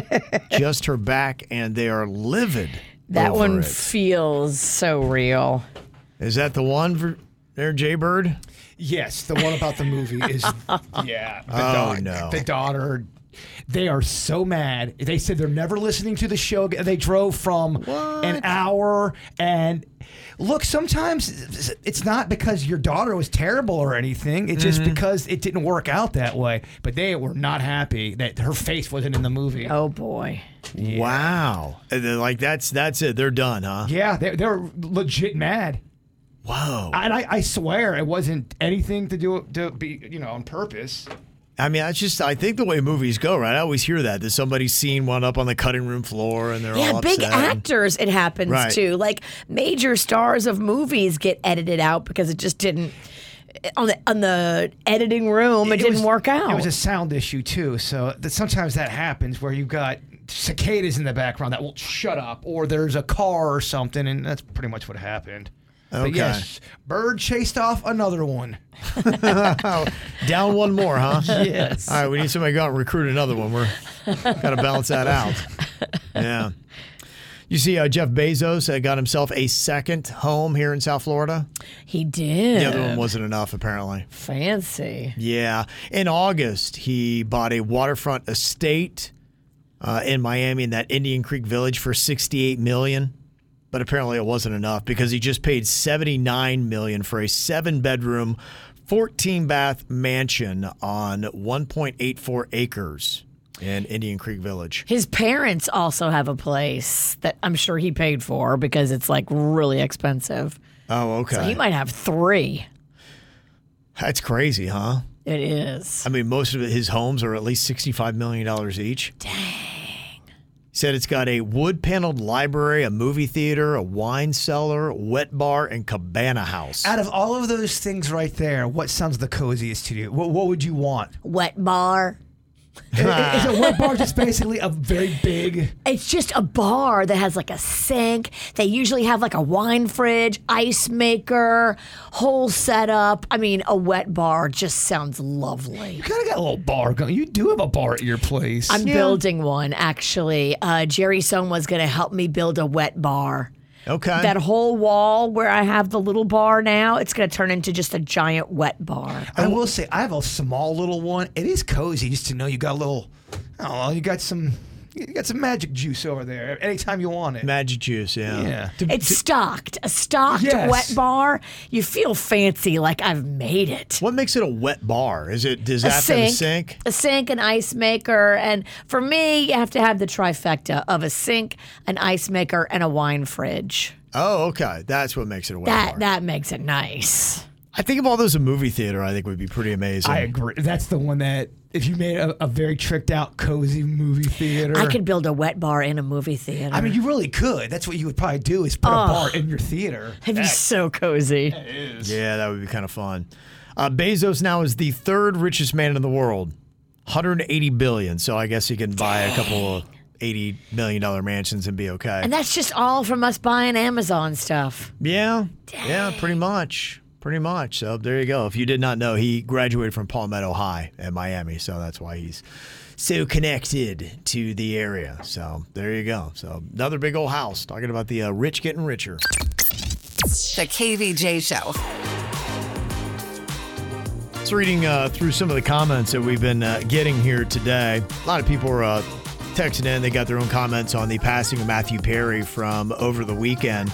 just her back, and they are livid? That over one it. feels so real. Is that the one for there, Jaybird? Yes, the one about the movie is yeah. The Oh, daughter, no. the daughter. They are so mad. They said they're never listening to the show. again. They drove from an hour and look. Sometimes it's not because your daughter was terrible or anything. It's just because it didn't work out that way. But they were not happy that her face wasn't in the movie. Oh boy. Wow. And they're Like that's that's it. They're done, huh? Yeah, they, they're legit mad. Whoa. And I, I swear it wasn't anything to do to be you know on purpose. I mean, that's just I think the way movies go, right? I always hear that that somebody's seen one up on the cutting room floor and they're all Yeah, big upset. actors it happens Right. to. Like major stars of movies get edited out because it just didn't on the on the editing room it, didn't was- work out. It was a sound issue too, so that sometimes that happens where you've got cicadas in the background that will shut up, or there's a car or something, and that's pretty much what happened. But Okay. yes, bird chased off another one. Down one more, huh? Yes. All right, we need somebody to go out and recruit another one. We're got to balance that out. Yeah. You see, uh, Jeff Bezos uh, got himself a second home here in South Florida. he did. The other one wasn't enough, apparently. Fancy. Yeah. In August, he bought a waterfront estate uh, in Miami in that Indian Creek Village for 68 million. But apparently it wasn't enough because he just paid 79 million for a 7 bedroom, 14 bath mansion on 1.84 acres. in Indian Creek Village. His parents also have a place that I'm sure he paid for because it's like really expensive. Oh, okay. So he might have three. That's crazy, huh? It is. I mean, most of his homes are at least $65 million each. Dang. He said it's got a wood paneled library, a movie theater, a wine cellar, wet bar, and cabana house. Out of all of those things right there, what sounds the coziest to you? What, what would you want? Wet bar. Is a wet bar just basically a very big? It's just a bar that has like a sink. They usually have like a wine fridge, ice maker, whole setup. I mean, a wet bar just sounds lovely. You kind of got a little bar going. You do have a bar at your place. I'm building one actually. Uh, Jerry Sohn was going to help me build a wet bar. Okay. That whole wall where I have the little bar now, it's going to turn into just a giant wet bar. I will say I have a small little one. It is cozy just to know you got a little. Oh, you got some. You got some magic juice over there. Anytime you want it. Magic juice, yeah. Yeah. It's stocked, a stocked Yes. wet bar. You feel fancy, like I've made it. What makes it a wet bar? Is it does that have a sink? a sink, an ice maker, and for me, you have to have the trifecta of a sink, an ice maker, and a wine fridge. Oh, okay. That's what makes it a wet that bar. that makes it nice. I think if all those a movie theater, I think would be pretty amazing. I agree. That's the one that if you made a, a very tricked out, cozy movie theater. I could build a wet bar in a movie theater. I mean, you really could. That's what you would probably do is put a Oh. bar in your theater. That'd be so cozy. Yeah, that would be kind of fun. Uh, Bezos now is the third richest man in the world, 180 billion. So I guess he can buy a couple of 80 million dollar mansions and be okay. And that's just all from us buying Amazon stuff. yeah, yeah, pretty much, pretty much. So there you go. If you did not know, he graduated from Palmetto High at Miami, so that's why he's so connected to the area. So there you go. So another big old house. Talking about the uh, rich getting richer. The KVJ Show. Just reading uh, through some of the comments that we've been uh, getting here today. A lot of people are uh, texting in. They got their own comments on the passing of Matthew Perry from over the weekend.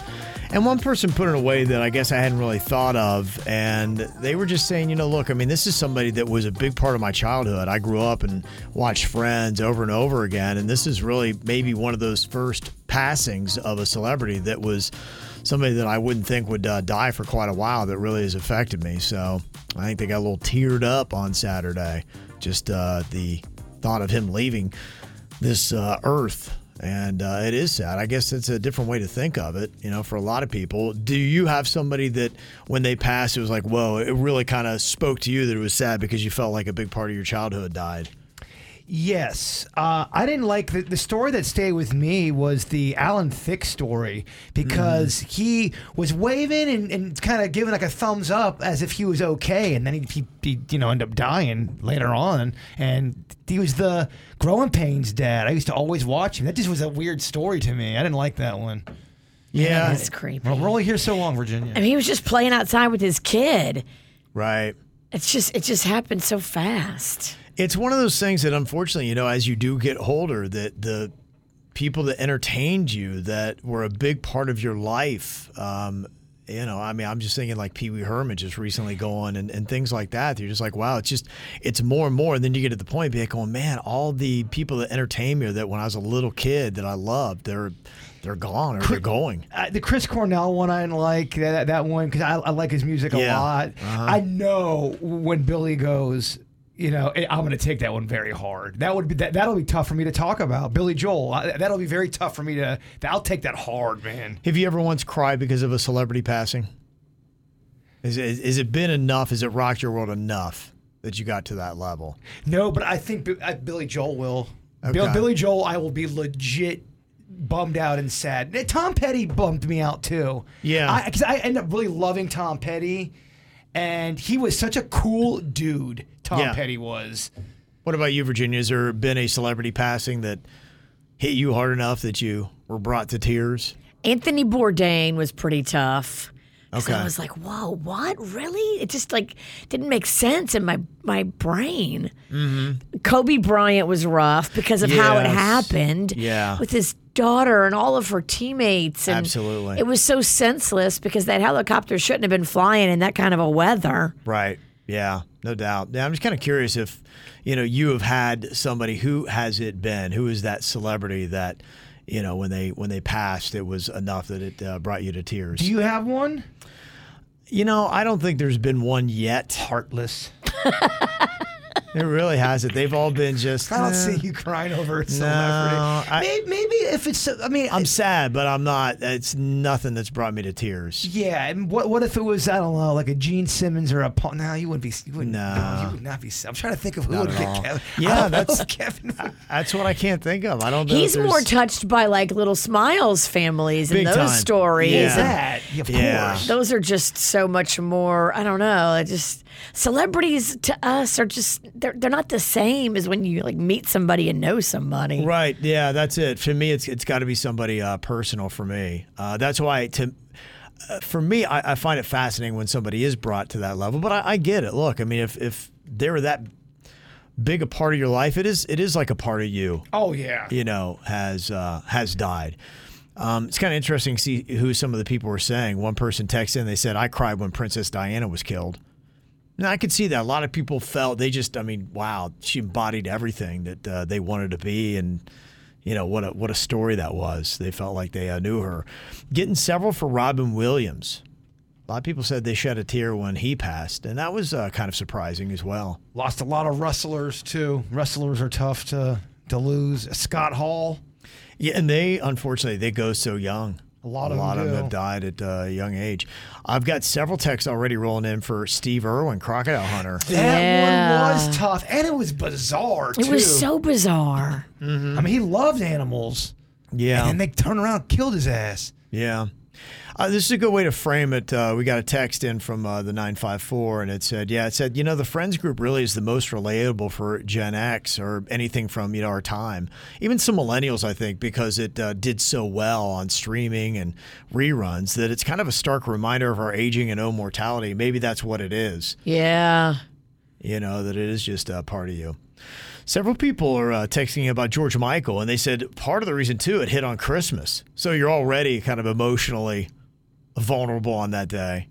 And one person put it away that I guess I hadn't really thought of. And they were just saying, you know, look, I mean, this is somebody that was a big part of my childhood. I grew up and watched Friends over and over again. And this is really maybe one of those first passings of a celebrity that was somebody that I wouldn't think would uh, die for quite a while that really has affected me. So I think they got a little teared up on Saturday, just uh, the thought of him leaving this uh, earth. And uh, it is sad. I guess it's a different way to think of it, you know, for a lot of people. Do you have somebody that when they passed, it was like, whoa, it really kind of spoke to you that it was sad because you felt like a big part of your childhood died? Yes, uh, I didn't like the, the story that stayed with me was the Alan Thicke story because he was waving and, and kind of giving like a thumbs up as if he was okay, and then he, he, he you know ended up dying later on, and he was the Growing Pains dad. I used to always watch him. That just was a weird story to me. I didn't like that one. Yeah. That is creepy. Well, we're only here so long, Virginia. And he was just playing outside with his kid. Right. It's just it just happened so fast. It's one of those things that unfortunately, you know, as you do get older, that the people that entertained you that were a big part of your life, um, you know, I mean, I'm just thinking like Pee Wee Herman just recently going and, and things like that. You're just like, wow, it's just, it's more and more. And then you get to the point, be like, oh man, all the people that entertained me or that when I was a little kid that I loved, they're, they're gone or they're going. Uh, the Chris Cornell one I didn't like that that, that one because I, I like his music a Yeah. lot. Uh-huh. I know when Billy goes, you know, eh, I'm going to take that one very hard. That would be that, that'll be tough for me to talk about. Billy Joel, I, that'll be very tough for me to. I'll take that hard, man. Have you ever once cried because of a celebrity passing? Is it, is it been enough? Has it rocked your world enough that you got to that level? No, but I think B- uh, Billy Joel will. Bill, Okay. Billy Joel, I will be legit bummed out and sad. Eh, Tom Petty bummed me out too. Yeah. because I, end up really loving Tom Petty, and he was such a cool dude. Tom Yeah. Petty was. What about you, Virginia? Has there been a celebrity passing that hit you hard enough that you were brought to tears? Anthony Bourdain was pretty tough. 'Cause Okay. I was like, whoa, what? Really? It just like didn't make sense in my my brain. Mm-hmm. Kobe Bryant was rough because of how it Yes. happened. Yeah. With his daughter and all of her teammates. And Absolutely. It was so senseless because that helicopter shouldn't have been flying in that kind of a weather. Right. Yeah, no doubt. Yeah, I'm just kind of curious if, you know, you have had somebody who has it been? Who is that celebrity that, you know, when they when they passed, it was enough that it uh, brought you to tears? Do you have one? You know, I don't think there's been one yet. Heartless. it really hasn't. They've all been just. I "Eh, don't see you crying over a No, celebrity. I- May- maybe, if it's, I mean, I'm sad, but I'm not. It's nothing that's brought me to tears. yeah. And what what if it was I don't know, like a Gene Simmons or a Paul? No, you wouldn't be. You wouldn't, No. you would not be. I'm trying to think of who Not would at get all. Kevin. Yeah, I don't know that's- if Kevin. That's what I can't think of. I don't. Know if He's more there's- touched by like little smiles families and Big those time. stories. Yeah. and That, of Yeah. course. Those are just so much more, I don't know, I just celebrities to us are just they're they're not the same as when you like meet somebody and know somebody. Right. Yeah, that's it. For me, it's it's got to be somebody uh, personal for me. Uh, that's why to. uh, For me, I, I find it fascinating when somebody is brought to that level, but I, I get it. Look, I mean, if, if they were that big a part of your life, it is it is like a part of you. Oh, yeah. you know has uh, has died. Um, it's kind of interesting to see who some of the people were saying. One person texted in, they said, "I cried when Princess Diana was killed." Now I could see that a lot of people felt they just, I mean, wow, she embodied everything that uh, they wanted to be, and you know what a what a story that was. They felt like they uh, knew her. Getting several for Robin Williams. A lot of people said they shed a tear when he passed, and that was uh, kind of surprising as well. Lost a lot of wrestlers too. Wrestlers are tough to to lose. Scott Hall. Yeah, and they unfortunately they go so young. A lot of a lot them of them do. have died at uh, a young age. I've got several texts already rolling in for Steve Irwin, Crocodile Hunter. That Yeah. one was tough, and it was bizarre. It was too. so bizarre. I mean, he loved animals. Yeah. And then they turned around, and killed his ass. Yeah. Uh, this is a good way to frame it. Uh, we got a text in from uh, the 954, and it said, Yeah, it said, you know, the friends group really is the most relatable for Gen X or anything from, you know, our time. Even some millennials, I think, because it uh, did so well on streaming and reruns that it's kind of a stark reminder of our aging and oh mortality. Maybe that's what it is. Yeah. you know, that it is just a part of you. Several people are uh, texting about George Michael, and they said part of the reason, too, it hit on Christmas. So you're already kind of emotionally vulnerable on that day.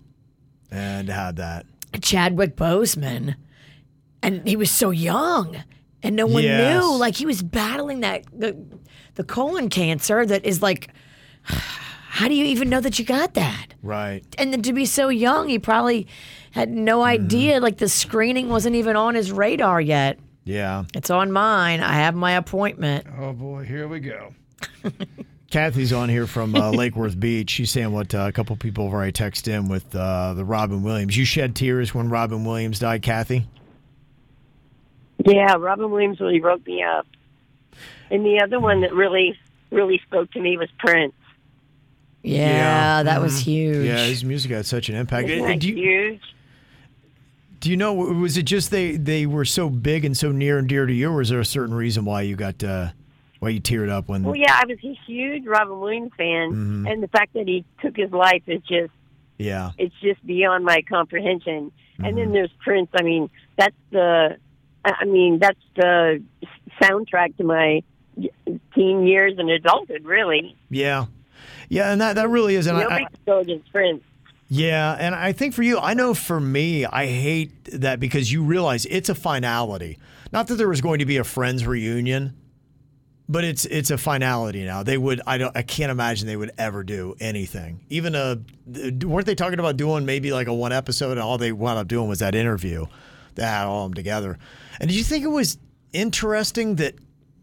And to have that. Chadwick Boseman, and he was so young, and no one Yes. knew. Like he was battling that the, the colon cancer that is like, how do you even know that you got that? Right. And then to be so young, he probably had no idea. Like the screening wasn't even on his radar yet. Yeah. It's on mine. I have my appointment. Oh boy, here we go. Kathy's on here from uh, Lake Worth Beach. She's saying what uh, a couple people have already texted in with uh, the Robin Williams. You shed tears when Robin Williams died, Kathy? Yeah, Robin Williams really broke me up. And the other one that really, really spoke to me was Prince. Yeah, that was Mhm. huge. Yeah, his music had such an impact. Isn't Uh, that do you- huge? Do you know? Was it just they they were so big and so near and dear to you, or was there a certain reason why you got uh, why you teared up when? Well, yeah, I was a huge Robin Williams fan, Mhm. and the fact that he took his life is just yeah, it's just beyond my comprehension. And then there's Prince. I mean, that's the, I I mean, that's the soundtrack to my teen years and adulthood, really. yeah, yeah, and that that really is. And I- Nobody I, could go against Prince. Yeah, and I think for you, I know for me, I hate that because you realize it's a finality. Not that there was going to be a friends reunion, but it's it's a finality now. They would I don't I can't imagine they would ever do anything. Even a weren't they talking about doing maybe like a one episode and all they wound up doing was that interview that had all of them together. And did you think it was interesting that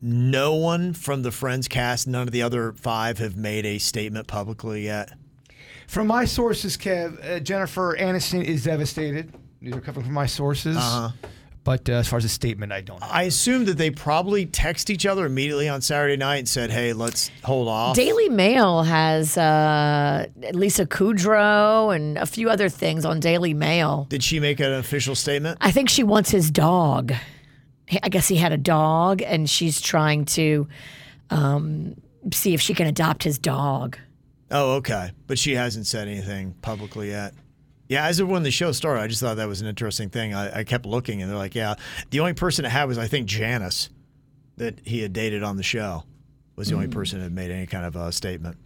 no one from the Friends cast, none of the other five, have made a statement publicly yet? From my sources, Kev, uh, Jennifer Aniston is devastated. These are coming from my sources. Uh-huh. But uh, as far as a statement, I don't. I assume that they probably text each other immediately on Saturday night and said, "Hey, let's hold off." Daily Mail has uh, Lisa Kudrow and a few other things on Daily Mail. Did she make an official statement? I think she wants his dog. He- I guess he had a dog, and she's trying to um, see if she can adopt his dog. Oh, okay, but she hasn't said anything publicly yet. Yeah, as of when the show started, I just thought that was an interesting thing. I, I kept looking, and they're like, "Yeah." The only person it had was, I think, Janice, that he had dated on the show, was the only Mm. person that had made any kind of a statement.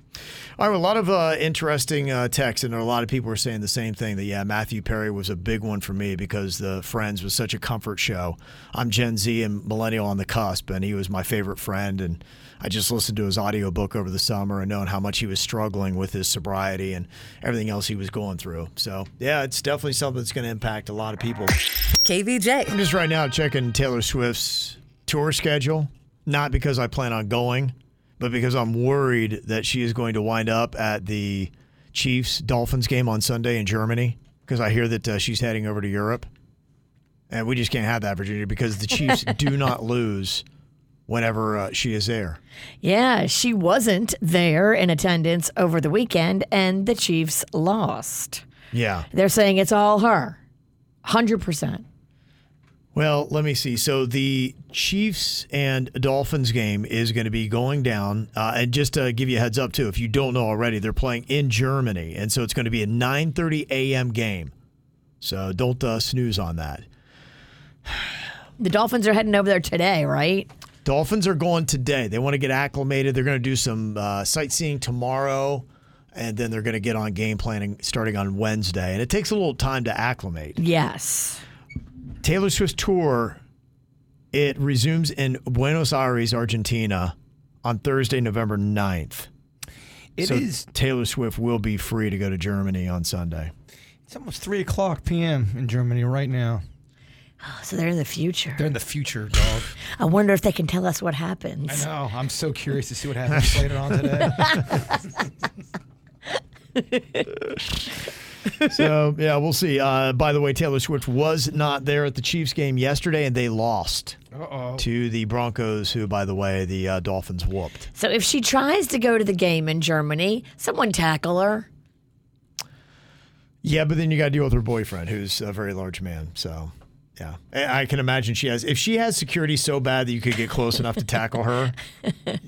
All right, well, a lot of uh, interesting uh, texts, and a lot of people were saying the same thing that, yeah, Matthew Perry was a big one for me because the Friends was such a comfort show. I'm Gen Z and millennial on the cusp, and he was my favorite friend. And I just listened to his audiobook over the summer and knowing how much he was struggling with his sobriety and everything else he was going through. So, yeah, it's definitely something that's going to impact a lot of people. KVJ. I'm just right now checking Taylor Swift's tour schedule, not because I plan on going, but because I'm worried that she is going to wind up at the Chiefs Dolphins game on Sunday in Germany because I hear that uh, she's heading over to Europe. And we just can't have that, Virginia, because the Chiefs do not lose whenever uh, she is there. Yeah, she wasn't there in attendance over the weekend, and the Chiefs lost. Yeah. They're saying it's all her, 100%. Well, let me see. So the Chiefs and Dolphins game is going to be going down. Uh, and just to give you a heads up, too, if you don't know already, they're playing in Germany. And so it's going to be a 9.30 a.m. game. So don't uh, snooze on that. The Dolphins are heading over there today, right? Dolphins are going today. They want to get acclimated. They're going to do some uh, sightseeing tomorrow. And then they're going to get on game planning starting on Wednesday. And it takes a little time to acclimate. Yes. Taylor Swift tour. It resumes in Buenos Aires, Argentina, on Thursday, November 9th. It so is- Taylor Swift will be free to go to Germany on Sunday. It's almost 3 o'clock p.m. in Germany right now. So they're in the future. They're in the future, dog. I wonder if they can tell us what happens. I know. I'm so curious to see what happens later on today. so yeah, we'll see. Uh, by the way, Taylor Swift was not there at the Chiefs game yesterday, and they lost Uh-oh. to the Broncos, who, by the way, the uh, Dolphins whooped. So if she tries to go to the game in Germany, someone tackle her. Yeah, but then you got to deal with her boyfriend, who's a very large man. So yeah, I I can imagine she has. If she has security so bad that you could get close enough to tackle her,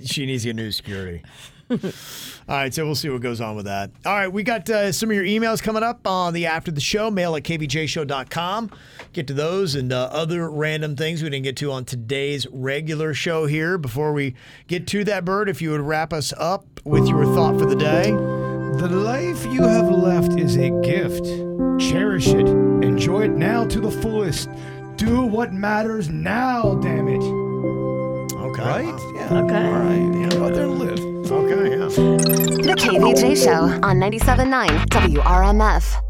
she needs to get new security. All right, so we'll see what goes on with that. All right, we got uh, some of your emails coming up on the after the show. Mail at kvjshow.com. Get to those and uh, other random things we didn't get to on today's regular show here. Before we get to that bird, if you would wrap us up with your thought for the day. The life you have left is a gift. Cherish it. Enjoy it now to the fullest. Do what matters now, damn it. Okay. Right? Yeah. Okay. All right. Yeah. Go out there and live. Okay, yeah. The KVJ Show on 97.9 WRMF.